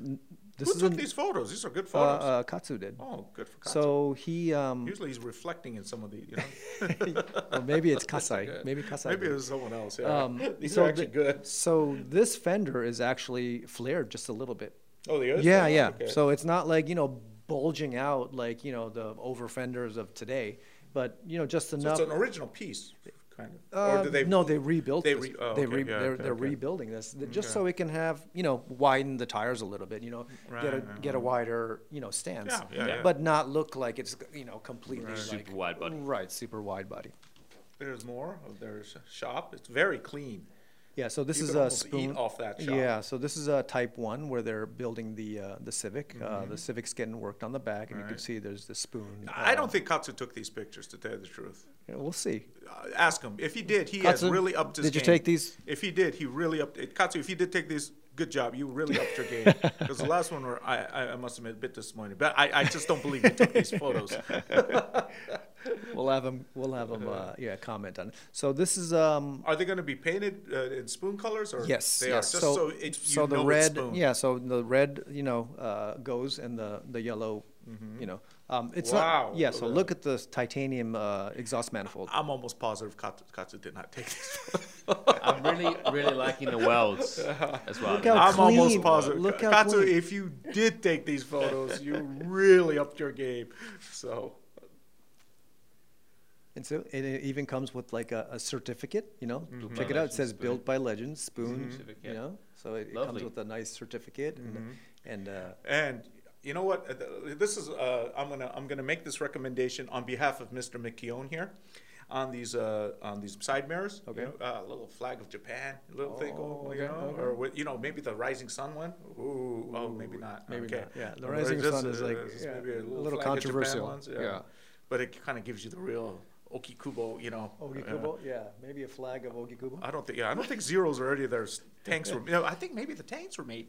Speaker 3: this
Speaker 2: Who
Speaker 3: is
Speaker 2: took
Speaker 3: an-
Speaker 2: these photos? These are good
Speaker 3: uh,
Speaker 2: photos.
Speaker 3: uh, Katsu did.
Speaker 2: oh, good for Katsu.
Speaker 3: so he um
Speaker 2: usually he's reflecting in some of the. You know,
Speaker 3: or maybe it's Kasai. Maybe Kasai.
Speaker 2: maybe it
Speaker 3: did.
Speaker 2: was someone else. Yeah,
Speaker 3: Um,
Speaker 2: these
Speaker 3: so
Speaker 2: are actually
Speaker 3: thi-
Speaker 2: good.
Speaker 3: So this fender is actually flared just a little bit.
Speaker 2: Oh, the other.
Speaker 3: Yeah,
Speaker 2: side?
Speaker 3: yeah.
Speaker 2: Okay.
Speaker 3: So it's not like, you know, bulging out like, you know, the over fenders of today, but you know, just
Speaker 2: So
Speaker 3: enough
Speaker 2: it's an original piece, kind of.
Speaker 3: Uh,
Speaker 2: or do they?
Speaker 3: no, they rebuilt.
Speaker 2: they
Speaker 3: this.
Speaker 2: re- oh,
Speaker 3: they
Speaker 2: okay, yeah,
Speaker 3: they're,
Speaker 2: okay,
Speaker 3: they're
Speaker 2: okay.
Speaker 3: rebuilding this th- just so it can have you know widen the tires a little bit. You know, get a
Speaker 2: Right, right,
Speaker 3: get a wider you know stance,
Speaker 2: Yeah, yeah, yeah.
Speaker 3: but not look like it's you know completely like,
Speaker 4: Super wide body.
Speaker 3: Right, super wide body.
Speaker 2: There's more of their sh- shop. It's very clean.
Speaker 3: Yeah, so this
Speaker 2: You
Speaker 3: is
Speaker 2: could
Speaker 3: a
Speaker 2: almost eat
Speaker 3: spoon
Speaker 2: off that shop.
Speaker 3: Yeah, so this is a Type One where they're building the uh, the Civic. Uh, the Civic's getting worked on the back, and you can
Speaker 2: Mm-hmm. Right.
Speaker 3: see there's the spoon.
Speaker 2: I
Speaker 3: uh,
Speaker 2: don't think Katsu took these pictures, to tell you the truth.
Speaker 3: yeah, we'll see.
Speaker 2: Uh, ask him if he did. He has
Speaker 3: Katsu,
Speaker 2: really upped his.
Speaker 3: did you
Speaker 2: game.
Speaker 3: take these?
Speaker 2: If he did, he really upped it. Katsu, if you did take these, good job. You really upped your game because the last one were I, I, I must admit a bit disappointed, but I, I just don't believe you took these photos.
Speaker 3: We'll have them. We'll have them. Uh, yeah, comment on. it. So this is um
Speaker 2: Are they going to be painted uh, in spoon colors or
Speaker 3: Yes,
Speaker 2: They
Speaker 3: yes.
Speaker 2: Are, just
Speaker 3: so,
Speaker 2: so, it, you
Speaker 3: so the
Speaker 2: know it's
Speaker 3: red,
Speaker 2: spoon.
Speaker 3: yeah. So the red, you know, uh, goes, and the the yellow, you know, um, it's
Speaker 2: Mm-hmm. Wow,
Speaker 3: not. Yeah.
Speaker 2: look
Speaker 3: So
Speaker 2: at
Speaker 3: look at the titanium uh, exhaust manifold.
Speaker 2: I'm almost positive Katsu, Katsu did not take these.
Speaker 4: I'm really, really liking the welds as well.
Speaker 3: Look how
Speaker 2: I'm almost
Speaker 3: clean.
Speaker 2: positive.
Speaker 3: Look how
Speaker 2: Katsu,
Speaker 3: clean.
Speaker 2: if you did take these photos, you really upped your game. So
Speaker 3: And so and it even comes with like a, a certificate, you know.
Speaker 2: Mm-hmm.
Speaker 3: Check it out. It says built by legend spoon,
Speaker 4: Civic, yeah.
Speaker 3: you know. So it, it comes
Speaker 4: Lovely.
Speaker 3: with a nice certificate
Speaker 2: Mm-hmm.
Speaker 3: and. and uh,
Speaker 2: And you know what? Uh, th- This is uh, I'm gonna I'm gonna make this recommendation on behalf of Mr. McKeown here, on these uh, on these side mirrors. you
Speaker 3: Okay.
Speaker 2: know, uh, a little flag of Japan, a little thing, oh,
Speaker 3: okay,
Speaker 2: you know,
Speaker 3: okay.
Speaker 2: or with, you know maybe the rising sun one. Ooh, oh maybe not.
Speaker 3: maybe
Speaker 2: okay.
Speaker 3: not, yeah. The
Speaker 2: Or
Speaker 3: rising
Speaker 2: just,
Speaker 3: sun is
Speaker 2: uh,
Speaker 3: like,
Speaker 2: just
Speaker 3: yeah,
Speaker 2: maybe a
Speaker 3: a
Speaker 2: little,
Speaker 3: little
Speaker 2: flag of Japan
Speaker 3: controversial.
Speaker 2: ones, yeah.
Speaker 3: Yeah.
Speaker 2: But it kind of gives you the real Okikubo, you know. uh,
Speaker 3: Ogikubo, yeah. Maybe a flag of Ogikubo.
Speaker 2: I don't think. Yeah, I don't think zeros are any of their s- tanks were. You know, I think maybe the tanks were made.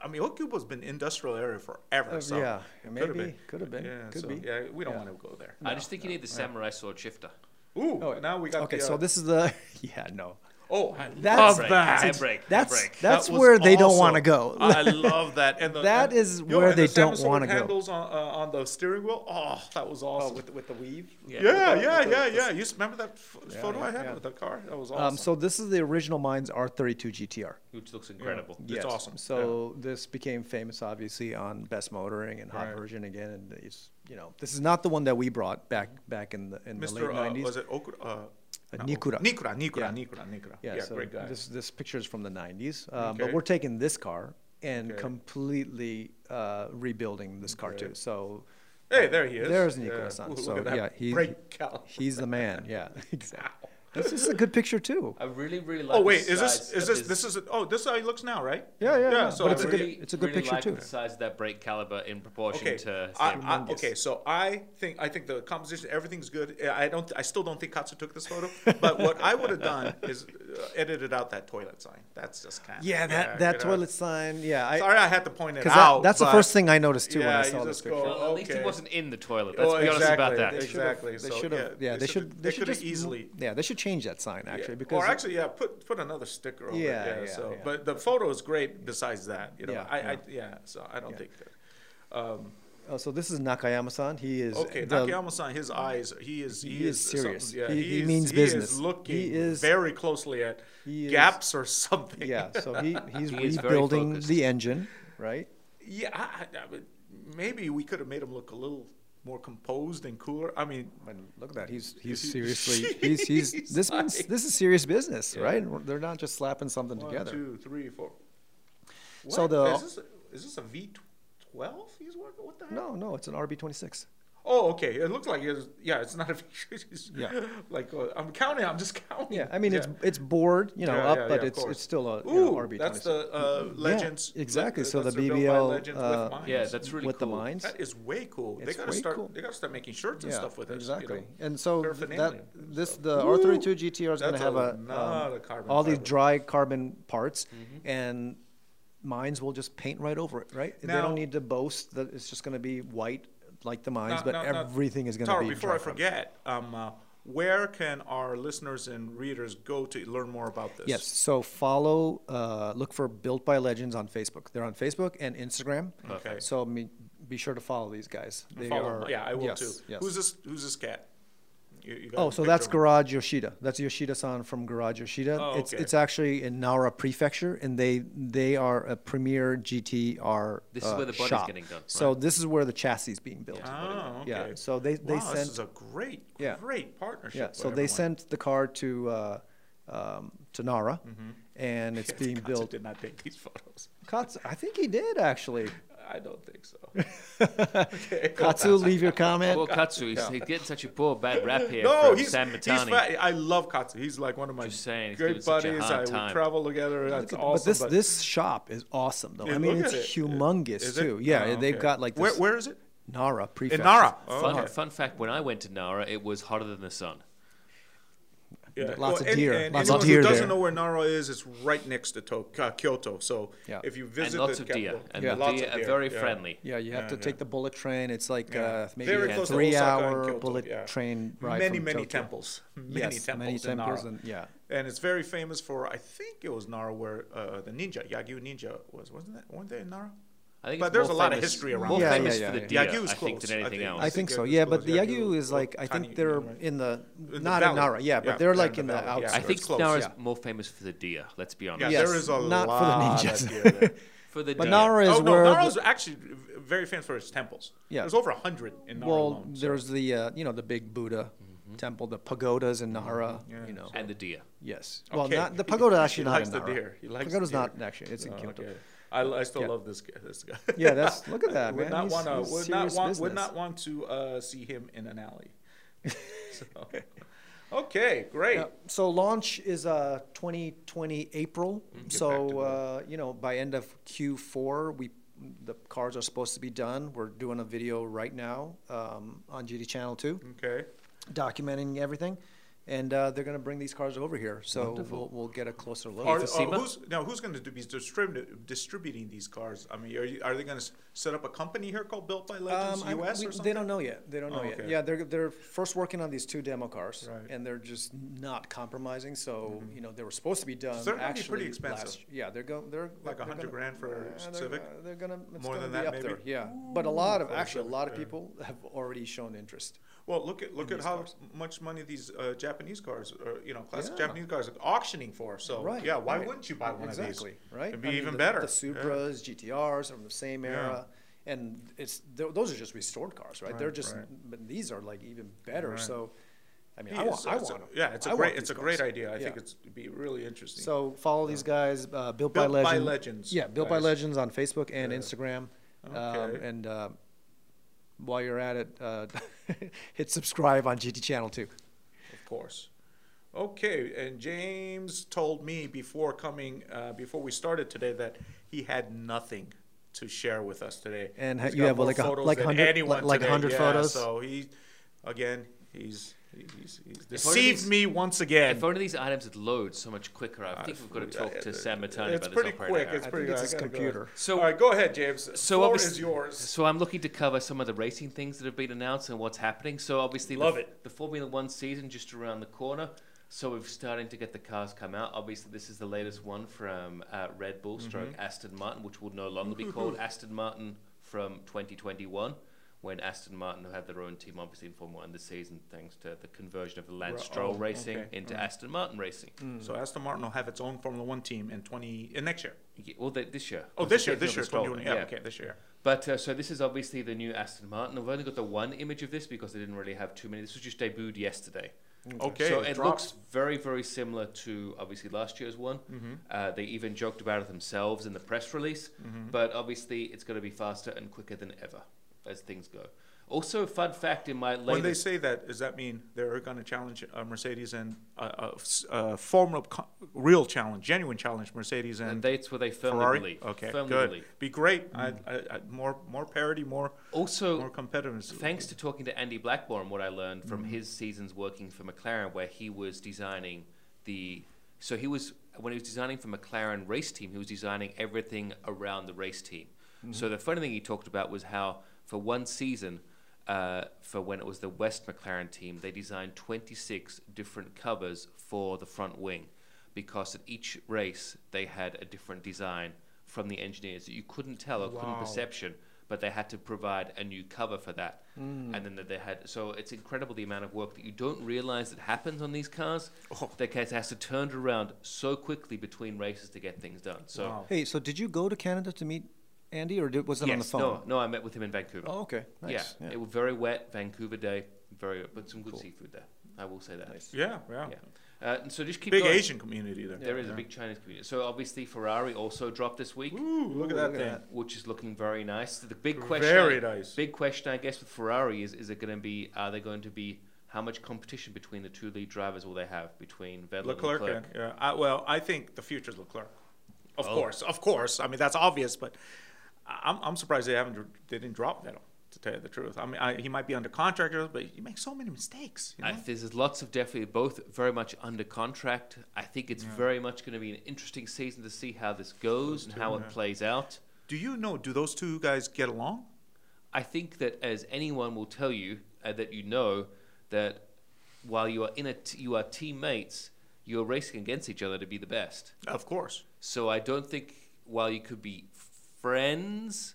Speaker 2: I mean, Ocuba's been industrial area forever.
Speaker 3: Uh,
Speaker 2: So
Speaker 3: yeah,
Speaker 2: it
Speaker 3: maybe,
Speaker 2: been.
Speaker 3: could have been,
Speaker 2: Yeah,
Speaker 3: could
Speaker 2: so,
Speaker 3: be.
Speaker 2: Yeah, we don't
Speaker 3: Yeah.
Speaker 2: want to go there.
Speaker 4: I just think you need the samurai sword shifter.
Speaker 2: Ooh,
Speaker 3: Oh,
Speaker 2: now we got.
Speaker 3: Okay,
Speaker 2: the,
Speaker 3: so
Speaker 2: uh,
Speaker 3: this is the yeah no.
Speaker 2: Oh, I
Speaker 3: That's-
Speaker 2: love
Speaker 4: Break,
Speaker 2: that.
Speaker 4: hand break, hand
Speaker 3: That's
Speaker 4: break.
Speaker 3: that's
Speaker 2: That was
Speaker 3: where they don't want to
Speaker 2: awesome.
Speaker 3: go.
Speaker 2: I love that. And the,
Speaker 3: That
Speaker 2: and-
Speaker 3: is
Speaker 2: Yo,
Speaker 3: where
Speaker 2: and the
Speaker 3: they don't
Speaker 2: Samus with
Speaker 3: wanna go.
Speaker 2: Handles on, uh, on the steering wheel. Oh, that was awesome.
Speaker 3: with the weave.
Speaker 2: yeah, yeah, yeah,
Speaker 3: with the-
Speaker 2: yeah,
Speaker 3: with
Speaker 2: You s- remember that f- photo
Speaker 3: yeah,
Speaker 2: I had
Speaker 3: yeah.
Speaker 2: with the car? That was awesome.
Speaker 3: Um, so this is the original mine's R32 GTR.
Speaker 4: Which looks incredible.
Speaker 2: It's awesome.
Speaker 3: So this became famous, obviously, on Best Motoring and Hot Version again, and it's you know this is not the one that we brought back back in the in the late
Speaker 2: Mr. Uh,
Speaker 3: '90s.
Speaker 2: was it Okura? Uh,
Speaker 3: Uh,
Speaker 2: no,
Speaker 3: Nikura.
Speaker 2: Nikura, Nikura,
Speaker 3: Yeah.
Speaker 2: Nikura, Nikura.
Speaker 3: Yeah,
Speaker 2: Yeah,
Speaker 3: so
Speaker 2: great guy.
Speaker 3: This this picture is from the '90s, um, but
Speaker 2: Okay.
Speaker 3: we're taking this car and
Speaker 2: Okay.
Speaker 3: completely uh, rebuilding this car too. So
Speaker 2: hey, there he is.
Speaker 3: there's
Speaker 2: Yeah.
Speaker 3: Nikura-san.
Speaker 2: Look
Speaker 3: So
Speaker 2: at that
Speaker 3: yeah, he,
Speaker 2: brake caliper.
Speaker 3: he's the man. Yeah, exactly. This is a good picture too.
Speaker 4: I really, really like.
Speaker 2: Oh
Speaker 4: the
Speaker 2: wait, is this
Speaker 4: size
Speaker 2: is
Speaker 4: of
Speaker 2: this
Speaker 4: his-
Speaker 2: this is oh this is how he looks now, right?
Speaker 3: Yeah, yeah, yeah.
Speaker 2: Yeah, so
Speaker 3: but it's a
Speaker 4: I
Speaker 3: good
Speaker 4: really-
Speaker 3: it's a good
Speaker 4: really
Speaker 3: picture
Speaker 4: like
Speaker 3: too.
Speaker 4: The size of that brake caliber in proportion
Speaker 2: Okay.
Speaker 4: to.
Speaker 2: I,
Speaker 4: his-
Speaker 2: I, okay. So I think I think the composition, everything's good. Yeah, I don't. I still don't think Katsu took this photo. But what I would have done is uh, edited out that toilet sign. That's just kind of
Speaker 3: Yeah, that that toilet sign. Yeah, I,
Speaker 2: Sorry, I had to point it
Speaker 3: Because that,
Speaker 2: out.
Speaker 3: that's the
Speaker 2: but-
Speaker 3: first thing I noticed too when
Speaker 2: Yeah,
Speaker 3: I
Speaker 2: you
Speaker 3: saw this
Speaker 2: just
Speaker 3: picture.
Speaker 2: go,
Speaker 4: Well, at least
Speaker 2: okay.
Speaker 4: he wasn't in the toilet. Let's
Speaker 2: Oh,
Speaker 4: be honest about
Speaker 2: exactly,
Speaker 4: that.
Speaker 2: they should've- Exactly.
Speaker 3: They
Speaker 2: so,
Speaker 3: should
Speaker 2: yeah,
Speaker 3: have. Yeah, they
Speaker 2: should've-
Speaker 3: should.
Speaker 2: They
Speaker 3: They
Speaker 2: could
Speaker 3: should
Speaker 2: have
Speaker 3: have
Speaker 2: easily.
Speaker 3: Yeah, they should change that sign actually because.
Speaker 2: or actually, yeah, put put another sticker over
Speaker 3: Yeah,
Speaker 2: it. Yeah.
Speaker 3: yeah,
Speaker 2: so,
Speaker 3: yeah.
Speaker 2: but the photo is great. Besides that, you know,
Speaker 3: Yeah,
Speaker 2: I,
Speaker 3: yeah.
Speaker 2: I yeah. So I don't think. That, um,
Speaker 3: oh, so this is Nakayama-san. He is
Speaker 2: Okay,
Speaker 3: the-
Speaker 2: Nakayama-san, his eyes, he is he,
Speaker 3: he is serious.
Speaker 2: something-
Speaker 3: He- he means
Speaker 2: is, He
Speaker 3: business.
Speaker 2: is looking
Speaker 3: He is-
Speaker 2: very closely at
Speaker 3: he is-
Speaker 2: gaps or something.
Speaker 3: Yeah, so he, he's
Speaker 4: He is very
Speaker 3: rebuilding
Speaker 4: focused.
Speaker 3: the engine, right?
Speaker 2: yeah. I, I- I would- maybe we could have made him look a little more composed and cooler. I mean,
Speaker 3: And look at that. He's he's seriously he's he's this means, this is serious business, right? And They're not just slapping something
Speaker 2: one,
Speaker 3: together.
Speaker 2: two, three, four.
Speaker 3: So
Speaker 2: What?
Speaker 3: the-
Speaker 2: is this, a- is this a V twelve? He's working. What the hell?
Speaker 3: No, no, it's an RB26.
Speaker 2: Oh, okay. It looks like it's yeah. It's not a V. it's
Speaker 3: Yeah.
Speaker 2: Like uh, I'm counting. I'm just counting.
Speaker 3: Yeah, I mean it's
Speaker 2: Yeah.
Speaker 3: it's bored, you know,
Speaker 2: Yeah,
Speaker 3: up,
Speaker 2: yeah,
Speaker 3: but
Speaker 2: yeah, of
Speaker 3: it's
Speaker 2: course.
Speaker 3: it's still a you know,
Speaker 2: Ooh,
Speaker 3: RB26.
Speaker 2: that's the uh, legends.
Speaker 3: exactly. So
Speaker 2: that's
Speaker 3: the
Speaker 2: built by
Speaker 3: BBL,
Speaker 2: legends
Speaker 3: uh,
Speaker 2: with mines.
Speaker 4: Yeah, that's really
Speaker 3: with the
Speaker 4: cool.
Speaker 3: mines.
Speaker 2: that is way cool. They
Speaker 3: It's
Speaker 2: gotta
Speaker 3: way
Speaker 2: start.
Speaker 3: cool.
Speaker 2: They gotta start making shirts and stuff with
Speaker 3: exactly.
Speaker 2: this. you know.
Speaker 3: And so th-
Speaker 2: paraphernalia
Speaker 3: that
Speaker 2: and
Speaker 3: this
Speaker 2: stuff.
Speaker 3: the
Speaker 2: Woo!
Speaker 3: R32 GTR is going to
Speaker 2: That's
Speaker 3: have
Speaker 2: a
Speaker 3: a, um,
Speaker 2: lot of carbon
Speaker 3: all these
Speaker 2: fiber. Mm-hmm.
Speaker 3: dry carbon parts, and mines will just paint right over it. Right? they
Speaker 2: Now-
Speaker 3: don't need to boast that it's just going to be white like the mines,
Speaker 2: Now-
Speaker 3: but
Speaker 2: now- now,
Speaker 3: everything is going to
Speaker 2: Tara,
Speaker 3: be.
Speaker 2: Before
Speaker 3: dry
Speaker 2: I
Speaker 3: carbon.
Speaker 2: forget, um, uh, where can our listeners and readers go to learn more about this?
Speaker 3: Yes. So follow, uh, look for Built by Legends on Facebook. They're on Facebook and Instagram.
Speaker 2: Okay.
Speaker 3: So me, be sure to follow these guys. They
Speaker 2: Follow-
Speaker 3: are-
Speaker 2: yeah, I will
Speaker 3: yes,
Speaker 2: too.
Speaker 3: Yes.
Speaker 2: Who's this? Who's this cat? You, you got
Speaker 3: Oh,
Speaker 2: a
Speaker 3: so
Speaker 2: picture
Speaker 3: that's
Speaker 2: of-
Speaker 3: Garage Yoshida. That's Yoshida-san from Garage Yoshida.
Speaker 2: Oh,
Speaker 3: It's
Speaker 2: okay.
Speaker 3: it's actually in Nara Prefecture, and they they are a premier GTR.
Speaker 4: This is
Speaker 3: uh,
Speaker 4: where the body's
Speaker 3: shop.
Speaker 4: getting done,
Speaker 3: So this is where the chassis is being built.
Speaker 2: Oh, okay.
Speaker 3: Yeah, so they- they
Speaker 2: wow, this
Speaker 3: sent-
Speaker 2: is a great,
Speaker 3: Yeah.
Speaker 2: great partnership.
Speaker 3: Yeah,
Speaker 2: by
Speaker 3: so they
Speaker 2: everyone.
Speaker 3: sent the car to uh, um, to Nara, and it's
Speaker 2: Yes,
Speaker 3: being
Speaker 2: Mm-hmm. Katsu
Speaker 3: built.
Speaker 2: Did not take these photos.
Speaker 3: Katsu, I think he did actually.
Speaker 2: I don't think so.
Speaker 3: Katsu, leave your comment.
Speaker 4: Poor Katsu, he's, he's getting such a poor bad rap here
Speaker 2: No,
Speaker 4: from
Speaker 2: he's,
Speaker 4: San
Speaker 2: he's
Speaker 4: Matani.
Speaker 2: fat. I love Katsu. He's like one of my
Speaker 4: Just saying, he's given
Speaker 2: great
Speaker 4: such a
Speaker 2: buddies.
Speaker 4: hard
Speaker 2: I
Speaker 4: time.
Speaker 2: we travel together. That's
Speaker 3: Look at-
Speaker 2: awesome.
Speaker 3: but this this shop is awesome though.
Speaker 2: Yeah,
Speaker 3: I mean,
Speaker 2: look
Speaker 3: it's
Speaker 2: at it.
Speaker 3: humongous
Speaker 2: Is it?
Speaker 3: too. Yeah,
Speaker 2: Oh,
Speaker 3: they've
Speaker 2: okay.
Speaker 3: got like this
Speaker 2: where, where is it?
Speaker 3: Nara Prefecture.
Speaker 2: In Nara. Oh,
Speaker 4: Fun,
Speaker 2: okay.
Speaker 4: fun fact: When I went to Nara, it was hotter than the sun.
Speaker 2: Yeah.
Speaker 3: Lots
Speaker 2: Well,
Speaker 3: of
Speaker 2: and-
Speaker 3: deer.
Speaker 2: And
Speaker 3: Lots of
Speaker 2: anyone
Speaker 3: deer
Speaker 2: who doesn't
Speaker 3: there.
Speaker 2: know where Nara is, it's right next to Tok- uh, Kyoto. So
Speaker 3: Yeah.
Speaker 2: if you visit
Speaker 4: and lots
Speaker 2: the
Speaker 4: of deer,
Speaker 2: capital-
Speaker 4: and
Speaker 3: Yeah.
Speaker 4: the
Speaker 2: lots
Speaker 4: deer
Speaker 2: of
Speaker 4: are
Speaker 2: deer,
Speaker 4: very
Speaker 2: yeah.
Speaker 4: friendly.
Speaker 3: Yeah, you have to
Speaker 2: yeah.
Speaker 3: take the bullet train. It's like uh, maybe
Speaker 2: uh, Very
Speaker 3: a
Speaker 2: close to Osaka and
Speaker 3: three-hour
Speaker 2: Kyoto,
Speaker 3: bullet
Speaker 2: yeah.
Speaker 3: train ride.
Speaker 2: Many
Speaker 3: from
Speaker 2: many
Speaker 3: Tokyo.
Speaker 2: temples. Many
Speaker 3: Yes,
Speaker 2: temples.
Speaker 3: many
Speaker 2: in Nara.
Speaker 3: temples and- yeah.
Speaker 2: And it's very famous for I think it was Nara where uh, the ninja Yagyu ninja was wasn't that weren't they in Nara?
Speaker 4: I think
Speaker 2: But
Speaker 4: it's
Speaker 2: there's
Speaker 4: more
Speaker 2: a lot of
Speaker 4: famous-
Speaker 2: history around
Speaker 4: More
Speaker 3: that. Yeah,
Speaker 4: famous
Speaker 3: yeah,
Speaker 4: for the
Speaker 3: yeah,
Speaker 4: deer,
Speaker 2: Yagyu is
Speaker 4: I think,
Speaker 2: close,
Speaker 4: than
Speaker 2: I
Speaker 4: anything
Speaker 2: think.
Speaker 4: else.
Speaker 3: I
Speaker 2: I
Speaker 3: think
Speaker 2: think
Speaker 3: so.
Speaker 2: Yagyu
Speaker 3: Yeah,
Speaker 2: is
Speaker 3: but the
Speaker 2: close. Yagyu
Speaker 3: Yagyu
Speaker 2: is
Speaker 3: is like I
Speaker 2: close.
Speaker 3: think
Speaker 2: Tiny,
Speaker 3: they're
Speaker 2: right?
Speaker 3: in the
Speaker 2: the
Speaker 3: not in
Speaker 2: valley.
Speaker 3: Nara. Yeah,
Speaker 2: Yeah,
Speaker 3: but they're
Speaker 2: they're in
Speaker 3: like
Speaker 2: the
Speaker 3: in the
Speaker 2: valley, yeah.
Speaker 3: outside.
Speaker 4: I
Speaker 2: so
Speaker 4: think
Speaker 2: it's close,
Speaker 4: Nara is
Speaker 3: yeah.
Speaker 4: more famous for the deer. Let's be honest.
Speaker 2: Yeah,
Speaker 3: Yes,
Speaker 2: there is a
Speaker 3: not for the
Speaker 2: lot of
Speaker 3: ninjas.
Speaker 2: deer there.
Speaker 4: For the
Speaker 3: But
Speaker 4: deer.
Speaker 3: Nara is
Speaker 2: oh, no,
Speaker 3: where
Speaker 2: Nara
Speaker 3: the-
Speaker 2: is actually very famous for its temples.
Speaker 3: Yeah.
Speaker 2: There's over 100 in Nara
Speaker 3: well,
Speaker 2: alone. so- Mm-hmm.
Speaker 3: there's the uh, you know the big Buddha temple, the pagodas in Nara. You know.
Speaker 4: and the deer.
Speaker 3: Yes. Well,
Speaker 2: Okay.
Speaker 3: not the pagoda
Speaker 2: He
Speaker 3: actually not
Speaker 2: likes
Speaker 3: in
Speaker 2: the
Speaker 3: Nara.
Speaker 2: deer. He likes the
Speaker 3: Pagoda's
Speaker 2: deer.
Speaker 3: not actually. It's in
Speaker 2: Oh,
Speaker 3: Kyoto.
Speaker 2: okay. I, I still
Speaker 3: Yeah.
Speaker 2: love this guy. This guy.
Speaker 3: Yeah, that's- look at that,
Speaker 2: would
Speaker 3: man.
Speaker 2: Not
Speaker 3: He's-
Speaker 2: wanna,
Speaker 3: he's
Speaker 2: would, not
Speaker 3: serious
Speaker 2: want, would
Speaker 3: business.
Speaker 2: not want to uh, see him in an alley. so. Okay, great.
Speaker 3: Yeah, so launch is uh 2020 April.
Speaker 2: Mm-hmm. back to
Speaker 3: So
Speaker 2: the-
Speaker 3: uh, you know by end of Q4 we the cars are supposed to be done. We're doing a video right now um, on GD Channel 2
Speaker 2: Okay. Mm-hmm.
Speaker 3: documenting everything. and uh, they're going to bring these cars over here. So we'll, we'll get a closer look.
Speaker 2: Are,
Speaker 4: It's a
Speaker 2: are-
Speaker 4: SEMA?
Speaker 2: who's, now, who's going to be distribu- distributing these cars? I mean, are, you, are they going to set up a company here called Built by Legends
Speaker 3: Um, I-
Speaker 2: US
Speaker 3: we-
Speaker 2: or something?
Speaker 3: They don't know yet. They don't know
Speaker 2: Oh,
Speaker 3: yet.
Speaker 2: okay.
Speaker 3: Yeah, they're they're first working on these two demo cars,
Speaker 2: Right. Mm-hmm.
Speaker 3: and they're just not compromising. So you know they were supposed to be done.
Speaker 2: they're gonna be
Speaker 3: actually
Speaker 2: pretty expensive.
Speaker 3: last- yeah, they're going. They're
Speaker 2: Like a
Speaker 3: they're
Speaker 2: hundred
Speaker 3: gonna-
Speaker 2: grand for
Speaker 3: yeah, they're
Speaker 2: Civic?
Speaker 3: gonna- They're gonna it's
Speaker 2: More
Speaker 3: gonna
Speaker 2: than that,
Speaker 3: be up there.
Speaker 2: maybe?
Speaker 3: Yeah, but a lot of
Speaker 2: for a
Speaker 3: actually a
Speaker 2: Civic,
Speaker 3: lot of
Speaker 2: yeah.
Speaker 3: people have already shown interest.
Speaker 2: Well, look at look at
Speaker 3: these
Speaker 2: how
Speaker 3: cars.
Speaker 2: much money these uh, Japanese cars, or you know, classic
Speaker 3: Yeah.
Speaker 2: Japanese cars, are auctioning for. So
Speaker 3: Right.
Speaker 2: yeah, why
Speaker 3: right.
Speaker 2: wouldn't you buy one
Speaker 3: exactly,
Speaker 2: of these?
Speaker 3: Right.
Speaker 2: it'd be
Speaker 3: I mean,
Speaker 2: even
Speaker 3: the-
Speaker 2: better.
Speaker 3: The
Speaker 2: Yeah.
Speaker 3: Supras, GTRs are from the same era. And it's th- those are just restored cars, right? They're
Speaker 2: Right,
Speaker 3: just,
Speaker 2: right.
Speaker 3: but these are like even better.
Speaker 2: Right.
Speaker 3: So, I mean,
Speaker 2: Yeah,
Speaker 3: I
Speaker 2: it's-
Speaker 3: want, I
Speaker 2: it's a-
Speaker 3: want 'em.
Speaker 2: Yeah, it's
Speaker 3: I
Speaker 2: a
Speaker 3: want
Speaker 2: great, it's a
Speaker 3: these
Speaker 2: great
Speaker 3: cars.
Speaker 2: idea. I think
Speaker 3: Yeah.
Speaker 2: it's, it'd be really interesting.
Speaker 3: So follow these guys, uh, built, by
Speaker 2: Built by
Speaker 3: legends.
Speaker 2: Legends,
Speaker 3: Yeah, built by
Speaker 2: guys.
Speaker 3: legends on Facebook and Instagram. Um,
Speaker 2: Okay.
Speaker 3: and uh, while you're at it, uh, hit subscribe on GT Channel too.
Speaker 2: of course. Okay, and James told me before coming, uh, before we started today, that he had nothing to share with us today.
Speaker 3: And
Speaker 2: He's
Speaker 3: you
Speaker 2: got
Speaker 3: have,
Speaker 2: more
Speaker 3: like, a-
Speaker 2: photos
Speaker 3: like
Speaker 2: than
Speaker 3: 100
Speaker 2: anyone
Speaker 3: like
Speaker 2: today.
Speaker 3: 100
Speaker 2: Yeah,
Speaker 3: photos?
Speaker 2: So he, again, he's he's, he's
Speaker 4: one of these-
Speaker 2: deceived me once again.
Speaker 4: If one of these items had loads so much quicker, I
Speaker 2: Ah,
Speaker 4: think we've got to talk to Sam Matani
Speaker 2: It's
Speaker 4: about this
Speaker 2: pretty
Speaker 4: operator.
Speaker 2: quick.
Speaker 4: error.
Speaker 2: It's
Speaker 3: I
Speaker 2: pretty
Speaker 3: think
Speaker 2: quick.
Speaker 3: it's
Speaker 2: I
Speaker 3: his
Speaker 2: gotta go.
Speaker 3: computer.
Speaker 4: So-
Speaker 2: all right, go ahead, James.
Speaker 4: So
Speaker 2: Floor
Speaker 4: obviously,
Speaker 2: is yours.
Speaker 4: So I'm looking to cover some of the racing things that have been announced and what's happening. So obviously,
Speaker 2: Love
Speaker 4: the,
Speaker 2: it.
Speaker 4: the Formula One season just around the corner. So we're starting to get the cars come out. Obviously, this is the latest one from uh, Red Bull
Speaker 2: Mm-hmm.
Speaker 4: stroke Aston Martin, which will no longer be called Aston Martin from 2021, when Aston Martin had their own team, obviously in Formula One this season, thanks to the conversion of the Lance
Speaker 2: Ro-
Speaker 4: Stroll
Speaker 2: oh,
Speaker 4: racing
Speaker 2: okay,
Speaker 4: into Aston Martin racing.
Speaker 2: Hmm. So Aston Martin will have its own Formula One team in twenty in next year.
Speaker 4: Yeah, well, th- this year.
Speaker 2: Oh,
Speaker 4: It's the
Speaker 2: this year,
Speaker 4: second
Speaker 2: this
Speaker 4: of
Speaker 2: year,
Speaker 4: the Stroll
Speaker 2: 21.
Speaker 4: thing,
Speaker 2: Yeah, okay, this year.
Speaker 4: But uh, so this is obviously the new Aston Martin. I've only got the one image of this because they didn't really have too many. This was just debuted yesterday.
Speaker 2: Okay,
Speaker 4: so
Speaker 2: it
Speaker 4: it
Speaker 2: drops.
Speaker 4: looks very, very similar to obviously last year's one.
Speaker 2: Mm-hmm.
Speaker 4: Uh, they even joked about it themselves in the press release.
Speaker 2: Mm-hmm.
Speaker 4: But obviously, it's going to be faster and quicker than ever as things go. Also, fun fact in my
Speaker 2: When they
Speaker 4: latest
Speaker 2: say that, does that mean they're going to challenge uh, Mercedes and a uh, uh, s- uh, Formula co- real challenge, genuine challenge, Mercedes and
Speaker 4: dates where they firmly
Speaker 2: Ferrari?
Speaker 4: believe.
Speaker 2: Okay,
Speaker 4: firmly
Speaker 2: good.
Speaker 4: believe. Hmm.
Speaker 2: Be great. I, I, I, more more parity, more
Speaker 4: Also,
Speaker 2: more competitiveness.
Speaker 4: Thanks to talking to Andy Blackmore and what I learned from his seasons working for McLaren, where he was designing the. So he was when he was designing for McLaren race team, he was designing everything around the race team. So the funny thing he talked about was how for one season, uh, for when it was the West McLaren team, they designed 26 different covers for the front wing, because at each race they had a different design from the engineers that you couldn't tell or couldn't
Speaker 2: Wow.
Speaker 4: perceive perception, but they had to provide a new cover for that.
Speaker 3: Hmm.
Speaker 4: And then that they had, so it's incredible the amount of work that you don't realize that happens on these cars.
Speaker 3: Oh.
Speaker 4: The case has to turn it around so quickly between races to get things done. So,
Speaker 2: Wow.
Speaker 3: Hey, so did you go to Canada to meet Andy, or did, was it on the
Speaker 4: yes,
Speaker 3: phone?
Speaker 4: no, no, I met with him in Vancouver.
Speaker 3: Oh, okay. Nice.
Speaker 4: yeah, it was very wet, Vancouver day, very, but some good seafood there. I will say that.
Speaker 3: Nice.
Speaker 2: yeah, yeah.
Speaker 4: Yeah. Uh, and so just keep
Speaker 2: Big
Speaker 4: going.
Speaker 2: Asian community there.
Speaker 4: There is a big Chinese community. So obviously Ferrari also dropped this week.
Speaker 2: Ooh, look at that
Speaker 3: at
Speaker 2: thing.
Speaker 3: that.
Speaker 4: which is looking very nice. The big question,
Speaker 2: Very nice.
Speaker 4: Big question, I guess, with Ferrari is: is it going to be? Are they going to be? How much competition between the two lead drivers will they have between Vettel
Speaker 2: Leclerc,
Speaker 4: and Leclerc?
Speaker 2: and- yeah. I, well, I think the future's Leclerc. Of
Speaker 4: Oh.
Speaker 2: course, of course. I mean, that's obvious, but I- I'm, I'm surprised they haven't they didn't drop Vettel. To tell you the truth, I mean, I, he might be under contract, but he makes so many mistakes. You know?
Speaker 4: I, there's lots of definitely both very much under contract. I think it's very much going to be an interesting season to see how this goes and how it plays out.
Speaker 2: do you know? Do those two guys get along?
Speaker 4: I think that as anyone will tell you uh, that you know that while you are in a t- you are teammates, you're racing against each other to be the best.
Speaker 2: Of course.
Speaker 4: So I don't think while you could be friends,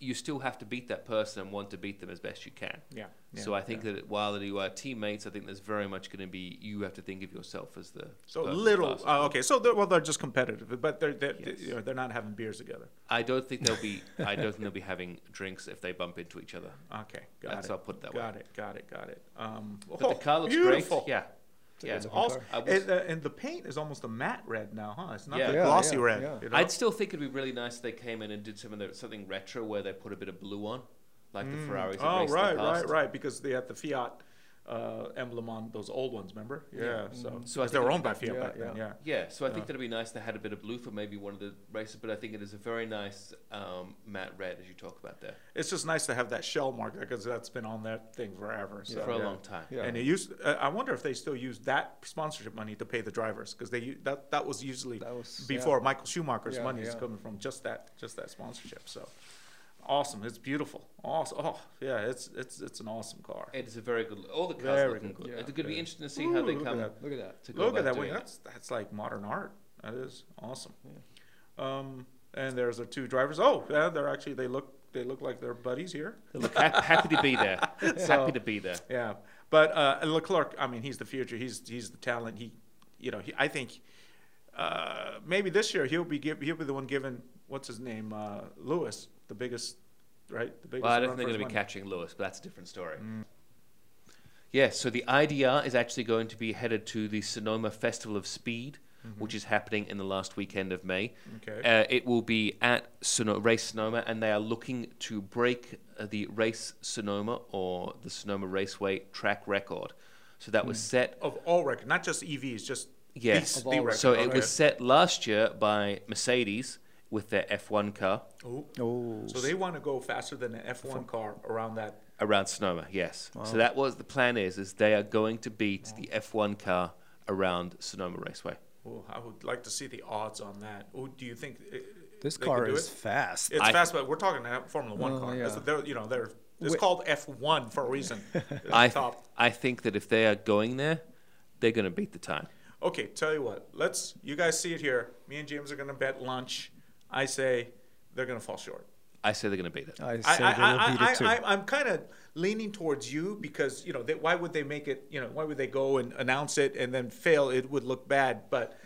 Speaker 4: you still have to beat that person and want to beat them as best you can.
Speaker 2: Yeah,
Speaker 4: so
Speaker 2: yeah,
Speaker 4: I think that while you are teammates, I think there's very much going to be you have to think of yourself as the
Speaker 2: So
Speaker 4: person
Speaker 2: little.
Speaker 4: class.
Speaker 2: Uh, okay, so they're, well, they're just competitive, but they're they're,
Speaker 4: Yes.
Speaker 2: you know, they're not having beers together.
Speaker 4: I don't think they'll be. I don't think they'll be having drinks if they bump into each other.
Speaker 2: Okay, got
Speaker 4: That's-
Speaker 2: it.
Speaker 4: I'll put it that way.
Speaker 2: got it. Got it. Got it. Um,
Speaker 4: But the car looks
Speaker 2: beautiful.
Speaker 4: great. Yeah. Yeah.
Speaker 2: It's also,
Speaker 4: I was-
Speaker 2: and, uh, and the paint is almost a matte red now, huh? It's not
Speaker 4: Yeah.
Speaker 2: the
Speaker 4: Yeah,
Speaker 2: glossy
Speaker 3: yeah,
Speaker 2: red.
Speaker 3: yeah.
Speaker 2: you know?
Speaker 4: I'd still think it'd be really nice if they came in and did some of the, something retro where they put a bit of blue on, like the Ferraris. that
Speaker 2: Oh,
Speaker 4: raced in the
Speaker 2: right,
Speaker 4: past.
Speaker 2: right, right. Because they had the Fiat uh, emblem on those old ones. Remember? Yeah. So,
Speaker 4: So I
Speaker 2: they
Speaker 4: think
Speaker 2: were
Speaker 4: it-
Speaker 2: owned by Fiat
Speaker 3: yeah,
Speaker 2: back then.
Speaker 3: yeah.
Speaker 2: Yeah.
Speaker 4: Yeah, so I think that'd be nice to had a bit of blue for maybe one of the races, but I think it is a very nice um, matte red as you talk about there
Speaker 2: It's just nice to have that shell mark because that's been on that thing forever. So,
Speaker 4: for a
Speaker 2: yeah.
Speaker 4: long time.
Speaker 3: Yeah.
Speaker 2: And they used. Uh, I wonder if they still use that sponsorship money to pay the drivers because they u- that that was usually
Speaker 3: That was-
Speaker 2: before
Speaker 3: yeah.
Speaker 2: Michael Schumacher's
Speaker 3: Yeah,
Speaker 2: money is
Speaker 3: yeah.
Speaker 2: coming from just that just that sponsorship. So awesome! It's beautiful. Awesome. Oh yeah, it's it's it's an awesome car.
Speaker 4: It is a very good. All the cars
Speaker 2: Very
Speaker 4: looking
Speaker 2: good.
Speaker 4: good.
Speaker 3: Yeah.
Speaker 4: It's going to be interesting to see how
Speaker 2: Ooh,
Speaker 4: they
Speaker 2: look at
Speaker 4: come.
Speaker 2: that.
Speaker 3: Look at that.
Speaker 4: To go
Speaker 2: Look
Speaker 4: about
Speaker 2: at that
Speaker 4: doing
Speaker 2: wing.
Speaker 4: it.
Speaker 2: That's that's like modern art. That is awesome. Um, and there's the two drivers. Oh, yeah, they're actually they look they look like they're buddies here.
Speaker 4: They Look, hap- happy to be there. happy to be there.
Speaker 2: Yeah, but uh, Leclerc. I mean, he's the future. He's he's the talent. He, you know, he, I think uh, maybe this year he'll be give, he'll be the one given what's his name uh, Lewis the biggest, right? The biggest.
Speaker 4: Well, I don't
Speaker 2: run
Speaker 4: think they're
Speaker 2: for
Speaker 4: going to be
Speaker 2: his money.
Speaker 4: catching Lewis, but that's a different story.
Speaker 2: Mm.
Speaker 4: Yes, so the IDR is actually going to be headed to the Sonoma Festival of Speed, which is happening in the last weekend of May.
Speaker 2: Mm-hmm. Okay.
Speaker 4: Uh, it will be at Sono- Race Sonoma, and they are looking to break uh, the Race Sonoma or the Sonoma Raceway track record. So that was set
Speaker 2: Hmm. of all record, not just EVs, just
Speaker 4: Yes.
Speaker 2: these- the record. Oh,
Speaker 4: So it
Speaker 2: Okay.
Speaker 4: was set last year by Mercedes with their F1 car
Speaker 2: Oh.
Speaker 3: Oh,
Speaker 2: So they want to go faster than an F1 car around that.
Speaker 4: around Sonoma. Yes. So that was the plan. Is is they are going to beat the F1 car around Sonoma Raceway.
Speaker 2: Oh, I would like to see the odds on that. Oh, do you think uh,
Speaker 3: this
Speaker 2: they
Speaker 3: car
Speaker 2: could do
Speaker 3: is
Speaker 2: it?
Speaker 3: fast.
Speaker 2: It's
Speaker 4: I-
Speaker 2: fast, but we're talking a Formula One
Speaker 3: Oh,
Speaker 2: car.
Speaker 3: yeah.
Speaker 2: It's, they're, you know, they're it's
Speaker 3: Wait.
Speaker 2: called F1 for a reason. It's
Speaker 4: I
Speaker 2: top.
Speaker 4: I think that if they are going there, they're going to beat the time.
Speaker 2: Okay, tell you what. Let's you guys see it here. Me and James are gonna bet lunch. I say they're gonna fall short.
Speaker 4: I say they're going to beat it.
Speaker 3: I
Speaker 2: I,
Speaker 3: say
Speaker 2: I,
Speaker 3: they'll beat
Speaker 2: I,
Speaker 3: it too.
Speaker 2: I, I, I'm kind of leaning towards you because you know they, why would they make it? You know why would they go and announce it and then fail? It would look bad. But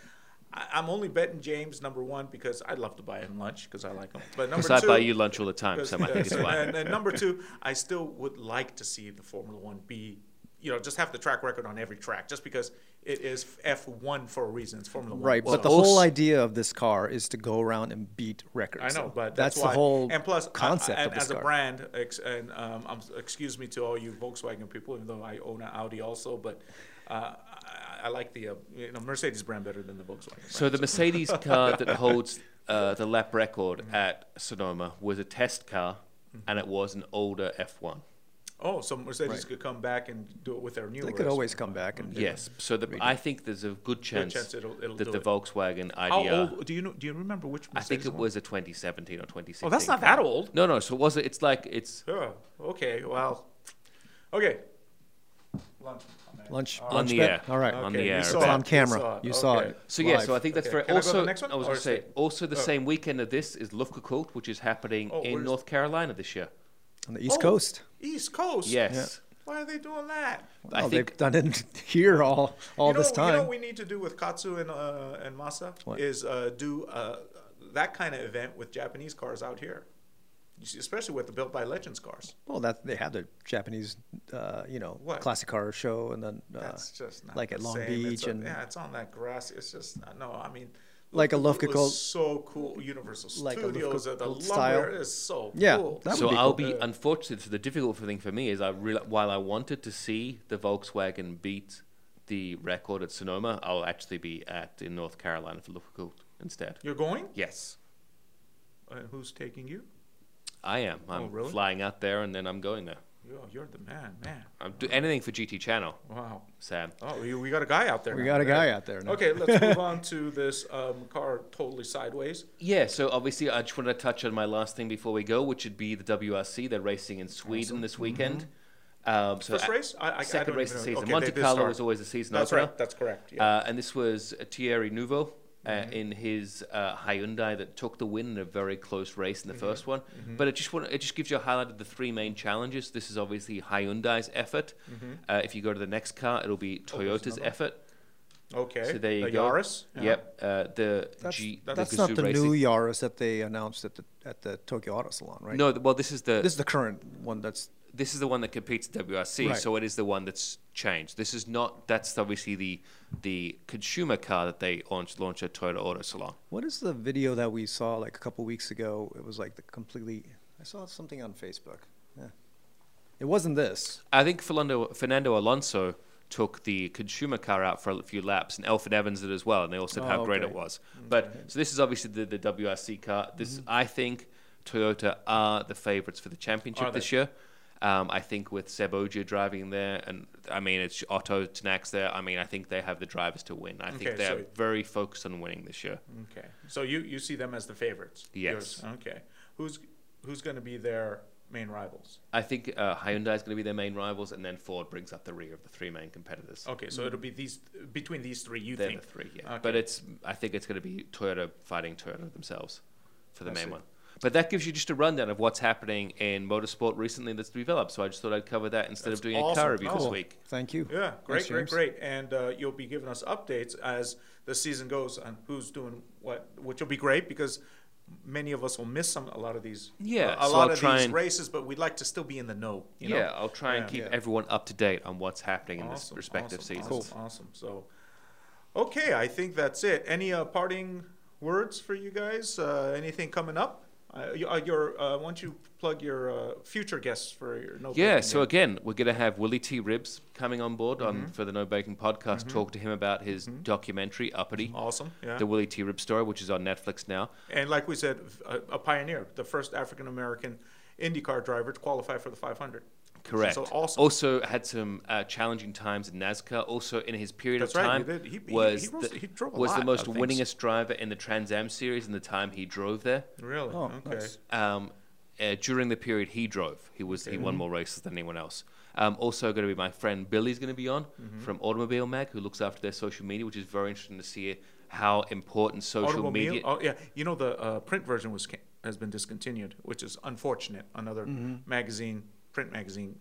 Speaker 2: I, I'm only betting James number one because I'd love to buy him lunch because I like him. But number
Speaker 4: Because
Speaker 2: two,
Speaker 4: I buy you lunch all the time,
Speaker 2: because-
Speaker 4: so I think it's
Speaker 2: yes,
Speaker 4: fine.
Speaker 2: and, and number two, I still would like to see the Formula One be, you know, just have the track record on every track, just because it is F1 for a reason. It's Formula One.
Speaker 3: Right,
Speaker 2: So-
Speaker 3: but the
Speaker 4: also-
Speaker 3: whole idea of this car is to go around and beat
Speaker 2: I
Speaker 3: records.
Speaker 2: know, but that's,
Speaker 3: that's, the
Speaker 2: why.
Speaker 3: whole
Speaker 2: and plus, I-
Speaker 3: concept
Speaker 2: I,
Speaker 3: of this
Speaker 2: as
Speaker 3: car.
Speaker 2: a brand, ex, and um, I'm, excuse me to all you Volkswagen people, even though I own an Audi also, but uh, I, I like the uh, you know Mercedes brand better than the Volkswagen. Brand.
Speaker 4: So the Mercedes car that holds uh, the lap record
Speaker 2: Mm-hmm.
Speaker 4: at Sonoma was a test car, and it was an older F1.
Speaker 2: oh, so Mercedes could come back and do it with their new.
Speaker 3: they could always come back and do it.
Speaker 4: Yes. So the, I think there's a good chance,
Speaker 2: chance it'll- it'll
Speaker 4: that
Speaker 2: do
Speaker 4: the
Speaker 2: it.
Speaker 4: Volkswagen IDR.
Speaker 2: How old do you know? Do you remember which?
Speaker 4: I
Speaker 2: Mercedes
Speaker 4: think it
Speaker 2: one?
Speaker 4: was a 2017 or 2016.
Speaker 2: Oh, that's not that
Speaker 4: car.
Speaker 2: old.
Speaker 4: No, no. So was it? It's like it's
Speaker 2: Oh, okay. Well, okay. Lunch. man.
Speaker 3: Lunch,
Speaker 2: All right.
Speaker 4: on
Speaker 3: lunch
Speaker 4: the
Speaker 3: bet?
Speaker 4: air.
Speaker 3: All right,
Speaker 4: On
Speaker 2: Okay,
Speaker 4: the
Speaker 2: you
Speaker 4: air.
Speaker 2: saw
Speaker 3: it's
Speaker 4: So
Speaker 2: it.
Speaker 3: on
Speaker 2: You
Speaker 3: camera.
Speaker 2: saw it.
Speaker 3: You saw
Speaker 2: Okay.
Speaker 3: it.
Speaker 4: So yeah, so I
Speaker 3: live.
Speaker 4: think that's
Speaker 2: Okay,
Speaker 4: very.
Speaker 2: can I go to
Speaker 4: Also,
Speaker 2: the next one?
Speaker 4: I was
Speaker 2: Or
Speaker 4: going to
Speaker 2: is it-
Speaker 4: say also the
Speaker 2: Oh.
Speaker 4: same weekend of this is Lufkerkult, which is happening
Speaker 2: Oh,
Speaker 4: in
Speaker 2: where's-
Speaker 4: North Carolina this year.
Speaker 3: on the East
Speaker 2: Oh,
Speaker 3: Coast.
Speaker 2: East Coast.
Speaker 4: Yes.
Speaker 2: Why are they doing that?
Speaker 4: I
Speaker 3: Well,
Speaker 4: think
Speaker 3: they've done it here all all
Speaker 2: you know,
Speaker 3: this time.
Speaker 2: You know what we need to do with Katsu and uh, and Masa
Speaker 3: What?
Speaker 2: is uh, do uh, that kind of event with Japanese cars out here, You see, especially with the built by legends cars.
Speaker 3: Well, that they have the Japanese, uh, you know,
Speaker 2: What?
Speaker 3: classic car show, and then uh,
Speaker 2: That's just not
Speaker 3: like
Speaker 2: the
Speaker 3: at Long
Speaker 2: same.
Speaker 3: Beach
Speaker 2: It's a-
Speaker 3: and
Speaker 2: yeah, it's on that grass. It's just no. I mean,
Speaker 3: Like a
Speaker 2: Lufkin
Speaker 3: Lufkin-
Speaker 2: was so cool. Universal
Speaker 3: Like a
Speaker 2: Studios
Speaker 3: Lufkin
Speaker 2: at the
Speaker 3: style.
Speaker 2: lumber is so
Speaker 3: Yeah,
Speaker 2: cool.
Speaker 3: that
Speaker 4: so
Speaker 3: would be
Speaker 4: I'll
Speaker 3: cool.
Speaker 4: be uh, unfortunate. So the difficult thing for me is I real, while I wanted to see the Volkswagen beat the record at Sonoma, I'll actually be at in North Carolina for Lufkerkult instead.
Speaker 2: You're going?
Speaker 4: Yes,
Speaker 2: Uh, who's taking you?
Speaker 4: I am. I'm
Speaker 2: Oh, really?
Speaker 4: flying out there and then I'm going there.
Speaker 2: Yo, you're the man, man.
Speaker 4: I'm do anything for GT Channel,
Speaker 2: Wow.
Speaker 4: Sam.
Speaker 2: Oh, we, we got a guy out there.
Speaker 3: we
Speaker 2: now.
Speaker 3: got a guy out there. Now.
Speaker 2: Okay, let's move on to this um, car totally sideways.
Speaker 4: Yeah, so obviously I just wanted to touch on my last thing before we go, which would be the WRC. They're racing in Sweden this weekend. Um, so
Speaker 2: Mm-hmm. First
Speaker 4: a-
Speaker 2: race? I- I- I
Speaker 4: second
Speaker 2: don't
Speaker 4: race
Speaker 2: even
Speaker 4: of the
Speaker 2: know.
Speaker 4: season.
Speaker 2: Okay,
Speaker 4: Monte
Speaker 2: they did
Speaker 4: Carlo
Speaker 2: start.
Speaker 4: was always the season
Speaker 2: That's right,
Speaker 4: opener.
Speaker 2: Mm-hmm. that's correct,
Speaker 4: Uh, and this was uh, Thierry Nouveau uh, in his uh, Hyundai that took the win in a very close race in
Speaker 2: Mm-hmm.
Speaker 4: the first one. But it just want, it just gives you a highlight of the three main challenges. This is obviously Hyundai's effort.
Speaker 2: Mm-hmm.
Speaker 4: Uh, if you go to the next car, it'll be
Speaker 2: Oh,
Speaker 4: Toyota's effort.
Speaker 2: Okay.
Speaker 4: So there you
Speaker 2: the
Speaker 4: go.
Speaker 2: Yaris. yeah.
Speaker 4: Yep. Uh, the
Speaker 3: that's,
Speaker 4: G.
Speaker 3: that's
Speaker 4: the
Speaker 3: not
Speaker 4: Gazoo
Speaker 3: the
Speaker 4: Racing.
Speaker 3: new Yaris that they announced at the at the Tokyo Auto Salon, right?
Speaker 4: No, th- well, this is the
Speaker 3: this is the current one. That's
Speaker 4: this is the one that competes at WRC,
Speaker 3: Right.
Speaker 4: so it is the one that's changed. This is not that's obviously the the consumer car that they launched launch at Toyota Auto Salon.
Speaker 3: what is the video that we saw like a couple weeks ago? It was like the completely. I saw something on Facebook. Yeah. It wasn't this.
Speaker 4: I think Fernando, Fernando Alonso took the consumer car out for a few laps, and Elfin Evans did as well, and they all said how
Speaker 3: Oh,
Speaker 4: great
Speaker 3: okay.
Speaker 4: it was. But so this is obviously the, the WRC car. This
Speaker 2: Mm-hmm.
Speaker 4: I think Toyota are the favourites for the
Speaker 2: Are
Speaker 4: championship
Speaker 2: they?
Speaker 4: this year. Um, I think with Seb Ogier driving there, and I mean it's Otto Tanak's there. I mean I think they have the drivers to win. I
Speaker 2: Okay,
Speaker 4: think they're
Speaker 2: so-
Speaker 4: very focused on winning this year.
Speaker 2: Okay. So you, you see them as the favorites?
Speaker 4: Yes.
Speaker 2: Yours- Okay. Who's who's going to be their main rivals?
Speaker 4: I think uh, Hyundai is going to be their main rivals, and then Ford brings up the rear of the three main competitors.
Speaker 2: Okay, so it'll be these between these three. You
Speaker 4: Mm. They're
Speaker 2: think
Speaker 4: the three, yeah.
Speaker 2: Okay.
Speaker 4: But it's I think it's going to be Toyota fighting Toyota themselves for the
Speaker 2: I
Speaker 4: main
Speaker 2: see.
Speaker 4: one. But that gives you just a rundown of what's happening in motorsport recently that's developed. So I just thought I'd cover that instead of doing a
Speaker 2: awesome.
Speaker 4: car review this
Speaker 3: Cool.
Speaker 4: week.
Speaker 3: Thank you.
Speaker 2: Yeah, great, great,
Speaker 3: Thanks, James.
Speaker 2: great. And uh, you'll be giving us updates as the season goes on who's doing what, which will be great because many of us will miss some a lot of these.
Speaker 4: Yeah,
Speaker 2: a
Speaker 4: so
Speaker 2: lot
Speaker 4: I'll
Speaker 2: of
Speaker 4: try
Speaker 2: these
Speaker 4: and-
Speaker 2: races, but we'd like to still be in the know. You know?
Speaker 4: yeah, I'll try and
Speaker 2: Yeah.
Speaker 4: keep
Speaker 3: Yeah.
Speaker 4: everyone up to date on what's happening in this
Speaker 2: Awesome,
Speaker 4: respective
Speaker 2: awesome,
Speaker 4: season.
Speaker 2: Awesome, awesome. So, okay, I think that's it. Any uh, parting words for you guys? Uh, anything coming up? Uh, you- uh, your uh, why don't you plug your uh, future guests for your no
Speaker 4: Yeah,
Speaker 2: Breaking
Speaker 4: so
Speaker 2: News.
Speaker 4: again, we're going to have Willie T. Ribs coming on board
Speaker 2: Mm-hmm.
Speaker 4: on for the No Baking podcast, talk to him about his documentary, Uppity,
Speaker 2: awesome. Yeah,
Speaker 4: The Willie T. Ribs Story, which is on Netflix now.
Speaker 2: And like we said, a, a pioneer, the first African American IndyCar driver to qualify for the 500.
Speaker 4: Correct. Oh,
Speaker 2: So awesome.
Speaker 4: Also had some uh, challenging times in NASCAR. Also in his period
Speaker 2: That's
Speaker 4: of
Speaker 2: right,
Speaker 4: time
Speaker 2: he did. He- he-
Speaker 4: was
Speaker 2: he was-
Speaker 4: the,
Speaker 2: he drove a
Speaker 4: was the
Speaker 2: lot
Speaker 4: most
Speaker 2: of things.
Speaker 4: winningest driver in the Trans Am series in the time he drove there.
Speaker 2: really?
Speaker 3: Oh,
Speaker 2: okay.
Speaker 3: nice.
Speaker 4: Um, uh, during the period he drove, he was he won more races than anyone else. Um, also going to be my friend Billy's going to be on
Speaker 2: Mm-hmm.
Speaker 4: from Automobile Mag, who looks after their social media, which is very interesting to see how important social
Speaker 2: Automobile-
Speaker 4: media.
Speaker 2: Oh, yeah. You know, the uh, print version was ca- has been discontinued, which is unfortunate. Another
Speaker 3: Mm-hmm.
Speaker 2: magazine, print magazine.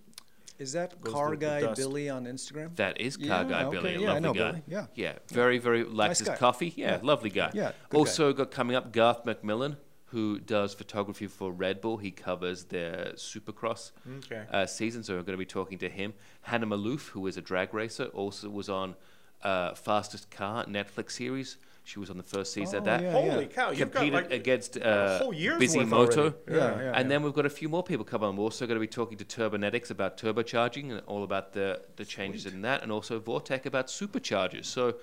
Speaker 3: Is that
Speaker 2: Goes
Speaker 3: car
Speaker 2: through the
Speaker 3: guy
Speaker 2: dust.
Speaker 3: Billy on Instagram?
Speaker 4: That is car
Speaker 3: Yeah,
Speaker 4: guy
Speaker 3: okay,
Speaker 4: Billy, a
Speaker 3: yeah, I
Speaker 4: lovely
Speaker 3: know
Speaker 4: guy.
Speaker 3: Billy, yeah.
Speaker 4: yeah, very very likes
Speaker 3: Nice
Speaker 4: his
Speaker 3: guy.
Speaker 4: coffee. Yeah,
Speaker 3: Yeah.
Speaker 4: lovely guy.
Speaker 3: Yeah, good
Speaker 4: also got coming up Garth McMillan, who does photography for Red Bull. He covers their Supercross
Speaker 2: Okay.
Speaker 4: uh, season, so we're going to be talking to him. Hannah Maloof, who is a drag racer, also was on uh, Fastest Car Netflix series. She was on the first season of
Speaker 3: Oh,
Speaker 4: that.
Speaker 3: yeah, yeah.
Speaker 2: Holy cow! You've got
Speaker 4: Competed
Speaker 2: like
Speaker 4: against
Speaker 2: a
Speaker 4: uh,
Speaker 2: whole year's
Speaker 4: Busy
Speaker 2: worth
Speaker 4: Moto.
Speaker 2: already. Yeah,
Speaker 3: yeah,
Speaker 4: and then we've got a few more people coming on. We're also going to be talking to Turbonetics about turbocharging and all about the, the changes in that, and also Vortec about superchargers. So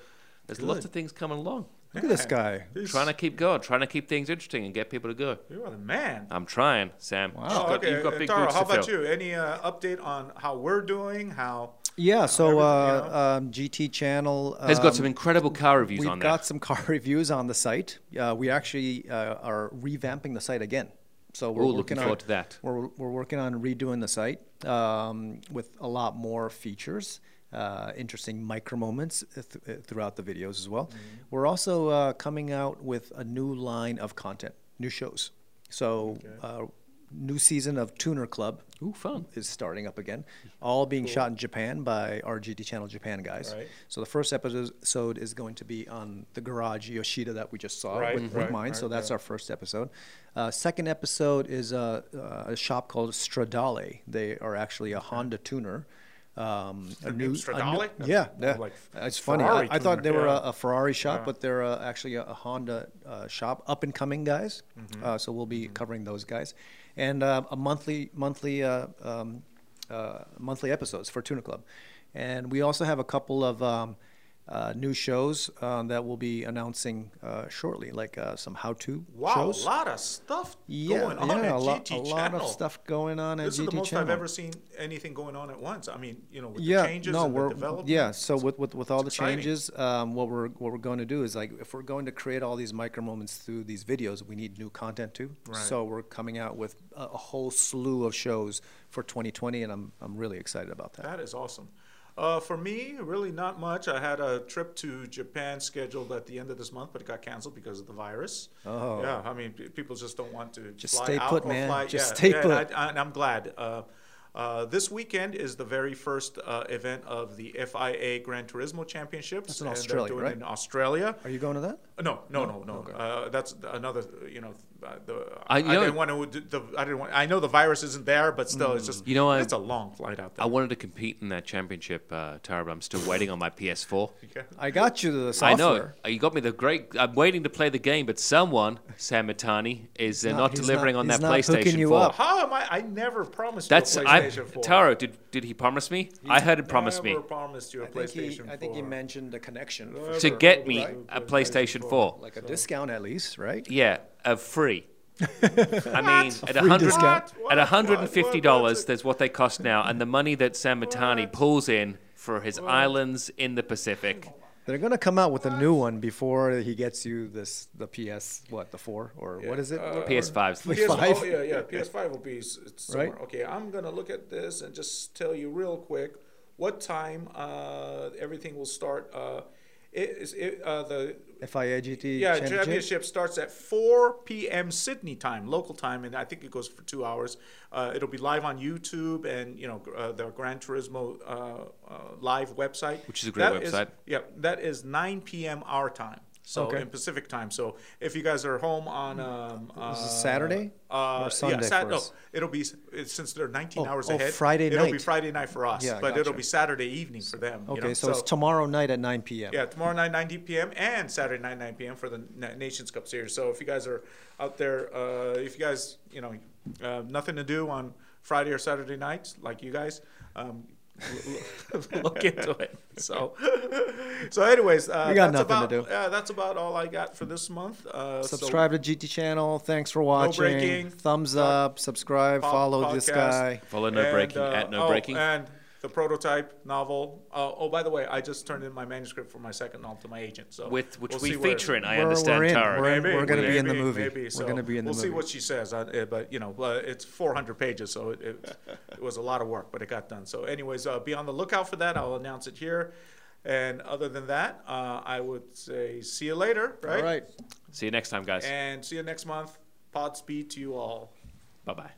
Speaker 4: there's lots of things coming along.
Speaker 3: Look at this guy.
Speaker 2: This-
Speaker 4: Trying to keep going, trying to keep things interesting and get people to go.
Speaker 2: You are the man.
Speaker 4: I'm trying, Sam.
Speaker 3: Wow.
Speaker 4: You've
Speaker 2: Oh,
Speaker 4: got,
Speaker 2: okay.
Speaker 4: you've got big
Speaker 2: Tara,
Speaker 4: boots
Speaker 2: how
Speaker 4: to
Speaker 2: about
Speaker 4: fill.
Speaker 2: you? Any uh, update on how we're doing? How
Speaker 3: Yeah, so
Speaker 2: everything,
Speaker 3: uh,
Speaker 2: you know.
Speaker 3: um, GT Channel
Speaker 4: Has
Speaker 3: um,
Speaker 4: got some incredible car reviews
Speaker 3: We've
Speaker 4: on
Speaker 3: got
Speaker 4: that.
Speaker 3: some car reviews on the site. Uh, we actually uh, are revamping the site again. So we're working
Speaker 4: Ooh, Oh, looking
Speaker 3: on,
Speaker 4: forward to that.
Speaker 3: We're, we're working on redoing the site um, with a lot more features, uh, interesting micro moments uh, th- uh, throughout the videos as well.
Speaker 4: Mm-hmm.
Speaker 3: We're also uh, coming out with a new line of content, new shows. So, uh, new season of Tuner Club
Speaker 4: Ooh, fun.
Speaker 3: is starting up again, all being shot in Japan by our GT Channel Japan guys.
Speaker 2: Right.
Speaker 3: So the first episode is going to be on the garage Yoshida that we just saw
Speaker 2: Right,
Speaker 3: with, with
Speaker 2: right,
Speaker 3: mine. so
Speaker 2: right,
Speaker 3: that's our first episode. Uh, second episode is a, a shop called Stradale. They are actually a Honda tuner. Um, a
Speaker 2: name Stradale?
Speaker 3: a new- yeah, yeah.
Speaker 2: Like
Speaker 3: it's funny. I,
Speaker 2: Ferrari
Speaker 3: I thought they
Speaker 2: tuner,
Speaker 3: were
Speaker 2: yeah.
Speaker 3: a, a Ferrari shop, but they're uh, actually a, a Honda uh, shop, up and coming guys.
Speaker 2: Mm-hmm.
Speaker 3: Uh, so we'll be covering those guys, and uh, a monthly monthly uh, um, uh, monthly episodes for Tuna Club, and we also have a couple of. Um, uh, new shows um, that we'll be announcing uh, shortly, like uh, some how-to
Speaker 2: wow,
Speaker 3: shows.
Speaker 2: a lot of stuff
Speaker 3: yeah,
Speaker 2: going on
Speaker 3: yeah,
Speaker 2: at
Speaker 3: a, lot,
Speaker 2: GT
Speaker 3: a lot of
Speaker 2: Channel.
Speaker 3: stuff going on at
Speaker 2: This
Speaker 3: GT
Speaker 2: is the most
Speaker 3: Channel.
Speaker 2: I've ever seen anything going on at once. I mean, you know, with
Speaker 3: yeah,
Speaker 2: the changes
Speaker 3: no,
Speaker 2: and
Speaker 3: we're
Speaker 2: the development.
Speaker 3: yeah. So with with, with all the
Speaker 2: it's exciting.
Speaker 3: changes, um, what we're what we're going to do is like if we're going to create all these micro moments through these videos, we need new content too.
Speaker 2: Right.
Speaker 3: So we're coming out with a, a whole slew of shows for 2020, and I'm I'm really excited about that.
Speaker 2: That is awesome. Uh, for me, really not much. I had a trip to Japan scheduled at the end of this month, but it got canceled because of the virus.
Speaker 3: Oh.
Speaker 2: Yeah, I mean, p- people just don't want to
Speaker 3: Just
Speaker 2: fly
Speaker 3: stay
Speaker 2: out
Speaker 3: put,
Speaker 2: or
Speaker 3: man.
Speaker 2: fly-
Speaker 3: Just
Speaker 2: yeah,
Speaker 3: stay
Speaker 2: yeah, and
Speaker 3: put.
Speaker 2: I, and I'm glad. Uh, uh, this weekend is the very first uh, event of the FIA Gran Turismo Championship. That's
Speaker 3: in Australia,
Speaker 2: doing
Speaker 3: right?
Speaker 2: it in Australia.
Speaker 3: Are you going to that?
Speaker 2: No, no, no, no. Uh, that's another. You know, uh, the
Speaker 4: I-
Speaker 2: I
Speaker 4: you know-
Speaker 2: didn't want to. The, I didn't want. I know the virus isn't there, but still, it's just
Speaker 4: Mm. You know, I-
Speaker 2: it's a long flight out
Speaker 4: I
Speaker 2: there.
Speaker 4: wanted to compete in that championship, uh, Tara, but I'm still waiting on my PS4.
Speaker 3: I got you the
Speaker 4: I
Speaker 3: software.
Speaker 4: know uh, you got me the great. I'm waiting to play the game, but someone, Sam Matani, is uh,
Speaker 3: not-
Speaker 4: not
Speaker 3: he's
Speaker 4: delivering
Speaker 3: not-
Speaker 4: on
Speaker 3: he's
Speaker 4: that
Speaker 3: not hooking
Speaker 4: PlayStation
Speaker 3: you
Speaker 4: 4.
Speaker 3: up.
Speaker 2: How am I? I never promised
Speaker 4: That's
Speaker 2: you a
Speaker 4: I,
Speaker 2: PlayStation 4.
Speaker 4: Taro. Did did he promise me? I heard him promise me
Speaker 2: Never promised you a
Speaker 3: I think,
Speaker 2: PlayStation
Speaker 3: he,
Speaker 2: 4.
Speaker 3: I think he mentioned a connection, for,
Speaker 4: to
Speaker 2: never
Speaker 4: get
Speaker 2: promised
Speaker 4: me
Speaker 2: you
Speaker 4: a PlayStation 4.
Speaker 3: like a discount at least, right?
Speaker 4: Yeah, uh, free. I mean, at a
Speaker 3: free
Speaker 4: hundred
Speaker 3: discount.
Speaker 2: What?
Speaker 4: at a
Speaker 2: What?
Speaker 4: hundred and
Speaker 2: What?
Speaker 4: fifty
Speaker 2: What's
Speaker 4: dollars,
Speaker 2: it-
Speaker 4: that's what they cost now, and the money that Sam Matani pulls in for his islands in the Pacific.
Speaker 3: They're gonna come out with a new one before he gets you this the PS what the four or what is it?
Speaker 2: uh,
Speaker 4: PS5's the
Speaker 3: Please.
Speaker 2: PS5.
Speaker 3: Five.
Speaker 2: Oh, yeah, yeah. PS5 will be s- it's somewhere.
Speaker 3: Right?
Speaker 2: Okay, I'm gonna look at this and just tell you real quick what time uh, everything will start. Uh, it, is- it, uh, the
Speaker 3: FIAGT
Speaker 2: yeah
Speaker 3: championship?
Speaker 2: championship starts at 4 p.m. Sydney time, local time, and I think it goes for two hours. Uh, it'll be live on YouTube and you know gr- uh, the Gran Turismo uh, uh, live website,
Speaker 4: Which is a great
Speaker 2: That
Speaker 4: website.
Speaker 2: yeah, that is 9 p.m. our time. So
Speaker 3: Okay.
Speaker 2: in Pacific time. So if you guys are home on um, uh,
Speaker 3: This is Saturday
Speaker 2: uh,
Speaker 3: or Sunday
Speaker 2: yeah, Sat-
Speaker 3: for
Speaker 2: no,
Speaker 3: us?
Speaker 2: it'll be s- it's, since they're 19
Speaker 3: Oh,
Speaker 2: hours
Speaker 3: oh,
Speaker 2: ahead.
Speaker 3: Friday
Speaker 2: it'll be
Speaker 3: night.
Speaker 2: Friday night for us,
Speaker 3: Yeah,
Speaker 2: but it'll
Speaker 3: gotcha.
Speaker 2: be Saturday evening for them. you
Speaker 3: Okay,
Speaker 2: know?
Speaker 3: so, it's tomorrow night at 9 p.m.
Speaker 2: Yeah, tomorrow night 9 p.m. and Saturday night 9 p.m. for the Na- Nations Cup series. So if you guys are out there, uh, if you guys you know uh, nothing to do on Friday or Saturday night, like you guys. Um, l- l-
Speaker 4: Look into it.
Speaker 2: so, so anyways, uh,
Speaker 3: We got
Speaker 2: that's
Speaker 3: nothing
Speaker 2: about,
Speaker 3: to do.
Speaker 2: Uh, that's about all I got for this month. Uh, so-
Speaker 3: Subscribe to GT channel. Thanks for watching.
Speaker 2: breaking.
Speaker 3: Thumbs up. Subscribe.
Speaker 2: po-
Speaker 3: follow this
Speaker 2: podcast.
Speaker 3: guy.
Speaker 4: Follow No
Speaker 2: And,
Speaker 4: Breaking
Speaker 2: uh,
Speaker 4: at No
Speaker 2: oh,
Speaker 4: Breaking.
Speaker 2: And the prototype novel. Uh, oh, by the way, I just turned in my manuscript for my second novel to my agent. So
Speaker 4: With which
Speaker 2: we'll
Speaker 4: we
Speaker 2: see where-
Speaker 4: feature in, I
Speaker 3: We're-
Speaker 4: understand,
Speaker 3: we're in.
Speaker 4: Tara.
Speaker 3: We're in.
Speaker 2: Maybe,
Speaker 3: gonna be in the
Speaker 2: maybe,
Speaker 3: movie.
Speaker 2: maybe.
Speaker 3: We're
Speaker 2: So
Speaker 3: gonna be in the
Speaker 2: we'll see
Speaker 3: movie.
Speaker 2: what she says. I, uh, but you know, uh, it's 400 pages, so it, it, it was a lot of work, but it got done. So, anyways, uh, be on the lookout for that. I'll announce it here. And other than that, uh, I would say see you later, right?
Speaker 3: All right.
Speaker 4: See you next time, guys.
Speaker 2: And see you next month. Pod speed to you all.
Speaker 4: Bye bye.